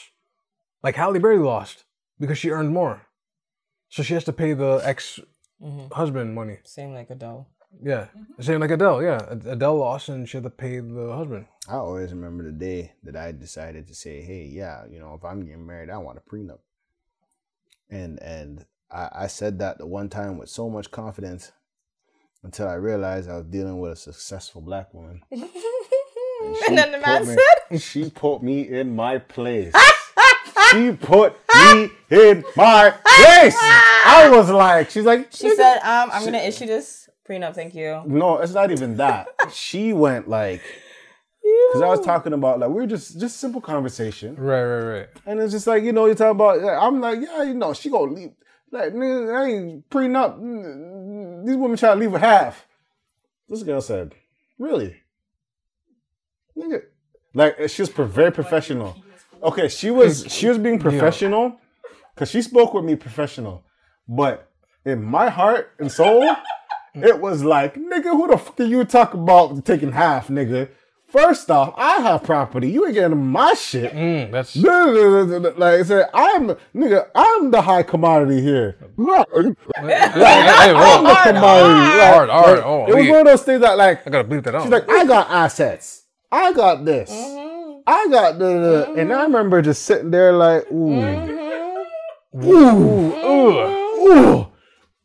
S3: like Halle Berry lost because she earned more, so she has to pay the ex
S2: hmm
S3: husband money.
S2: Same like Adele.
S3: Yeah,
S1: Mm-hmm.
S3: same like Adele. Yeah, Ad- Adele lost and she had to pay the husband.
S1: I always remember the day that I decided to say, "Hey, yeah, you know, if I'm getting married, I want a prenup." And and I, I said that the one time with so much confidence until I realized I was dealing with a successful black woman.
S2: and then the man said,
S1: said, "She put me in my place. she put me in my place." I was like, "She's like,
S2: she said, um, I'm gonna issue this prenup. Thank you.
S1: no, it's not even that." she went like, because I was talking about like we were just just simple conversation.
S3: Right, right, right.
S1: And it's just like, you know, you're talking about, yeah, I'm like, yeah, you know, she gonna leave. Like, nigga, I ain't prenup. Mm, These women try to leave with half. This girl said, really? Nigga. Like, she was pro- very professional. Okay, she was, she was being professional because she spoke with me professional. But in my heart and soul, it was like, nigga, who the fuck are you talking about taking half, nigga? First off, I have property. You ain't getting my shit.
S3: Mm, that's
S1: Like I said, I'm nigga, I'm the high commodity here. Like,
S3: hey, hey,
S1: I'm
S3: whoa.
S1: the commodity. Like,
S3: hard, hard. Oh,
S1: it was
S3: wait.
S1: one of those things that like
S3: I gotta bleep that out.
S1: she's like, I got assets. I got this. I got the and I remember just sitting there like, ooh, ooh, ooh, ooh.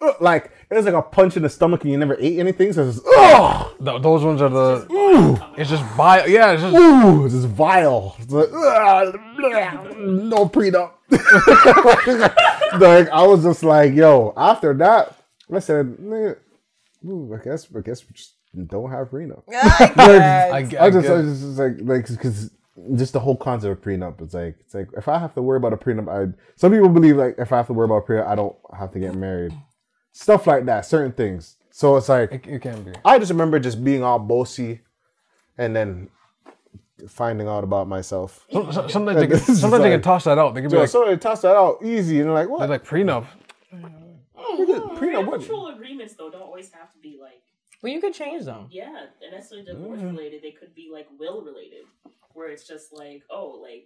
S1: Uh, Like it was like a punch in the stomach and you never ate anything, so it's just, oh,
S3: Th- those ones are the.
S1: ooh.
S3: It's just vile. Yeah, it's just.
S1: ooh, this is vile. It's like, "Ugh, bleh, no prenup. like I was just like, yo. After that, I said, nigga, ooh, I guess, I guess we just don't have prenup.
S2: I
S3: I,
S2: guess.
S3: g-
S1: I just,
S3: get-
S1: I just was like, like, because just the whole concept of prenup. It's like, it's like if I have to worry about a prenup, I. Some people believe like if I have to worry about a prenup, I don't have to get married. Stuff like that, certain things. So it's like
S3: it, it can be.
S1: I just remember just being all bossy, and then finding out about myself.
S3: Some- some- Sometimes they can,
S1: This is
S3: sometimes they
S1: like-
S3: can toss that out. They can be
S1: So
S3: like,
S1: somebody tossed that out easy, and they're like,
S3: they're
S1: "What?
S3: like prenup.
S1: Look at prenup, what?
S4: Mutual agreements though don't always have to be like
S2: But you could change them.
S4: yeah, and necessarily divorce related. They could be like will related, where it's just like oh like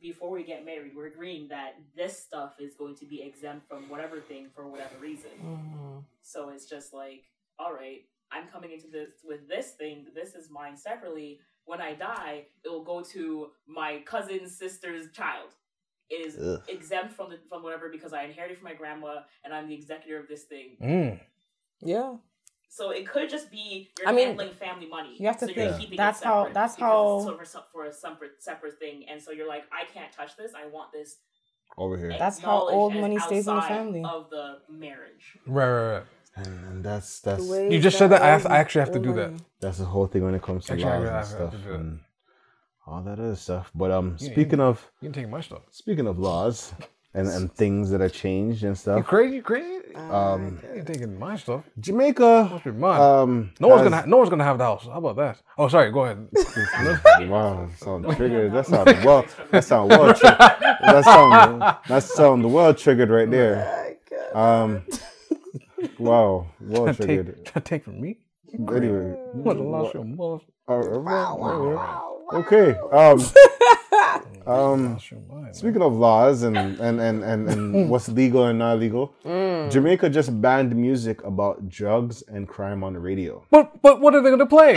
S4: before we get married, we're agreeing that this stuff is going to be exempt from whatever thing for whatever reason.
S2: Mhm.
S4: So it's just like, all right, I'm coming into this with this thing. This is mine separately. When I die, it will go to my cousin's sister's child. It is
S1: Ugh.
S4: exempt from the, from whatever because I inherited from my grandma and I'm the executor of this thing.
S3: Mm.
S2: Yeah.
S4: So it could just be you're
S2: I mean,
S4: handling family money.
S2: you have to
S4: so
S2: think, that's how-
S4: separate
S2: that's
S4: because
S2: how-
S4: it's for, for a separate separate thing, and so you're like, I can't touch this. I want this.
S1: over here?"
S2: That's how
S4: acknowledged
S2: old
S4: as
S2: money stays in the
S4: outside
S2: family.
S4: of the marriage.
S3: Right, right, right.
S1: And, and that's that's
S3: You just said that. I, have, I actually have to do that.
S1: that's the whole thing when it comes to
S3: Actually, I
S1: laws
S3: gotta- I
S1: and
S3: have to
S1: stuff
S3: do it.
S1: and all that other stuff. But um,
S3: Yeah,
S1: speaking of
S3: You can take my stuff.
S1: speaking of laws and and things that are changed and
S3: You
S1: stuff,
S3: crazy? You crazy?
S1: um,
S3: you ain't taking my stuff.
S1: Jamaica,
S3: Must be mine.
S1: um,
S3: no one's gonna.
S1: has-
S3: Ha- no one's gonna have the house. How about that? Oh, sorry. Go ahead.
S1: Wow, sound triggered. That sound well. That sound well. Tri- that sound. That sound well triggered right there. Um. Wow. Well triggered.
S3: take, take from me.
S1: Anyway.
S3: What lost your mother?
S1: uh, Okay. Um. Um.
S3: Lost your mind.
S1: Speaking of laws and and and and, and what's legal and not legal, Jamaica just banned music about drugs and crime on the radio.
S3: But but what are they gonna play?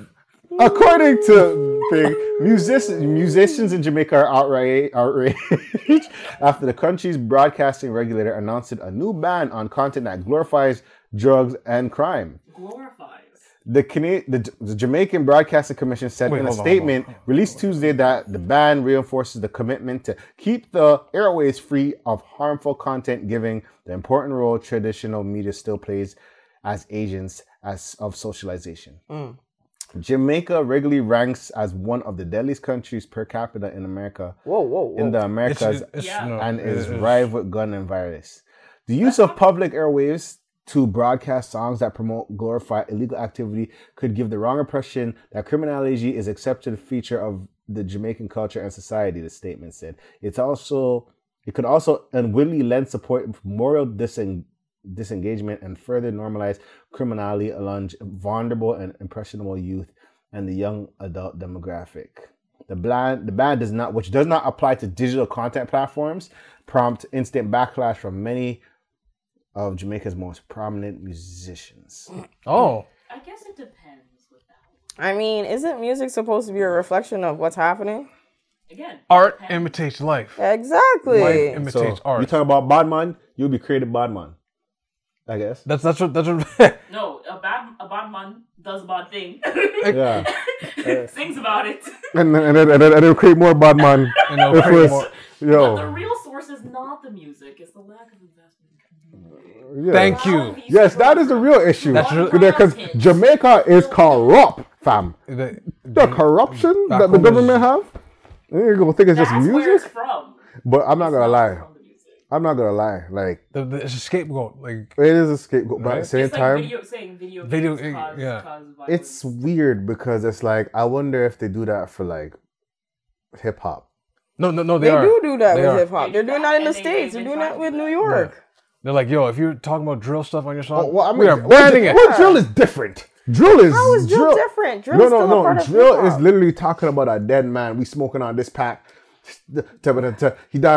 S1: According to Big, musicians, musicians in Jamaica are outright outraged after the country's broadcasting regulator announced a new ban on content that glorifies drugs and crime.
S4: Glorifies.
S1: The, Cana- the, J- the Jamaican Broadcasting Commission said
S3: Wait,
S1: in a
S3: hold on, hold on,
S1: statement
S3: hold on,
S1: released Tuesday that the ban reinforces the commitment to keep the airways free of harmful content, giving the important role traditional media still plays as agents as of socialization.
S2: Mm.
S1: Jamaica regularly ranks as one of the deadliest countries per capita in America
S2: Whoa, whoa, whoa.
S1: in the
S3: It's-
S1: Americas
S3: it's-
S4: Yeah.
S3: no,
S1: and
S3: it
S1: is rife with gun and virus. The use of public airwaves to broadcast songs that promote glorify illegal activity could give the wrong impression that criminality is accepted feature of the Jamaican culture and society, the statement said. It's also it could also unwittingly lend support for moral disen- disengagement and further normalize criminality along vulnerable and impressionable youth
S5: and the young adult demographic. The ban the ban does not, which does not apply to digital content platforms, prompt instant backlash from many of Jamaica's most prominent musicians.
S3: Oh,
S4: I guess it depends with that. one.
S2: I mean, isn't music supposed to be a reflection of what's happening?
S4: Again,
S3: art
S4: depends.
S3: imitates life.
S2: Exactly.
S3: Life imitates
S5: So
S3: art.
S5: you talk about Bodman, you'll be creative Bodman. I guess.
S3: that's that's what that's what.
S4: no, a bad a bad man does a bad thing.
S5: Yeah.
S4: Sings about it.
S1: And then, and then, and then, and then create more Badman.
S3: you know,
S1: If
S3: create
S1: it's-
S3: more-
S1: Yo.
S4: The real source is not the music; it's the lack of investment.
S1: yeah.
S3: Thank you.
S1: Yes, that is the real issue.
S3: That's real-
S1: Because Jamaica is corrupt, fam.
S3: The-
S1: The corruption
S3: Back
S1: that the
S3: home is-
S1: government have, you're gonna think it's just
S4: That's where it's
S1: music.
S4: from.
S1: But I'm not gonna lie.
S4: From the music.
S1: I'm not gonna lie. Like
S3: the- the- it's a scapegoat. Like
S1: it is a scapegoat, but at the
S3: Right.
S1: same
S4: It's like
S1: time,
S4: video saying video
S3: Video-
S4: games cause,
S3: yeah.
S4: cause violence.
S1: it's weird because it's like I wonder if they do that for like hip hop.
S3: no, no, no. They,
S2: They,
S3: are.
S2: do do that
S3: They
S2: with
S3: are.
S2: hip hop.
S4: They
S2: They're
S4: do
S2: doing
S4: that,
S2: that in the
S4: and they-
S2: states. They're
S4: they've
S2: doing
S4: been
S2: that
S4: trying
S2: with
S4: to
S2: New
S4: do
S2: York.
S3: They're like, yo, if you're talking about drill stuff on your song,
S1: Oh, well, I mean,
S3: we are
S1: what-
S3: banning it.
S1: What drill is different? Drill is
S2: How is drill, different? Drill
S1: no,
S2: is
S1: no,
S2: still a part
S1: no.
S2: of
S1: Drill
S2: hip-hop.
S1: is literally talking about a dead man. We smoking on this pack. He died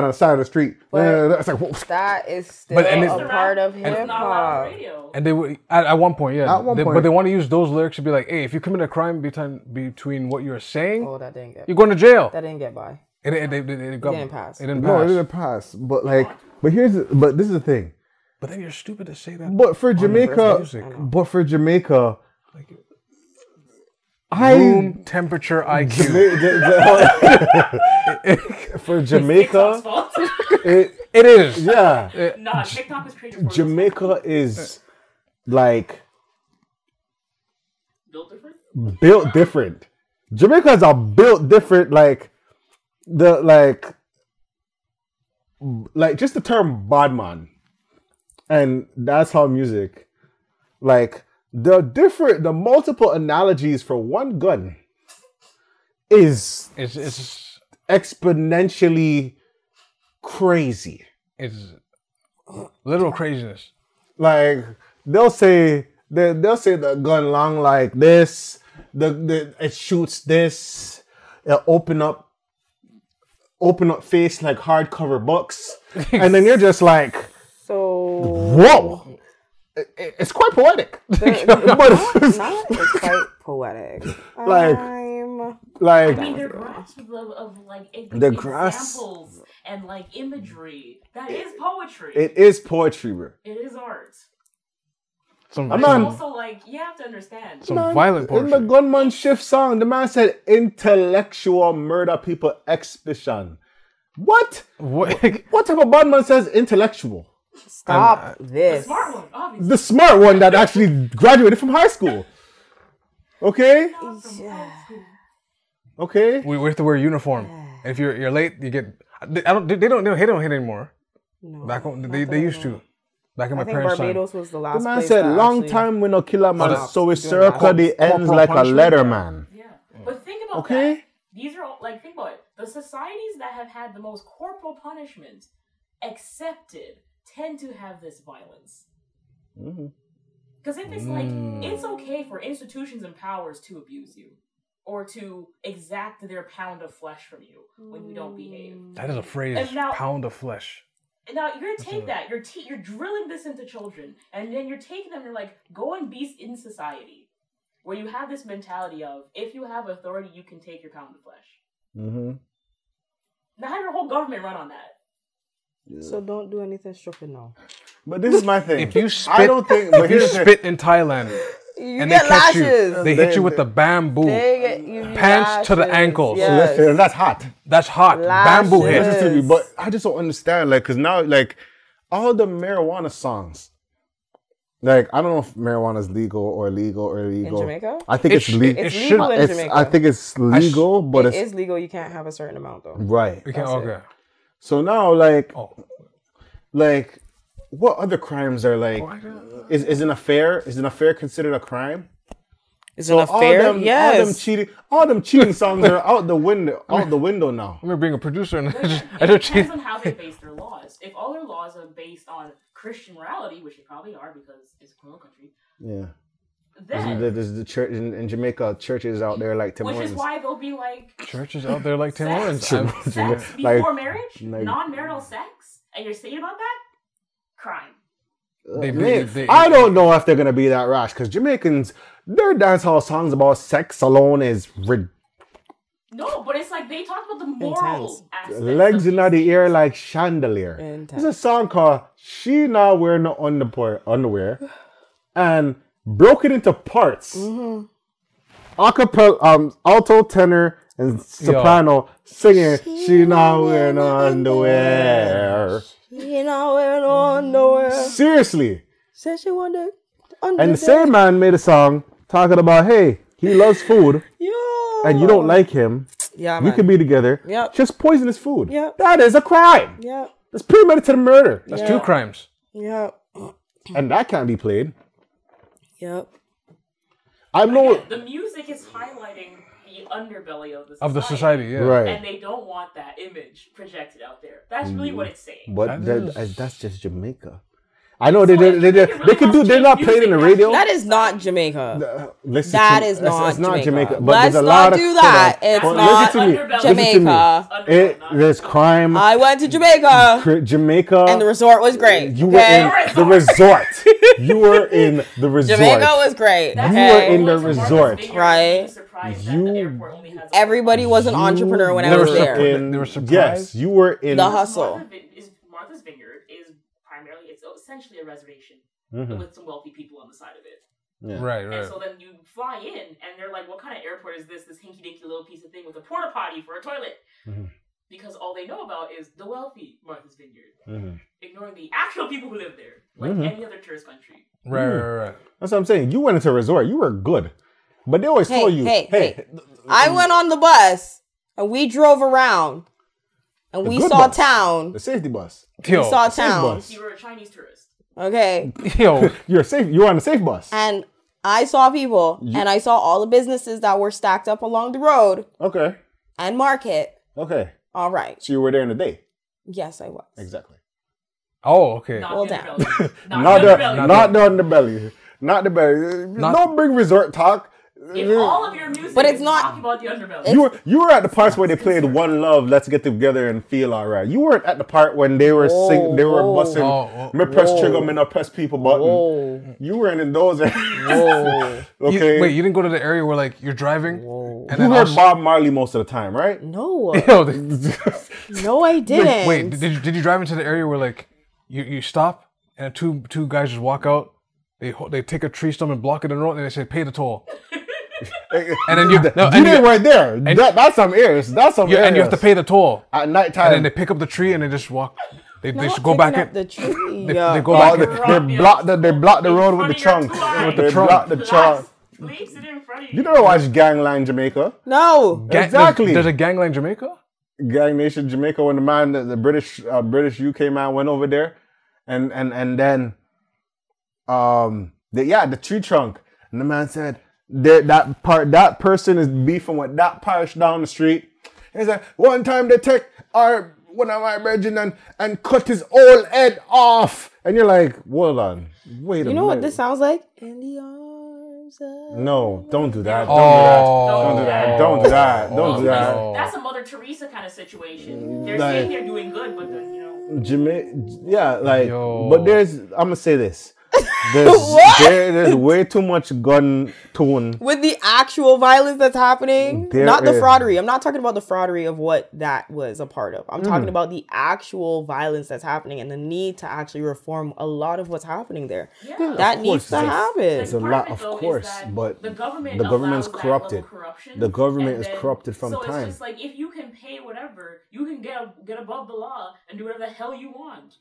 S1: on the side of the street.
S2: But-
S1: It's like, whoa.
S2: That is still
S3: But- and
S2: a
S3: it's-
S2: part of
S4: It's
S2: hip
S4: not allowed on
S2: hop.
S4: radio.
S3: And they would at, at one point, yeah.
S1: At one
S3: they-
S1: point.
S3: but they want to use those lyrics to be like, hey, if you commit a crime between between what you're saying,
S2: Oh, that didn't get
S3: you're going to jail.
S2: that didn't get by.
S3: It, it, it, it, it got-
S2: didn't pass.
S3: It didn't
S1: No, it
S3: pass.
S1: didn't pass. But like, but here's, the- but this is the thing.
S3: But then you're stupid to say that.
S1: But for
S3: birth
S1: Jamaica,
S3: music.
S1: but for Jamaica, I.
S3: Room temperature IQ.
S1: J- j- for
S4: TikTok's
S1: Jamaica,
S4: fault.
S1: it,
S3: it is.
S1: yeah.
S4: nah, TikTok was created for us.
S1: Jamaica is like
S4: Built different.
S1: built different. Jamaicans are built different. Like the like like just the term badman, and that's how music. Like the different, the multiple analogies for one gun is
S3: It's it's
S1: exponentially crazy.
S3: it's literal craziness.
S1: like they'll say they they'll say the gun long like this the, the it shoots this it'll open up open up face like hardcover books and then you're just like
S2: So
S1: whoa It- it- it's quite poetic
S2: not,
S1: but
S2: not is quite poetic.
S1: Like-
S2: I'm-
S1: like
S4: I mean, their grasp of, of like e-
S1: The grasp-
S4: examples and like imagery. That is poetry.
S1: it is poetry bro.
S4: it is art.
S3: Some
S1: I'm
S3: some,
S1: not-
S4: Also, like you have to understand.
S3: some violent
S1: in the
S3: portion.
S1: gunman shift song the man said intellectual murder people exhibition what
S3: what?
S1: what type of gunman says intellectual
S2: Stop this.
S4: Smart one, obviously.
S1: the smart one that actually graduated from high school. Okay,
S2: Yeah.
S1: okay.
S3: we, we have to wear uniform. And if you're you're late, you get. They, I don't. They don't. They don't hit. Don't hit anymore.
S2: No,
S3: Back home,
S2: not
S3: they,
S2: that
S3: they
S2: I
S3: used
S2: know.
S3: to. Back in
S2: I
S3: my
S2: think
S3: parents' time.
S2: Barbados was the last.
S1: The man
S2: place
S1: said,
S2: that
S1: "Long
S2: actually-
S1: time we no kill a man,
S3: Oh,
S1: so we
S2: doing
S1: circle
S2: that.
S1: the ends
S3: Corporal
S1: like a
S3: punishment?
S1: letter man."
S4: Yeah. But think about
S1: Okay.
S4: that. These are all like think about it. The societies that have had the most corporal punishment accepted tend to have this violence.
S1: Mm-hmm.
S4: Because if it's like it's okay for institutions and powers to abuse you or to exact their pound of flesh from you when you don't behave.
S3: That is a phrase.
S4: And now-
S3: pound of flesh.
S4: Now you're gonna take that. You're te- you're drilling this into children, and then you're taking them. You're like, go and be s- in society, where you have this mentality of if you have authority, you can take your pound of flesh.
S5: Mm-hmm.
S4: Now have your whole government run on that.
S2: So don't do anything stupid now.
S1: But this is my thing.
S3: If you spit,
S1: I don't think. But
S3: if you
S1: here's the thing.
S3: spit in Thailand
S2: You
S3: and they
S2: get
S3: catch
S2: lashes.
S3: you, they hit you with the bamboo.
S2: They get you
S3: Pants to the
S2: lashes.
S3: ankles. So
S1: That's,
S2: Yes.
S1: fair, that's hot.
S3: That's hot. Bamboo
S2: Lashes.
S3: hit.
S1: Listen to me,
S2: Yes.
S1: but I just don't understand. Like, cause now, like, all the marijuana songs. Like, I don't know if marijuana's legal or illegal or illegal.
S2: Jamaica?
S1: I think
S3: It
S1: it's,
S3: sh-
S1: legal.
S3: it
S2: It's
S3: should-
S2: legal in
S1: It's,
S2: Jamaica.
S1: I think it's legal, but
S2: it
S1: it's
S2: is legal. You can't have a certain amount though.
S1: right.
S3: We can't.
S2: That's it.
S3: Okay.
S1: So now, like,
S3: Oh.
S1: like what other crimes are like
S3: I don't-
S1: is, is an affair is an affair considered a crime
S2: Is
S1: So
S2: it
S1: all
S2: fair?
S1: them
S2: yes.
S1: all them cheating all them cheating songs are out the window out the window now
S3: I'm gonna bring a producer and I just, I
S4: It
S3: just
S4: depends on how they base their laws. If all their laws are based on Christian morality, which they probably are because it's a criminal country,
S1: yeah
S4: then,
S1: There's, there's the church in, in Jamaica. Churches out there like Tim
S4: which
S1: Hortons.
S4: is why they'll be like
S3: Churches out there like Tim
S4: Sex.
S3: Hortons.
S1: Tim
S3: I'm-
S1: Hortons,
S4: sex
S1: yeah. Like,
S4: before marriage,
S1: like-
S4: non-marital sex, and you're saying about that crime.
S3: They-
S1: Uh,
S3: they-
S1: man,
S3: they-
S1: I don't know if they're gonna be that rash because Jamaicans, their dancehall songs about sex alone is rid-
S4: No, but it's like they talked about the moral
S2: Intense.
S4: aspect.
S1: legs in the ear like chandelier. There's
S2: Intense.
S1: a song called "She Not Wearing No Underwear," underwear and broke it into parts. Acapella, um, alto, tenor, and soprano singing "She, Not Wearing No Underwear."
S2: You know, wearing underwear.
S1: Seriously.
S2: Said she wanted
S1: And the same man made a song talking about, hey, he loves food
S2: Yo.
S1: and you don't like him.
S2: Yeah,
S1: We
S2: man.
S1: could be together.
S2: Yep.
S1: Just poisonous food.
S2: Yep.
S1: That is a crime.
S2: yeah.
S1: That's premeditated murder.
S3: That's two crimes.
S2: Yeah.
S1: And that can't be played.
S2: Yep.
S1: I'm no.
S4: The music is highlighting the underbelly of the
S3: Of the society, yeah.
S1: Right.
S4: and they don't want that image projected out there. That's really what it's saying.
S1: Mm. But
S3: That
S1: that,
S3: is-
S1: that's just Jamaica. I know they
S4: So
S1: did.
S4: if
S1: They,
S4: you
S1: did,
S4: really
S1: they could do.
S4: want
S1: They're not
S4: Jamaican
S1: played in the
S4: music,
S1: radio.
S2: That is not Jamaica.
S1: Uh, listen
S2: That
S1: to-
S2: is
S1: it's-
S2: Oh, not
S1: It's not
S2: Jamaica.
S1: Jamaica. but
S2: Let's
S1: there's a
S2: not
S1: lot of
S2: do
S1: put
S2: that.
S1: on-
S2: It's
S1: but
S2: not
S1: listen to me.
S4: Underbelly.
S1: Listen to me.
S2: Jamaica.
S1: It, there's crime.
S2: I went to Jamaica
S1: Cri- Jamaica.
S2: and the resort was great.
S1: You
S2: okay?
S1: were in the resort. you were in the resort.
S2: Jamaica was great.
S4: That's
S1: You
S4: why
S1: were
S2: okay?
S1: in the
S4: Lawrence Marcus
S1: resort.
S4: Vineyard
S2: Right.
S4: was surprised that
S1: You-
S4: the airport only has a-
S2: Everybody was an entrepreneur when I
S3: They
S2: was
S3: were
S2: there.
S3: supported.
S1: in-
S3: They were surprised?
S1: Yes, you were in.
S2: The hustle.
S4: Martha Vin- is Martha's Vineyard is primarily it's essentially a reservation
S1: Mhm.
S4: with some wealthy people on the side of it.
S1: Yeah.
S3: Right,
S4: And
S3: right.
S4: so then you fly in, and they're like, "What kind of airport is this? This hinky dinky little piece of thing with a porta potty for a toilet?"
S1: Mhm.
S4: Because all they know about is the wealthy Martha's Vineyard,
S1: Mhm.
S4: ignoring the actual people who live there, like
S1: Mhm.
S4: any other tourist country.
S3: Right, right, right.
S1: That's what I'm saying. You went into a resort. You were good, but they always
S2: Hey,
S1: told you,
S2: hey,
S1: "Hey,
S2: hey. I went on the bus and we drove around and
S1: The
S2: we
S1: good
S2: saw
S1: bus.
S2: town.
S1: the safety bus.
S2: We saw
S3: Yo,
S2: town.
S1: bus.
S4: You were a Chinese tourist.
S2: Okay.
S3: yo,
S1: You're safe. You're on the safe bus."
S2: And I saw people and I saw all the businesses that were stacked up along the road
S1: Okay.
S2: and market.
S1: Okay.
S2: All right.
S1: So you were there in the day.
S2: Yes, I was.
S1: Exactly.
S3: oh, okay.
S4: Not
S2: Well
S4: the
S2: down.
S4: underbelly. Not,
S1: Not
S4: the
S1: the
S4: underbelly.
S1: not the underbelly. Not the belly.
S3: Not-
S1: Don't bring resort talk.
S4: If all of your music
S2: But it's
S4: is
S2: not-
S4: talking about the underbelly.
S1: You were you were at the parts where they played "One Love," "Let's Get Together" and "Feel Alright." You weren't at the part when they were sing, they were
S2: Whoa,
S1: busting.
S3: whoa, whoa,
S1: me press
S2: whoa.
S1: trigger, me not press people button.
S2: Whoa.
S1: You weren't in those. areas.
S2: Whoa.
S3: You-
S1: okay.
S3: wait, you didn't go to the area where like you're driving,
S2: Whoa.
S3: and
S1: you
S3: then
S1: heard
S3: also-
S1: Bob Marley most of the time, right?
S2: No.
S3: yo, they-
S2: No, I didn't.
S3: wait, did you, did you drive into the area where like you, you stop and two two guys just walk out? They ho- they take a tree stump and block it in the road, and they say pay the toll. And then you no,
S1: you
S3: and,
S1: didn't
S3: you,
S1: right there. That, that's some ears. That's some
S3: you-
S1: ears.
S3: and you have to pay the toll.
S1: at
S3: And then
S1: nighttime.
S3: they pick up the tree and they just walk. They, they just go back in.
S2: the tree.
S3: They,
S2: yeah.
S3: they go
S1: Oh,
S3: back
S1: they,
S3: in.
S1: they blocked the they blocked the road with the trunk.
S4: With
S1: they
S4: the
S3: trunk.
S1: blocked the trunk.
S4: Leaves it in front of you.
S1: You never watched Gangland Jamaica?
S2: no.
S3: Gang-
S1: Exactly.
S3: There's, there's a gangland in Jamaica.
S1: Gang Nation Jamaica when the man, the, the British, uh, British UK man went over there, and and and then, um, the, yeah, the tree trunk, and the man said that that part that person is beefing with that parish down the street. He said one time they take our one of my brethren and, and cut his whole head off, and you're like, hold on, wait a
S2: You know what
S1: minute.
S2: this sounds like? In the arms of
S1: No, don't do that.
S3: Oh,
S1: Don't do that. Don't do that. Don't do that. Mm,
S3: Oh.
S4: That's a Mother Teresa kind of situation. They're
S1: Like-
S4: saying they're doing good, but then, you know.
S1: Jamaica, yeah, like,
S3: Yo.
S1: but there's, I'm gonna say this. There's, there, there's way too much gun tune.
S2: with the actual violence that's happening,
S1: There
S2: not the
S1: is-
S2: fraudery. I'm not talking about the fraudery of what that was a part of. I'm
S3: Mm.
S2: talking about the actual violence that's happening and the need to actually reform a lot of what's happening there.
S4: Yeah.
S2: that
S1: of
S2: needs
S1: course
S2: to
S1: it's a-
S2: happen.
S1: it's a
S4: Part
S1: lot,
S4: it,
S1: of
S4: though, is
S1: course,
S4: that
S1: but
S4: the government
S1: the government's
S4: allows that level of
S1: corrupted.
S4: corruption,
S1: The government
S4: and
S1: is
S4: then-
S1: corrupted from
S4: so
S1: time.
S4: it's just like if you can pay whatever, you can get get above the law and do whatever the hell you want.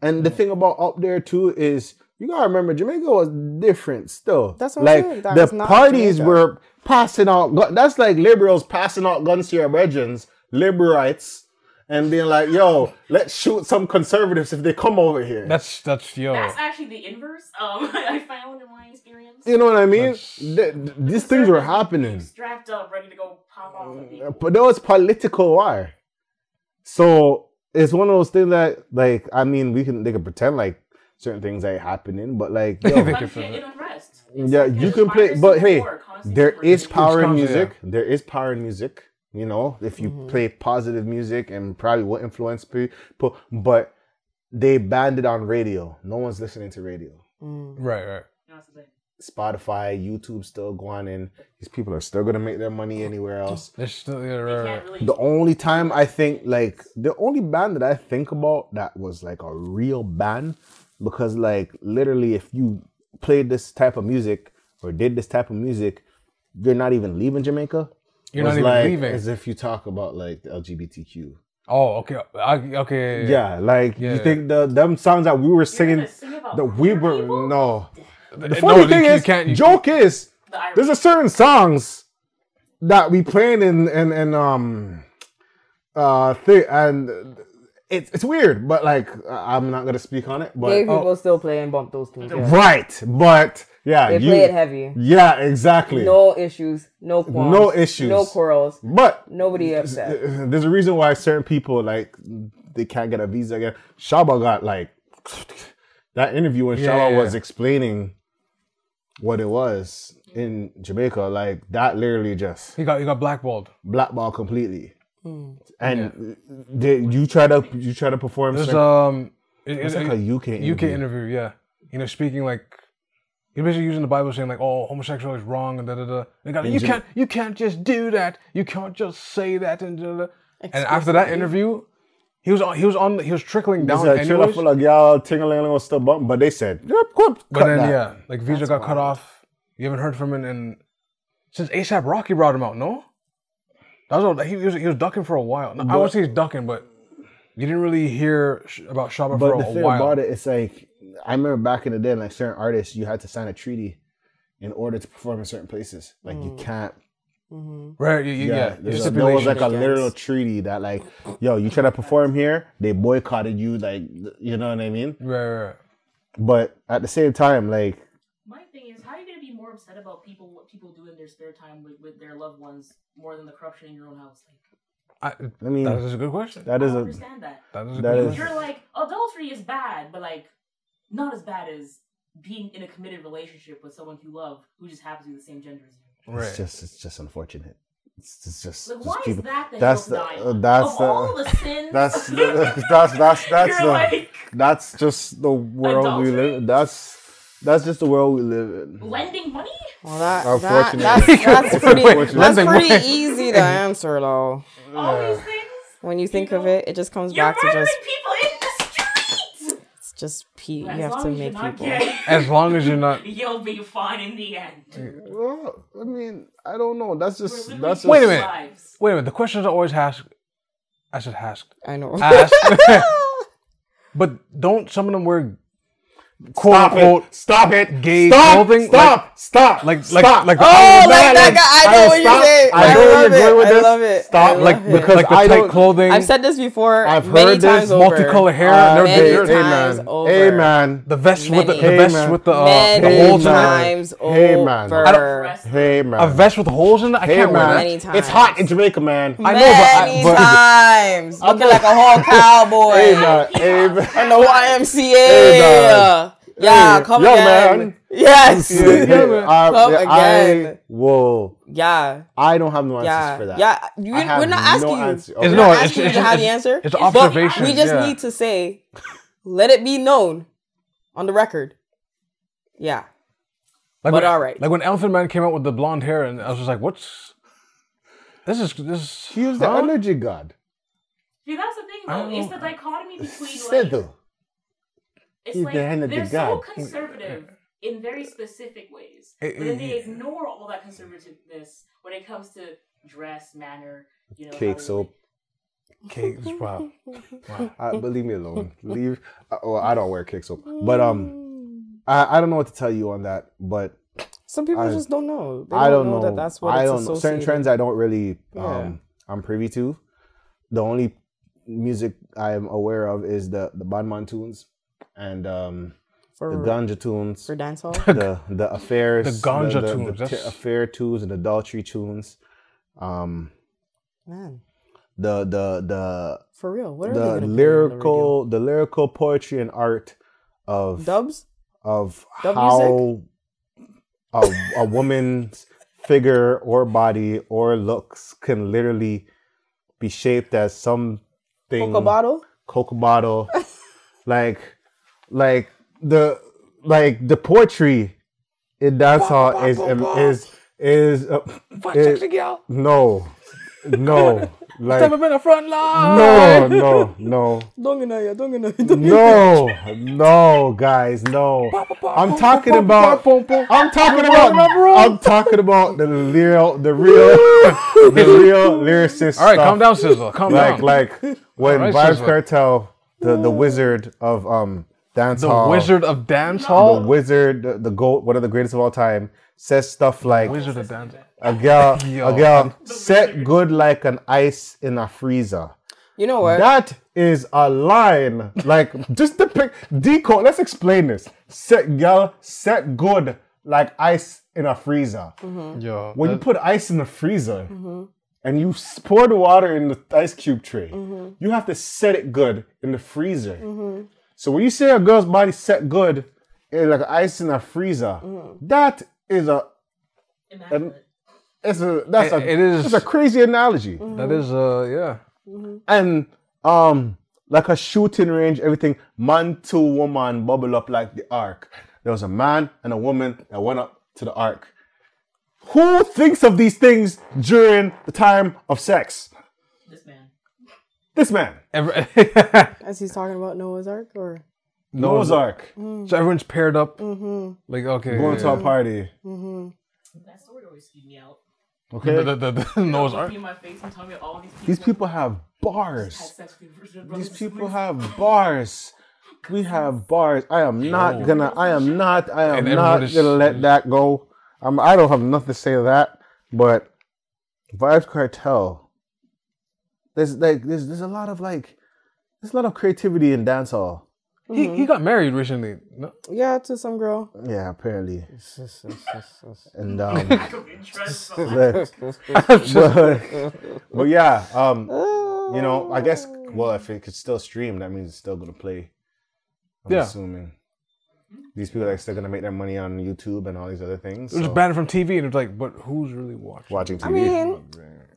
S1: And the
S2: Mm.
S1: thing about up there too is you gotta remember Jamaica was different still.
S2: That's what I'm
S1: like
S2: saying. That was
S1: the
S2: not
S1: parties
S2: Jamaica.
S1: were passing out. gu- That's like liberals passing out guns to your brethrens, liberals, and being like, "Yo, let's shoot some conservatives if they come over here."
S3: That's that's yo.
S4: That's actually the inverse. Um, I found in my experience.
S1: you know what I mean?
S3: That's-
S1: Th- th- these things were happening.
S4: Strapped up, ready to go pop off. at people.
S1: but that was political war. So it's one of those things that, like, I mean, we can they can pretend like certain things ain't happening, but like, yo,
S3: They
S4: Bunch
S3: can
S4: of
S3: feel
S4: shit
S3: it.
S4: in unrest.
S1: Yeah, you
S4: Because
S1: can
S4: why
S1: play,
S4: there's
S1: but
S4: so
S1: hey,
S4: more constant
S1: there is
S4: conversation.
S1: power in
S3: comes, yeah.
S1: music. There is power in music. You know, if you
S2: Mhm.
S1: play positive music and probably will influence people, but they banned it on radio. No one's listening to radio.
S2: Mm.
S3: Right, right.
S4: You know what I'm saying?
S1: Spotify, YouTube still going, and these people are still gonna make their money anywhere else.
S3: There's still yeah,
S4: They
S3: right,
S4: can't
S3: right.
S4: really.
S1: The only time I think like the only band that I think about that was like a real band because like literally if you played this type of music or did this type of music, you're not even leaving Jamaica.
S3: You're
S1: was,
S3: not even
S1: like,
S3: leaving.
S1: As if you talk about like the LGBTQ.
S3: Oh, okay. I, okay.
S1: Yeah, like you
S3: Yeah.
S1: think the them songs that we were
S4: You're gonna
S1: singing
S4: sing about
S1: that we
S4: queer
S1: were
S4: people?
S1: no. The
S3: No,
S1: funny
S3: you-
S1: thing
S3: you
S1: is,
S3: can't- you-
S1: joke is
S4: The irony.
S1: there's a certain songs that we playing in and and um uh thi- and it's it's weird, but like I- I'm not gonna speak on it.
S2: Gay
S1: But
S2: people
S1: oh,
S2: still play and bump those tunes. Yeah.
S1: right, but yeah,
S2: They
S1: you
S2: play it heavy.
S1: yeah exactly.
S2: No issues. No qualms.
S1: No issues.
S2: No quarrels.
S1: But
S2: Nobody upset.
S1: there's a reason why certain people like they can't get a visa again. Shaba got like that interview when
S3: Yeah,
S1: Shaba
S3: yeah,
S1: was
S3: yeah.
S1: explaining what it was in Jamaica, like that literally just
S3: He got he got blackballed.
S1: blackball completely.
S3: Hmm.
S1: And they, you try to you try to perform.
S3: There's
S1: certain-
S3: um, it,
S1: it's
S3: it-
S1: like
S3: it-
S1: a UK
S3: UK interview, yeah. You know, speaking like you're basically using the Bible saying like, "Oh, homosexuality is wrong," and da da da. And God, you
S1: Jam-
S3: can't, you can't just do that. You can't just say that and da da. da." And after that interview, he was on, he was on, he was trickling
S1: It's
S3: down
S1: a trailer
S3: anyways.
S1: full of y'all tingling was still bumping, but they said, "Yep, cool."
S3: but then
S1: that.
S3: yeah, like Visa got cut off. You haven't heard from him, and since ASAP Rocky brought him out, no. That was all, he, was he was ducking for a while. No, I would say he's ducking, but you didn't really hear sh- about Shaba for
S5: But
S3: a,
S5: the
S3: a
S5: thing
S3: while.
S5: about it, it's like I remember back in the day, like certain artists, you had to sign a treaty in order to perform in certain places. Like
S4: Hmm.
S5: you can't.
S2: Mm-hmm.
S3: Right? Yeah, yeah. yeah.
S5: there's
S3: Your
S5: a- there was
S3: stipulation.
S5: like a
S2: stipulations.
S5: literal treaty that like, yo, you try to perform here, they boycotted you. Like, you know what I mean?
S3: right, right, right.
S5: But at the same time, like,
S4: My thing is, how are you gonna be more upset about people what people do in their spare time with, with their loved ones more than the corruption in your own house? Like,
S3: I,
S5: I mean,
S3: That is a good question.
S5: that
S4: I
S5: is
S4: don't
S5: a
S4: understand that.
S3: That is a
S5: that
S3: good
S5: is-
S3: question.
S4: You're like adultery is bad, but like not as bad as being in a committed relationship with someone you love who just happens to be the same gender as you.
S3: right.
S5: It's just it's just unfortunate. It's, it's just,
S4: Like,
S5: just
S4: why is
S5: people-
S4: that the
S5: that's
S4: that's
S5: the-
S4: hell
S5: uh,
S4: of
S5: that's the-
S4: all the sins?
S5: that's the- that's that's that's the
S4: You're like
S5: that's just the world we live. That's that's just the world we live in.
S4: lending money.
S2: Well, that, that,
S1: Unfortunately.
S2: that's, that's pretty,
S1: Unfortunately.
S2: that's
S3: Lending
S2: pretty
S3: money.
S2: easy to answer, though.
S4: All these things.
S2: When you think
S4: You
S2: of
S4: know,
S2: it, it just comes
S4: You're
S2: back to
S4: murdering
S2: just
S4: people in the streets.
S2: it's just pe- you
S4: As
S2: have
S4: long
S2: to
S4: as you're
S2: make
S4: not
S2: people.
S4: gay,
S3: As long as you're not.
S4: You'll be fine in the end.
S1: Well, I mean, I don't know. That's
S4: We're
S1: just
S4: living
S1: that's just,
S3: Wait a minute.
S4: lives.
S3: Wait a minute. The questions are always asked. I said asked.
S2: I know.
S3: Asked. but don't some of them wear quote
S1: Stop
S3: unquote
S1: it! Stop it!
S3: gay
S1: stop!
S3: clothing?
S1: Stop! stop!
S3: like- like-
S1: stop.
S3: like the-
S2: Oh, like
S3: Oh,
S2: that
S1: Like,
S2: guy. I know what
S1: stop.
S2: you're saying.
S1: I know where
S2: love
S1: you're going
S2: it.
S1: with
S2: I
S1: this.
S2: love it.
S1: Stop.
S2: I love
S1: Like,
S2: it.
S1: because-
S3: like the
S1: I
S3: tight
S1: don't-
S3: clothing,
S2: I've said this before.
S1: I've
S2: many
S1: heard this
S2: times over.
S3: multicolored
S2: Oh,
S3: hair,
S1: Uh,
S3: and
S2: many
S3: everything.
S2: times
S1: Amen.
S2: over.
S1: Amen.
S3: the vest with the, the
S1: Many.
S3: vest with the uh,
S2: many
S3: the holes in it.
S2: times
S1: Hey,
S2: over.
S1: man.
S3: I
S4: Dress
S1: Hey man.
S3: A vest with holes in it. I
S1: Hey
S3: can't wear
S1: man.
S3: that.
S2: Many
S1: It's hot in
S2: times.
S1: Jamaica, man.
S3: I know, but I-
S2: Many
S3: but-
S2: times. Looking like a whole cowboy.
S1: Hey man. Hey
S2: And
S1: man.
S2: the YMCA.
S1: man.
S2: Yeah,
S1: Hey,
S2: come
S1: yo,
S2: again.
S1: man.
S2: Yes.
S1: Yeah,
S2: Yeah.
S1: yeah, I,
S2: Come
S1: I
S2: again.
S1: whoa.
S2: Yeah.
S1: I don't have no answers
S2: Yeah.
S1: for that.
S2: You,
S1: I have
S2: we're not asking
S1: no
S2: you.
S1: answer.
S3: It's
S1: Okay.
S3: no,
S2: We're not
S3: it's-
S2: asking
S3: it's-
S2: you to have the
S3: it's-
S2: answer.
S3: It's an
S2: But
S3: observation.
S2: We just
S3: yeah.
S2: need to say, let it be known on the record. Yeah. But
S3: Like when,
S2: all right.
S3: Like when Elephant Man came out with the blonde hair, and I was just like, "What's this? Is this?
S1: He was the
S3: huh?
S1: energy god.
S4: See, that's the thing,
S3: I
S4: though.
S3: don't
S4: It's
S3: know.
S4: the dichotomy between like,
S1: Siddle.
S4: it's
S1: He's
S4: like
S1: the hand of the
S4: they're so
S1: God.
S4: conservative in very specific ways,
S3: Eh,
S4: but then they
S3: eh,
S4: ignore all that conservativeness when it comes to dress, manner, you know, how
S1: Cake
S4: they-
S1: soap.
S3: Okay, it's- wow. wow.
S1: Uh, but leave me alone. Leave. Uh, well, I don't wear cake soap, but um, I, I don't know what to tell you on that. But
S2: Some people
S1: I-
S2: just don't know. They
S1: I don't know.
S2: that that's what
S1: I
S2: it's
S1: don't know. certain
S2: associated.
S1: trends. I don't really. Um,
S2: Yeah.
S1: I'm privy to. The only music I'm aware of is the the Badman tunes, and um, the
S2: for,
S1: ganja tunes,
S2: for dancehall.
S1: the the affairs,
S3: The ganja
S1: the, the
S3: tunes,
S1: t-
S3: that's-
S1: affair tunes, and adultery tunes. Um,
S2: Man,
S1: the the the
S2: for real. What are they
S1: the
S2: gonna put on radio?
S1: lyrical the lyrical poetry and art of
S2: dubs?
S1: of
S2: Dub
S1: how a, a woman's figure or body or looks can literally be shaped as something
S2: Coca bottle.
S1: Coca bottle. like like the like the poetry in dancehall is um, is is uh, is- no no like
S3: front line.
S1: no no no
S2: Dongenaya, dongenaya,
S1: no no guys no i'm talking about i'm talking about i'm talking about the real the real the real lyricist
S3: All right,
S1: stuff
S3: calm down, Sizzler. Calm
S1: like
S3: down.
S1: like when
S3: Alright,
S1: Vibes
S3: Sizzler.
S1: Cartel, the the wizard of um dance
S3: the
S1: hall,
S3: Wizard of Dance
S1: the
S3: Hall.
S1: wizard, the, the goat, one of the greatest of all time, says stuff like
S3: Wizard of Dance.
S1: a gal,
S3: Yo.
S1: a gal set good like an ice in a freezer.
S2: You know what?
S1: That is a line. Like just to pick decode. Let's explain this. Set gal set good like ice in a freezer.
S3: Yo,
S1: When you
S3: that-
S1: put ice in the freezer and you s- pour the water in the ice cube tray, you have to set it good in the freezer. So when you say a girl's body set good, eh, like ice in a freezer, that is a Um,
S4: Immaculate.
S1: it's a that's
S3: It-
S1: a
S3: it is-
S1: it's a crazy analogy.
S3: that is uh yeah.
S1: And um like a shooting range, everything man to woman bubble up like the ark. There was a man and a woman that went up to the ark. Who thinks of these things during the time of sex?
S4: This man.
S1: This man,
S3: Every-
S2: As he's talking about Noah's Ark, or
S1: Noah's Ark,
S3: so everyone's paired up.
S2: Mm-hmm.
S3: Like okay,
S1: going
S3: yeah,
S1: to a party.
S4: That story always skewed me out.
S3: yeah.
S1: Okay,
S3: the, the, the, the Noah's
S4: Look
S3: Ark.
S4: me in my face and tell me all these people.
S1: these people have
S4: Had
S1: bars.
S4: sex with your virgin
S1: These
S4: brothers and
S1: people
S4: sisters.
S1: have bars. We have bars. I am not
S3: Yo.
S1: gonna. I am not. I am not
S3: And everyone is-
S1: gonna let that go. I'm, I don't have nothing to say to that. But Vibes Cartel. There's like there's there's a lot of like there's a lot of creativity in dancehall.
S2: Mm-hmm.
S3: He, he got married recently. No,
S2: yeah, to some girl.
S1: Yeah, apparently. And
S4: I
S1: um,
S4: took interest.
S1: but, but, but yeah, um, you know, I guess
S2: Um,
S1: well, if it could still stream, that means it's still gonna play. I'm
S3: Yeah.
S1: assuming these people are still gonna make their money on YouTube and all these other things.
S3: it was
S1: so-
S3: banned from TV, and it's like, but who's really watching?
S1: watching TV.
S2: I mean,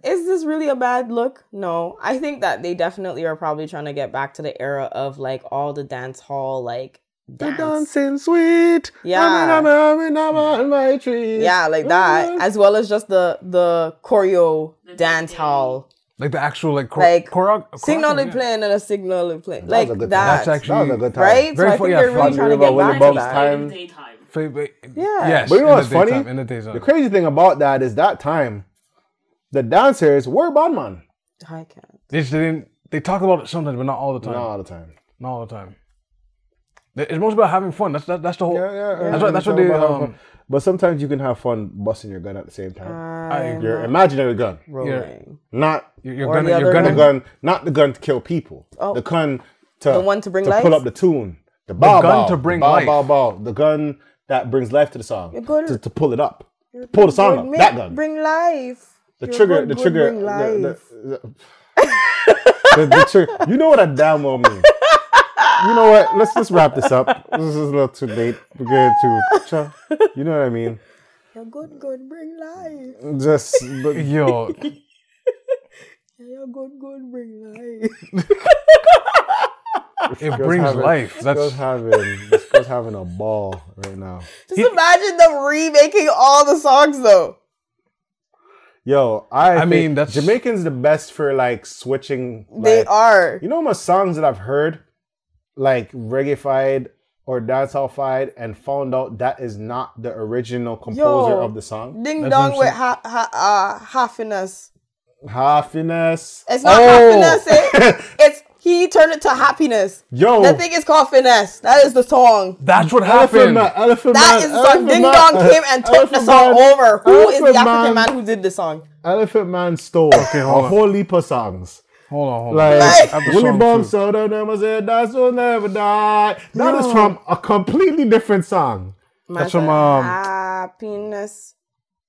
S2: is this really a bad look? No. I think that they definitely are probably trying to get back to the era of like all the dance hall, like
S1: They're
S2: dance.
S1: dancing sweet.
S2: Yeah.
S1: I'm, in- I'm in- I'm on my tree. Mm.
S2: Yeah, like that, as well as just the the choreo
S4: The
S2: dance hall.
S3: Like the actual like, chor-
S2: Like,
S3: choreo-
S2: Signal
S3: choreography,
S2: they playing and a signal they playing.
S1: That was
S2: Like
S1: a good time.
S2: that.
S3: That's actually-
S1: that was a good time.
S2: right?
S3: Very
S2: so I
S3: fu-
S2: think
S3: yeah,
S2: they're really
S3: fun.
S2: trying to get
S1: Riverboat
S2: back
S4: Actually,
S2: to
S1: Bob's
S4: it's
S2: that.
S1: time.
S4: in the daytime.
S3: Play- play-
S2: Yeah.
S3: Yes.
S1: But you know
S3: in
S1: what's
S3: the daytime,
S1: funny?
S3: In the daytime.
S1: The crazy thing about that is that time, the dancers were Bonman.
S2: I can't.
S3: They just didn't. They talk about it sometimes, but not all the time.
S1: Not all the time.
S3: Not all the time. It's mostly about having fun. That's that, that's the whole.
S1: Yeah, yeah.
S3: That's what- that's what they, um,
S1: but sometimes you can have fun busting your gun at the same time.
S3: I
S2: I'm
S3: agree.
S1: your imaginary gun,
S2: rolling.
S1: not
S3: You're, you're
S2: Or
S3: gonna.
S2: the
S3: You're
S2: other
S1: the
S3: gonna.
S2: one.
S3: Go,
S1: gun, not the gun to kill people.
S2: Oh.
S1: The gun to
S2: The one to bring
S1: to
S2: life?
S1: pull up the tune. The, bow,
S3: gun
S1: bow,
S3: to
S1: the
S3: bring
S1: bow,
S3: life.
S1: Bow, bow, the gun that brings life to the song.
S2: You're good.
S1: To, to pull it up, pull the song up.
S2: Bring-
S1: That gun.
S2: Bring life.
S1: the
S2: You're
S1: trigger.
S2: good,
S1: the
S2: good,
S1: trigger.
S2: Bring life.
S1: The, the- the- the trigger. You know what a damn well means. You know what? Let's just wrap this up. This is a little too late. We're getting too. Cha- You know what I mean?
S2: You're good, good. Bring life.
S1: Just but
S3: yo,
S2: You're good, good. Bring life.
S3: it
S1: Girl's
S3: brings
S1: having-
S3: life.
S1: Girl's
S3: That's
S1: having this girl's having a ball right now.
S2: Just imagine them remaking all the songs though.
S1: Yo, I
S3: I
S1: think
S3: mean, that's-
S1: Jamaicans the best for like switching.
S2: they
S1: like-
S2: are.
S1: You know, my songs that I've heard, like reggae-fied or dancehall-fied, and found out that is not the original composer
S2: Yo.
S1: of the song.
S2: Ding
S3: That's what
S2: dong
S3: I'm
S2: with
S3: saying.
S2: ha- ha- uh, happiness.
S1: Happiness. Oh.
S2: It's not
S3: Oh.
S2: happiness. eh? it's he turned it to happiness.
S1: Yo,
S3: Oh.
S2: That thing is called finesse. That is the song.
S3: that's what
S1: Elephant
S3: happened.
S1: Man, Elephant
S2: That
S1: Man,
S2: is the song.
S1: Elephant
S2: Ding
S1: Man,
S2: Dong came and took the
S1: Elephant
S2: song
S1: Man,
S2: over. Who is the
S1: Elephant
S2: African man who did the song?
S1: Elephant Man stole
S3: hold
S1: a
S3: on.
S1: whole heap of songs.
S3: Hold on, hold on.
S1: Like,
S2: Like-
S3: I have the
S1: Willie
S3: song,
S1: Bum,
S3: too.
S1: so the never said that's will never die. That is
S2: No.
S1: from a completely different song.
S2: That's
S3: from, um,
S2: happiness.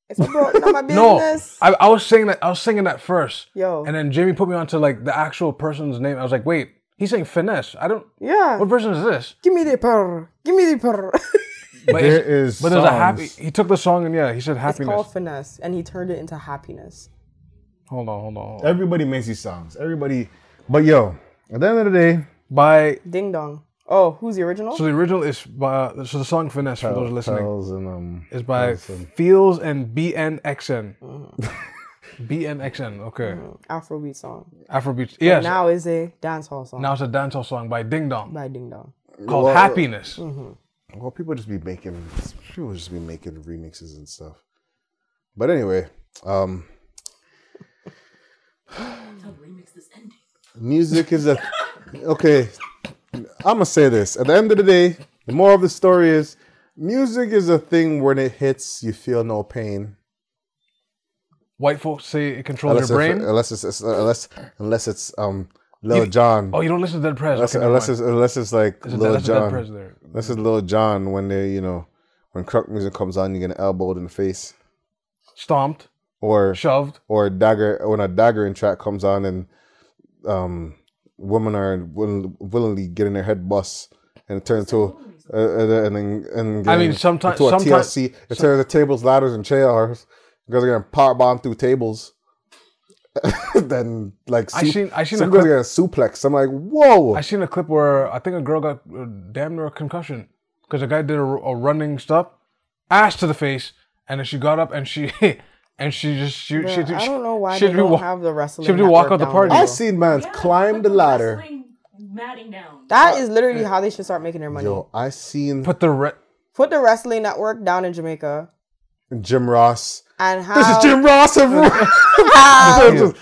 S2: It's about not my
S3: no,
S2: business.
S3: I, I was saying that. I was singing that first.
S2: Yo.
S3: And then Jimmy put me onto like the actual person's name. I was like, wait, he's saying finesse. I don't.
S2: yeah.
S3: What version is this?
S2: Give me the purr. Give me the purr.
S3: But
S1: There
S3: it's-
S1: is
S3: But there's a happy.
S1: songs.
S3: He took the song and yeah, he said
S2: It's
S3: happiness.
S2: called finesse, and he turned it into happiness.
S3: hold on, hold on. Hold on.
S1: Everybody makes these songs. Everybody, but yo, at the end of the day,
S3: By
S2: Ding dong. Oh, who's the original?
S3: so the original is by so the song finesse for those listening
S1: Pearls and, um,
S3: is by Feels and BNXN.
S1: Mm.
S3: BNXN. Okay.
S2: Afrobeat song.
S3: Afrobeat. Yes. Now,
S2: Now is a dancehall song
S3: it's a dancehall song by Ding Dong
S2: by Ding Dong.
S3: called
S1: uh,
S3: Happiness.
S1: mm-hmm. well, people just be making people just be making remixes and stuff. But anyway, um,
S4: remix this ending.
S1: music is a okay. I'm gonna say this at the end of the day. The moral of the story is music is a thing when it hits, you feel no pain.
S3: White folks say it controls
S1: Unless,
S3: your
S1: it's-
S3: brain.
S1: unless it's, it's- unless unless it's um Lil John.
S3: oh, you don't listen to Dead Prez.
S1: unless
S3: Okay, never
S1: unless
S3: mind.
S1: it's unless it's like
S3: That's a-
S1: Lil
S3: that's a Dead Prez
S1: John.
S3: there.
S1: Unless it's Lil John when they you know when crunk music comes on, you get an elbowed in the face
S3: Stomped,
S1: or
S3: shoved.
S1: or a dagger when a daggering track comes on and um women are will, willingly getting their head bust and it turns to uh, uh, and then and
S3: I
S1: getting
S3: mean, someti-
S1: to a
S3: someti-
S1: TLC it turns to tables ladders and chairs girls are gonna power bomb through tables then like
S3: I seen- I seen
S1: some
S3: a
S1: girls are gonna suplex I'm like whoa
S3: I seen a clip where I think a girl got uh, damn near a concussion because a guy did a, a running stop, ass to the face, and then she got up and she and she just she she,
S2: Bruh, I don't know why
S3: she,
S2: they
S3: do
S2: don't
S3: wa-
S2: have the wrestling.
S3: should we walk
S2: network
S3: out the
S2: down
S3: party?
S2: below.
S1: I seen man climb
S4: put
S1: the ladder
S4: wrestling Matting down.
S2: That is literally how they should start making their money.
S1: yo I seen
S3: put the re-
S2: Put the wrestling network down in Jamaica
S1: Jim Ross
S2: and how
S1: this is Jim Ross of
S2: Because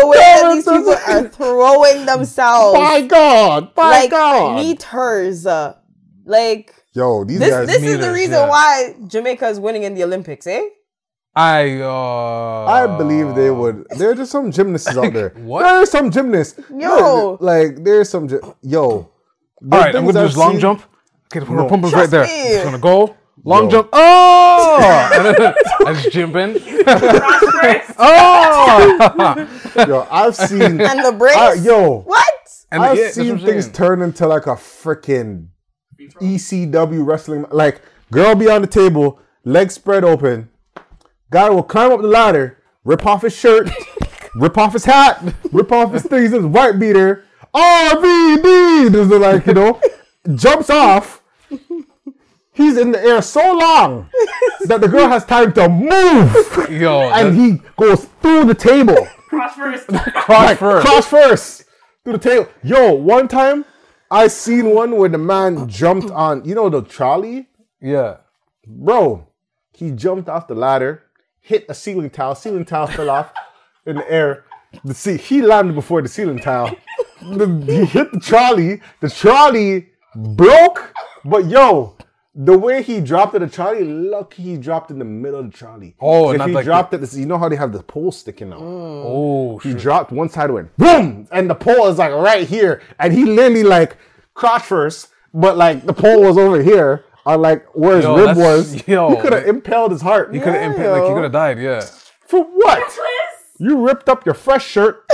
S2: the way that these people are throwing themselves
S3: Oh
S1: my God my
S2: like
S1: God
S2: meters. uh, Like
S1: yo these
S2: this
S1: guys
S2: this is the
S3: meters,
S2: reason
S3: yeah.
S2: why Jamaica is winning in the Olympics, eh?
S3: I uh
S1: I believe they would. There are just some gymnasts out there.
S3: what?
S1: There are some gymnasts.
S2: Yo.
S1: like there are some. Gy- yo,
S3: All right, I'm gonna do this long jump. Okay, we're pumping right there.
S2: me.
S3: It's gonna go long
S1: Yo.
S3: jump. Oh, and then I just jump in. oh,
S1: Yo, I've seen.
S2: And the breaks.
S1: I, yo,
S2: What?
S3: and
S1: I've
S3: yeah, that's what
S1: seen
S3: I'm
S1: things
S3: saying.
S1: turn into like a freaking ECW wrestling. Like girl be on the table, legs spread open. Guy will climb up the ladder, rip off his shirt, rip off his hat, rip off his things, his white beater. RVD, this is like you know, jumps off. He's in the air so long that the girl has time to move,
S3: Yo,
S1: and he goes through the table.
S4: Cross first.
S3: cross first.
S1: Cross first through the table. Yo, one time I seen one where the man jumped on, you know, the trolley,
S3: Yeah,
S1: bro. He jumped off the ladder, hit a ceiling tile. Ceiling tile fell off in the air. The see, he landed before the ceiling tile. The- he hit the trolley. The trolley broke, but yo. The way he dropped it, the trolley, lucky he dropped in the middle of the trolley.
S3: Oh,
S1: if
S3: not
S1: he
S3: like
S1: dropped it, you know how they have the pole sticking out.
S3: oh,
S1: He dropped one side went boom, and the pole is like right here, and he literally like crotch first, but like the pole was over here, or like where his
S3: Yo,
S1: rib
S3: that's-
S1: was.
S3: yo.
S1: You could have impaled his heart. You
S3: could have impaled, like you could have died. Yeah,
S1: for what? You ripped up your fresh shirt.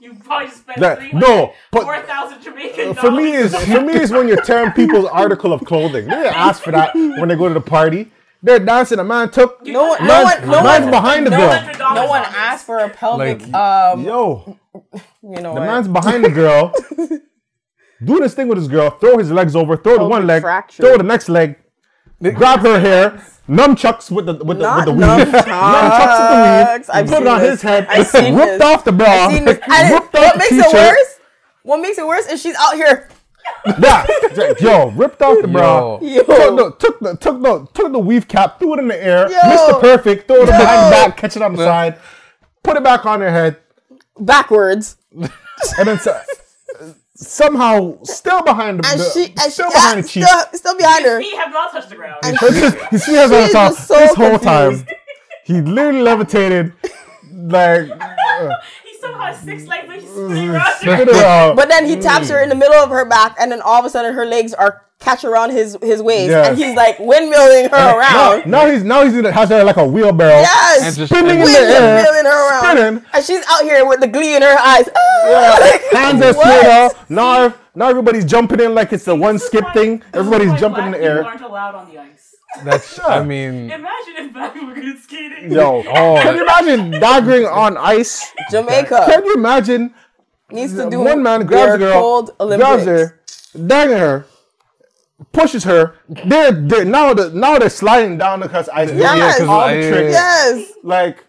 S4: You probably spent
S1: That-
S4: three
S1: no, but-
S4: four thousand Jamaican dollars.
S1: For me is for me is when you're tearing people's article of clothing. They didn't ask for that when they go to the party. They're dancing. A man took.
S4: You
S2: No
S4: just
S2: one, no
S1: man's,
S2: one, no
S1: man's
S2: one,
S1: behind the
S4: spent
S1: girl.
S4: $100
S2: no one
S4: on this.
S2: asked for a pelvic.
S3: Like,
S2: um,
S1: Yo,
S2: you
S1: the
S2: know, what?
S1: man's behind the girl. Do this thing with his girl. Throw his legs over. Throw the
S2: Pelvic
S1: one leg.
S2: fracture.
S1: Throw the next leg. grab her hair, nunchucks with the with the, with
S2: Not
S1: the weave,
S2: nunchucks.
S1: nunchucks with the weave,
S2: I've
S1: put
S2: seen
S1: it on
S2: this.
S1: his head,
S2: I've seen
S1: ripped
S2: this.
S1: off the bra,
S2: seen this. And
S1: ripped off
S2: what
S1: the
S2: makes
S1: t-shirt.
S2: it worse? What makes it worse is she's out here.
S1: Yeah, Like, yo, ripped off the bra,
S3: Yo.
S1: Took, the, took the took the took the weave cap, threw it in the air,
S2: Yo.
S1: missed the perfect, threw it behind the
S2: Yo.
S1: back, catch it on the side, put it back on her head,
S2: backwards.
S1: and then. so- Somehow, still behind the,
S2: And
S1: the-
S2: she and
S1: still
S2: she,
S1: behind the
S2: yeah,
S1: cheek.
S2: still, still behind her.
S4: We have not touched the ground.
S2: And
S1: It's just- you see us on the
S2: She's
S1: top
S2: just so
S1: this whole time.
S2: confused.
S1: He literally levitated, like uh,
S4: He somehow has six legs, but he's
S1: Mm,
S4: spinning around.
S1: spit it out.
S2: But then he taps
S1: Mm.
S2: her in the middle of her back, and then all of a sudden her legs are catch around his his waist,
S1: Yes.
S2: and he's like windmilling her
S1: Now,
S2: around.
S1: now he's now he's in the house there like a wheelbarrow.
S3: and
S2: Yes,
S3: just
S1: Spinning in the air.
S2: windmilling her around,
S1: Spinning.
S2: and she's out here with the glee in her eyes. Ah, like,
S1: Hands are
S2: what?
S1: straight up. Knife. Now everybody's jumping in like it's the one
S4: This is
S1: skip
S4: why-
S1: thing.
S4: this is
S1: Everybody's
S4: why
S1: jumping in
S4: black
S1: the
S4: People
S1: air.
S4: aren't allowed on the ice.
S3: That's. I mean.
S4: Imagine if black people could skating.
S1: Yo,
S3: Oh,
S1: can you imagine daggering on ice?
S2: Jamaica
S1: Can you imagine
S2: needs to do
S1: one man grabs
S2: their
S1: a girl,
S2: cold
S1: grabs
S2: Olympics.
S1: her, dagging her, pushes her. They're, they're now the now they're sliding down because ice.
S2: Yes.
S1: all the
S3: Yeah, yeah,
S1: tricks.
S2: Yes,
S1: Like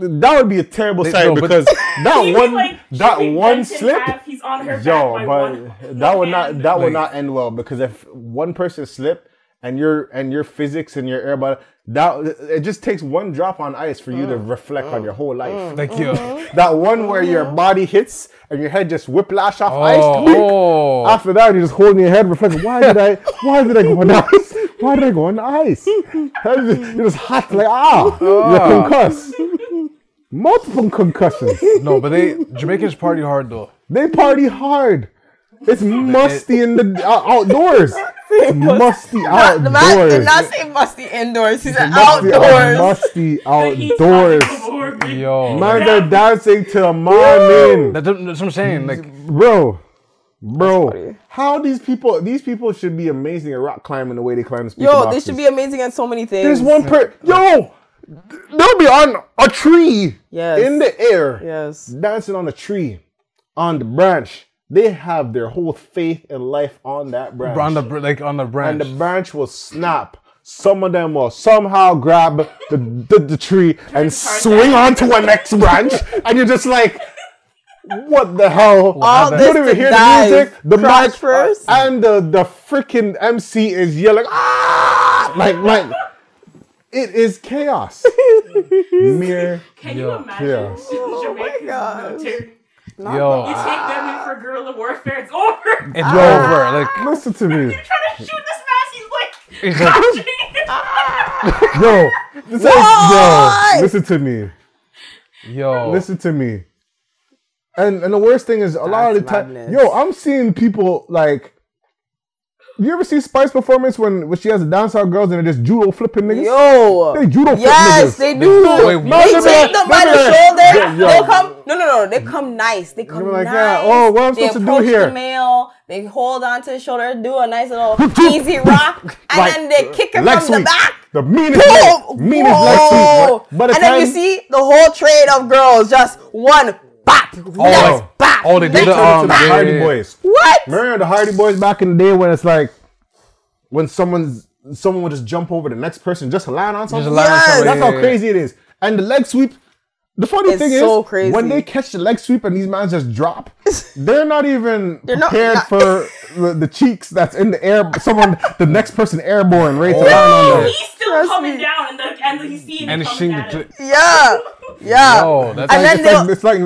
S1: that would be a terrible
S3: They-
S1: sight
S3: no, but-
S1: because that
S4: He'd be
S1: one
S4: like,
S1: that
S4: she'd be
S1: one
S4: bent in
S1: slip.
S4: half, He's on her back
S1: Yo,
S4: by one-
S1: but that would not
S4: hand.
S1: that would
S3: Like-
S1: not end well because if one person slip and your and your physics and your air body that it just takes one drop on ice for you to reflect on your whole life.
S3: Mm. like yo.
S1: That one where your
S2: Oh.
S1: body hits and your head just whiplash off ice.
S3: Oh, oh.
S1: After that, you're just holding your head, reflecting. Why did I? Why did I go on ice? Why did I go on ice? You're just hot like ah. You're concussed. Multiple concussions.
S3: No, but they Jamaicans party hard though.
S1: They party hard. It's musty in the out- outdoors. It's musty
S2: not, not,
S1: outdoors.
S2: did not say musty indoors. He said
S1: Musty out-
S2: outdoors.
S1: Musty
S4: But he's
S1: outdoors.
S4: on the board.
S3: Yo,
S1: Man, they're dancing till the morning,
S3: that's, that's what I'm saying. Like,
S1: bro. Bro, how these people? These people should be amazing at rock climbing the way they climb the speaker
S2: Yo, they
S1: boxes.
S2: should be amazing at so many things.
S1: There's one per. Yo, they'll be on a tree
S2: Yes.
S1: in the air.
S2: Yes.
S1: dancing on a tree, on the branch. They have their whole faith and life on that branch.
S3: on the br- like on the
S1: and
S3: branch.
S1: the branch will snap. Some of them will somehow grab the, the, the tree and swing onto a next branch, and you're just like, what the hell?
S2: All
S1: you
S2: this
S1: don't even
S2: to
S1: hear
S2: dive.
S1: the music, the
S2: Crouch
S1: mic, uh,
S2: first.
S1: and the, the freaking MC is yelling, ah! Like, like, it is chaos. Mere
S4: Can you imagine?
S1: yeah. Oh
S4: Jamaica's military.
S3: yo,
S4: You
S3: I-
S4: take them in for guerrilla warfare. It's over.
S3: it's over. Like,
S1: Listen to me.
S4: trying to shoot this man.
S3: He's
S4: He's
S3: like-
S4: like,
S1: Ah, Yo, this ain't- yo,
S2: What?
S1: listen to me.
S2: Oh.
S3: yo,
S1: Listen to me. And and the worst thing is a lot of the
S2: That's
S1: time,
S2: madness.
S1: yo, I'm seeing people like. You ever see Spice performance when, when she has the dancehall girls and they're just judo flipping niggas?
S2: Yo.
S1: They judo flip
S2: Yes,
S1: niggas.
S2: they do.
S3: Wait,
S1: Man,
S2: They
S1: they be
S2: take
S1: like- they
S2: them by
S1: be
S2: the
S1: like-
S2: shoulder.
S1: Yeah,
S2: They
S1: yo.
S2: come. No, no, no. They come nice. They come
S1: They're like,
S2: nice.
S1: yeah, oh, what am I
S2: they
S1: supposed to do
S2: approach
S1: here?
S2: The male. They hold onto his shoulder, do a nice little easy rock, and
S1: Like,
S2: then they kick it
S1: Lex
S2: from the
S1: Week.
S2: back.
S1: The meanest,
S2: Boom!
S1: leg, meanest Lex
S2: Whoa!
S1: Week. By the
S2: and then you
S1: time-
S2: see the whole trade of girls, just one bop, next bop.
S3: oh, they do
S2: next
S3: the, um,
S1: the
S2: bop.
S3: yeah,
S1: Hardy
S3: yeah, yeah.
S1: Boys.
S2: What?
S1: Remember the Hardy Boys back in the day when it's like when someone's someone would just jump over the next person just to land on something.
S3: line
S2: Yes!
S3: somewhere,
S1: That's
S3: yeah,
S1: how
S3: yeah,
S1: crazy it is. And the leg sweep. The funny
S2: It's
S1: thing
S2: so
S1: is,
S2: crazy.
S1: when they catch the leg sweep and these mans just drop, they're not even
S2: not-
S1: prepared
S2: not-
S1: for the, the cheeks that's in the air. Someone, the next person airborne, right to
S3: Oh.
S1: land on them.
S4: he's still
S2: Trust
S4: coming
S2: me.
S4: down, and the and he's seeing
S3: And
S4: and
S3: it's
S4: coming
S3: seeing the
S4: at him.
S3: cl-
S2: Yeah, yeah.
S3: yo, that's
S2: And
S3: like,
S2: then
S1: It's like,
S2: they'll-
S1: it's like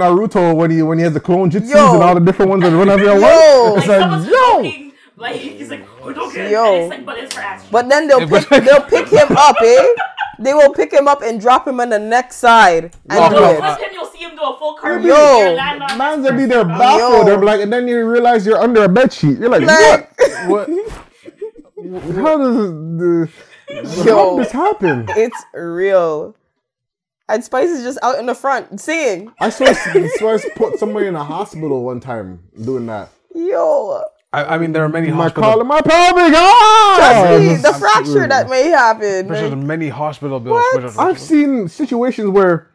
S1: Naruto when he when he has the clone jutsus
S2: Yo.
S1: and all the different ones that run over your
S2: Yo.
S1: one. It's like,
S4: Like, someone's
S1: yo,
S4: poking, Like he's like, oh, don't get it.
S2: Yo.
S4: And it's like, but it's for action.
S2: But then they'll
S3: It was
S2: pick,
S3: like-
S2: they'll pick him up, eh? They will pick him up and drop him on the next side. And
S3: Walk
S2: do
S4: don't
S3: off.
S2: it.
S4: trust him. You'll see him do a full cartwheel.
S2: Yo.
S4: You're lying on
S1: man's
S4: this
S1: gonna be there
S4: person.
S1: baffled.
S2: Yo.
S1: They're like, and then you realize you're under a bed sheet. You're like,
S2: Like,
S3: what?
S1: what? How does the, how
S2: yo,
S1: did this happen?
S2: it's real. And Spice is just out in the front singing.
S1: I saw I saw us put somebody in a hospital one time doing that.
S2: Yo,
S3: I, I mean, there are many
S1: My
S3: hospital,
S1: collar, Oh my pelvic. Ah!
S2: See, the fracture that may happen.
S3: there's
S2: like,
S3: many hospital bills.
S2: What?
S3: which are-
S1: I've seen situations where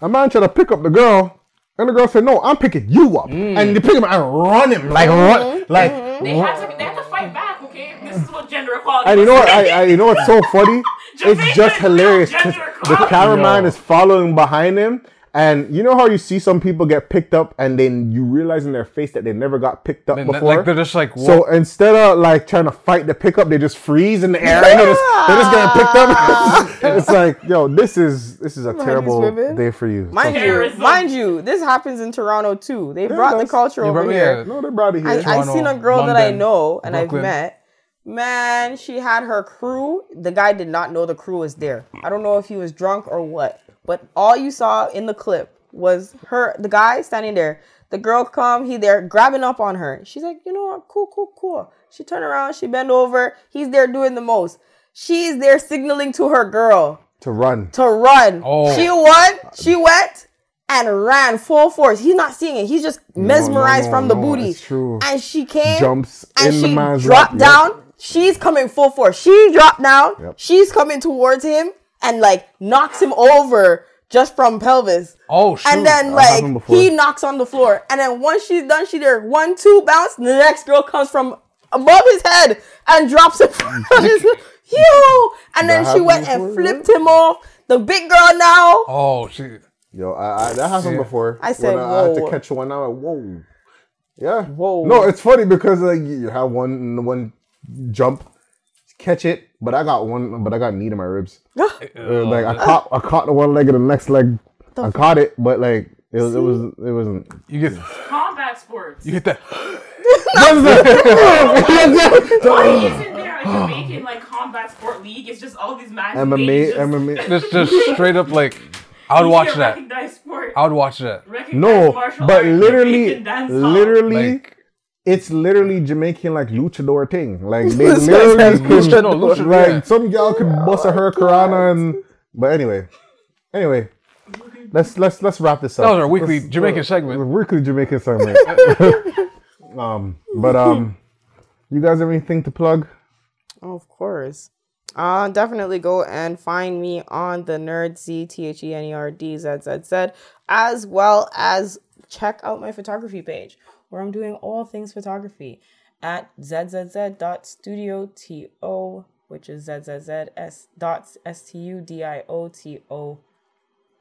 S1: a man tried to pick up the girl, and the girl said, "No, I'm picking you up,"
S3: Mm.
S1: and they pick him up and run him like
S3: Mm-hmm.
S1: run like.
S4: They had to. They had to fight back. Okay, this is what gender equality.
S1: And you
S4: is.
S1: know what? I, I you know what's so funny?
S4: Jamaica
S1: it's just
S4: is real
S1: hilarious. 'cause
S4: gender
S1: The
S4: equality.
S1: cameraman
S3: Yo.
S1: is following behind him, and you know how you see some people get picked up, and then you realize in their face that they never got picked up
S3: And that-
S1: before.
S3: like they're just like,
S1: So
S3: what?
S1: instead of like trying to fight the pickup, they just freeze in the air and they're just, they're just getting picked up. And it's like, yo, this is this is a terrible
S2: women.
S1: day for you.
S2: mind you,
S4: Terrorism.
S2: mind you, this happens in Toronto too. They brought the
S1: does.
S2: culture
S3: You
S2: over
S3: remember-
S2: here.
S3: yeah.
S1: no, they brought it here.
S2: I, I
S3: Toronto,
S2: seen a girl that I
S3: London,
S2: know and
S3: Brooklyn.
S2: I've met. Man, she had her crew. The guy did not know the crew was there. I don't know if he was drunk or what, but all you saw in the clip was her, the guy standing there. The girl come, he there grabbing up on her. She's like, you know what, cool, cool, cool. She turn around, she bend over. He's there doing the most. She's there signaling to her girl
S1: to run.
S2: to run.
S3: Oh.
S2: She won. She went. and ran full force. He's not seeing it. He's just mesmerized
S1: no,
S2: from the
S1: no,
S2: booty.
S1: it's true.
S2: And she came
S1: Jumps
S2: and
S1: in the
S2: she
S1: man's
S2: dropped
S1: lap, yep.
S2: down. She's coming full force. She dropped down.
S1: Yep.
S2: She's coming towards him and like knocks him over just from pelvis.
S3: Oh, shoot.
S2: And then
S6: happened
S2: like
S6: before.
S2: he knocks on the floor. And then once she's done, she there one, two bounce. The next girl comes from above his head and drops him. Yo! And then she
S1: happened
S2: went and
S1: before,
S2: flipped him off. The big girl now.
S3: Oh, she.
S1: Yo, I, I, that happened
S3: Yeah.
S1: before.
S2: I said,
S1: when I, I had to
S2: whoa.
S1: catch one. I went, whoa. Yeah.
S2: Whoa.
S1: No, it's funny because like you you have one one jump, catch it, but I got one, but I got meat in my ribs. Uh, like I caught, I caught the one leg and the next leg, I caught it, but like it was, it was, it wasn't.
S3: You get
S4: Combat sports.
S3: you get that.
S4: Why isn't there a Jamaican like combat sport league? It's just all these mad
S1: MMA, MMA.
S3: Just just straight up like, I would watch that.
S4: Recognized sport.
S3: I would watch that.
S4: Recognized
S1: No,
S4: martial
S1: but
S4: art,
S1: literally,
S4: Jamaican dance hall.
S1: literally,
S3: Like,
S1: it's literally Jamaican like luchador thing. Like they
S2: This guy
S1: literally
S2: says
S1: could,
S3: lucha- no, lucha-
S1: like
S3: yeah.
S1: some gal could bust a hurricanrana and. But anyway, anyway, let's let's let's wrap this up.
S3: that was our weekly
S1: Let's-
S3: Jamaican
S1: The
S3: segment.
S1: weekly Jamaican segment. um, but um, you guys have anything to plug?
S2: Of course. Uh, definitely go and find me on the Nerd Z T H E N E R D Z Z Z, as well as check out my photography page where I'm doing all things photography at zzz.studioto, which is zzz.s dot s t u d i o t o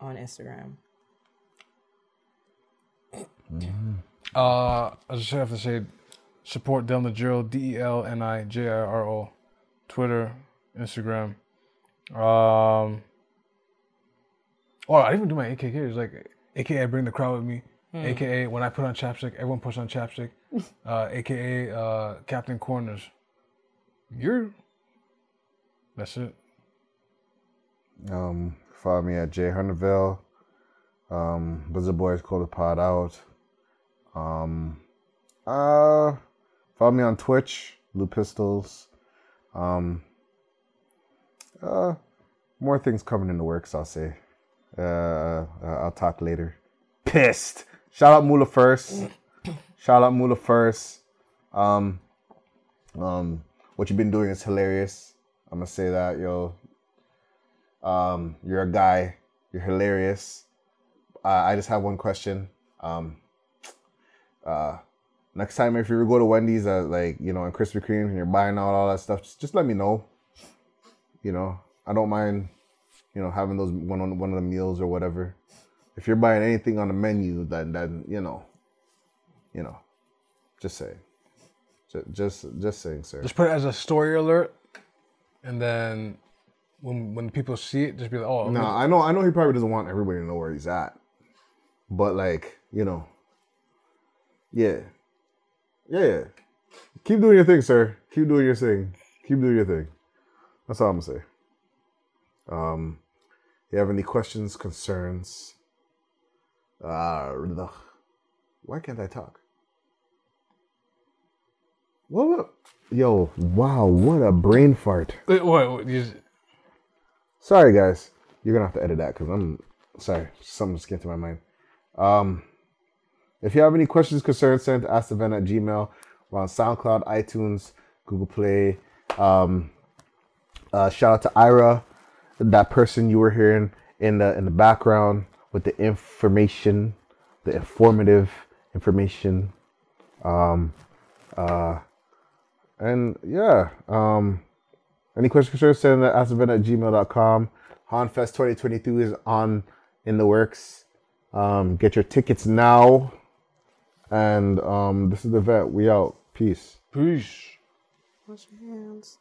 S2: on Instagram.
S3: Uh, I just have to say, support Delna Gerald, D E L N I J I R O, Twitter, Instagram. Um, oh, I didn't even do my AKKs. Like, AKA, I bring the crowd with me. AKA, when I put on chapstick, everyone puts on chapstick. Uh, AKA, uh, Captain Corners. You're. That's it.
S1: Um, follow me at Jay Hunterville. Um, Blizzard Boys call the pod out. Um, uh, follow me on Twitch, Blue Pistols. Um, uh, more things coming in the works. I'll say. Uh, uh, I'll talk later. Pissed. Shout out Mula first. Shout out Mula first. Um, um, what you've been doing is hilarious. I'm gonna say that, yo. Um, you're a guy. You're hilarious. Uh, I just have one question. Um, uh, next time, if you ever go to Wendy's, uh, like you know, and Krispy Kreme, and you're buying out all that stuff, just, just let me know. You know, I don't mind. You know, having those one on one of the meals or whatever. If you're buying anything on the menu, then then you know, you know, just saying. Just just, just saying, sir.
S3: Just put it as a story alert, and then when when people see it, just be like, oh,
S1: No, I know I know he probably doesn't want everybody to know where he's at. But like, you know. Yeah. Yeah. Keep doing your thing, sir. Keep doing your thing. Keep doing your thing. That's all I'm gonna say. Um you have any questions, concerns? Uh ugh. why can't I talk? What, what yo, wow, what a brain fart.
S3: Wait, wait, wait, you just-
S1: Sorry, guys. You're gonna have to edit that because I'm sorry. Something just came to my mind. Um, if you have any questions, concerns, send to askevent at gmail. We're on SoundCloud, iTunes, Google Play. Um, uh, shout out to Ira, that person you were hearing in the in the background with the information, the informative information. Um, uh, and yeah. Um. Any questions, concerns, send them to askevent at gmail.com. Hanfest 2022 is on in the works. Um, get your tickets now. And um, this is the vet. We out. Peace.
S3: peace.
S2: Wash your hands.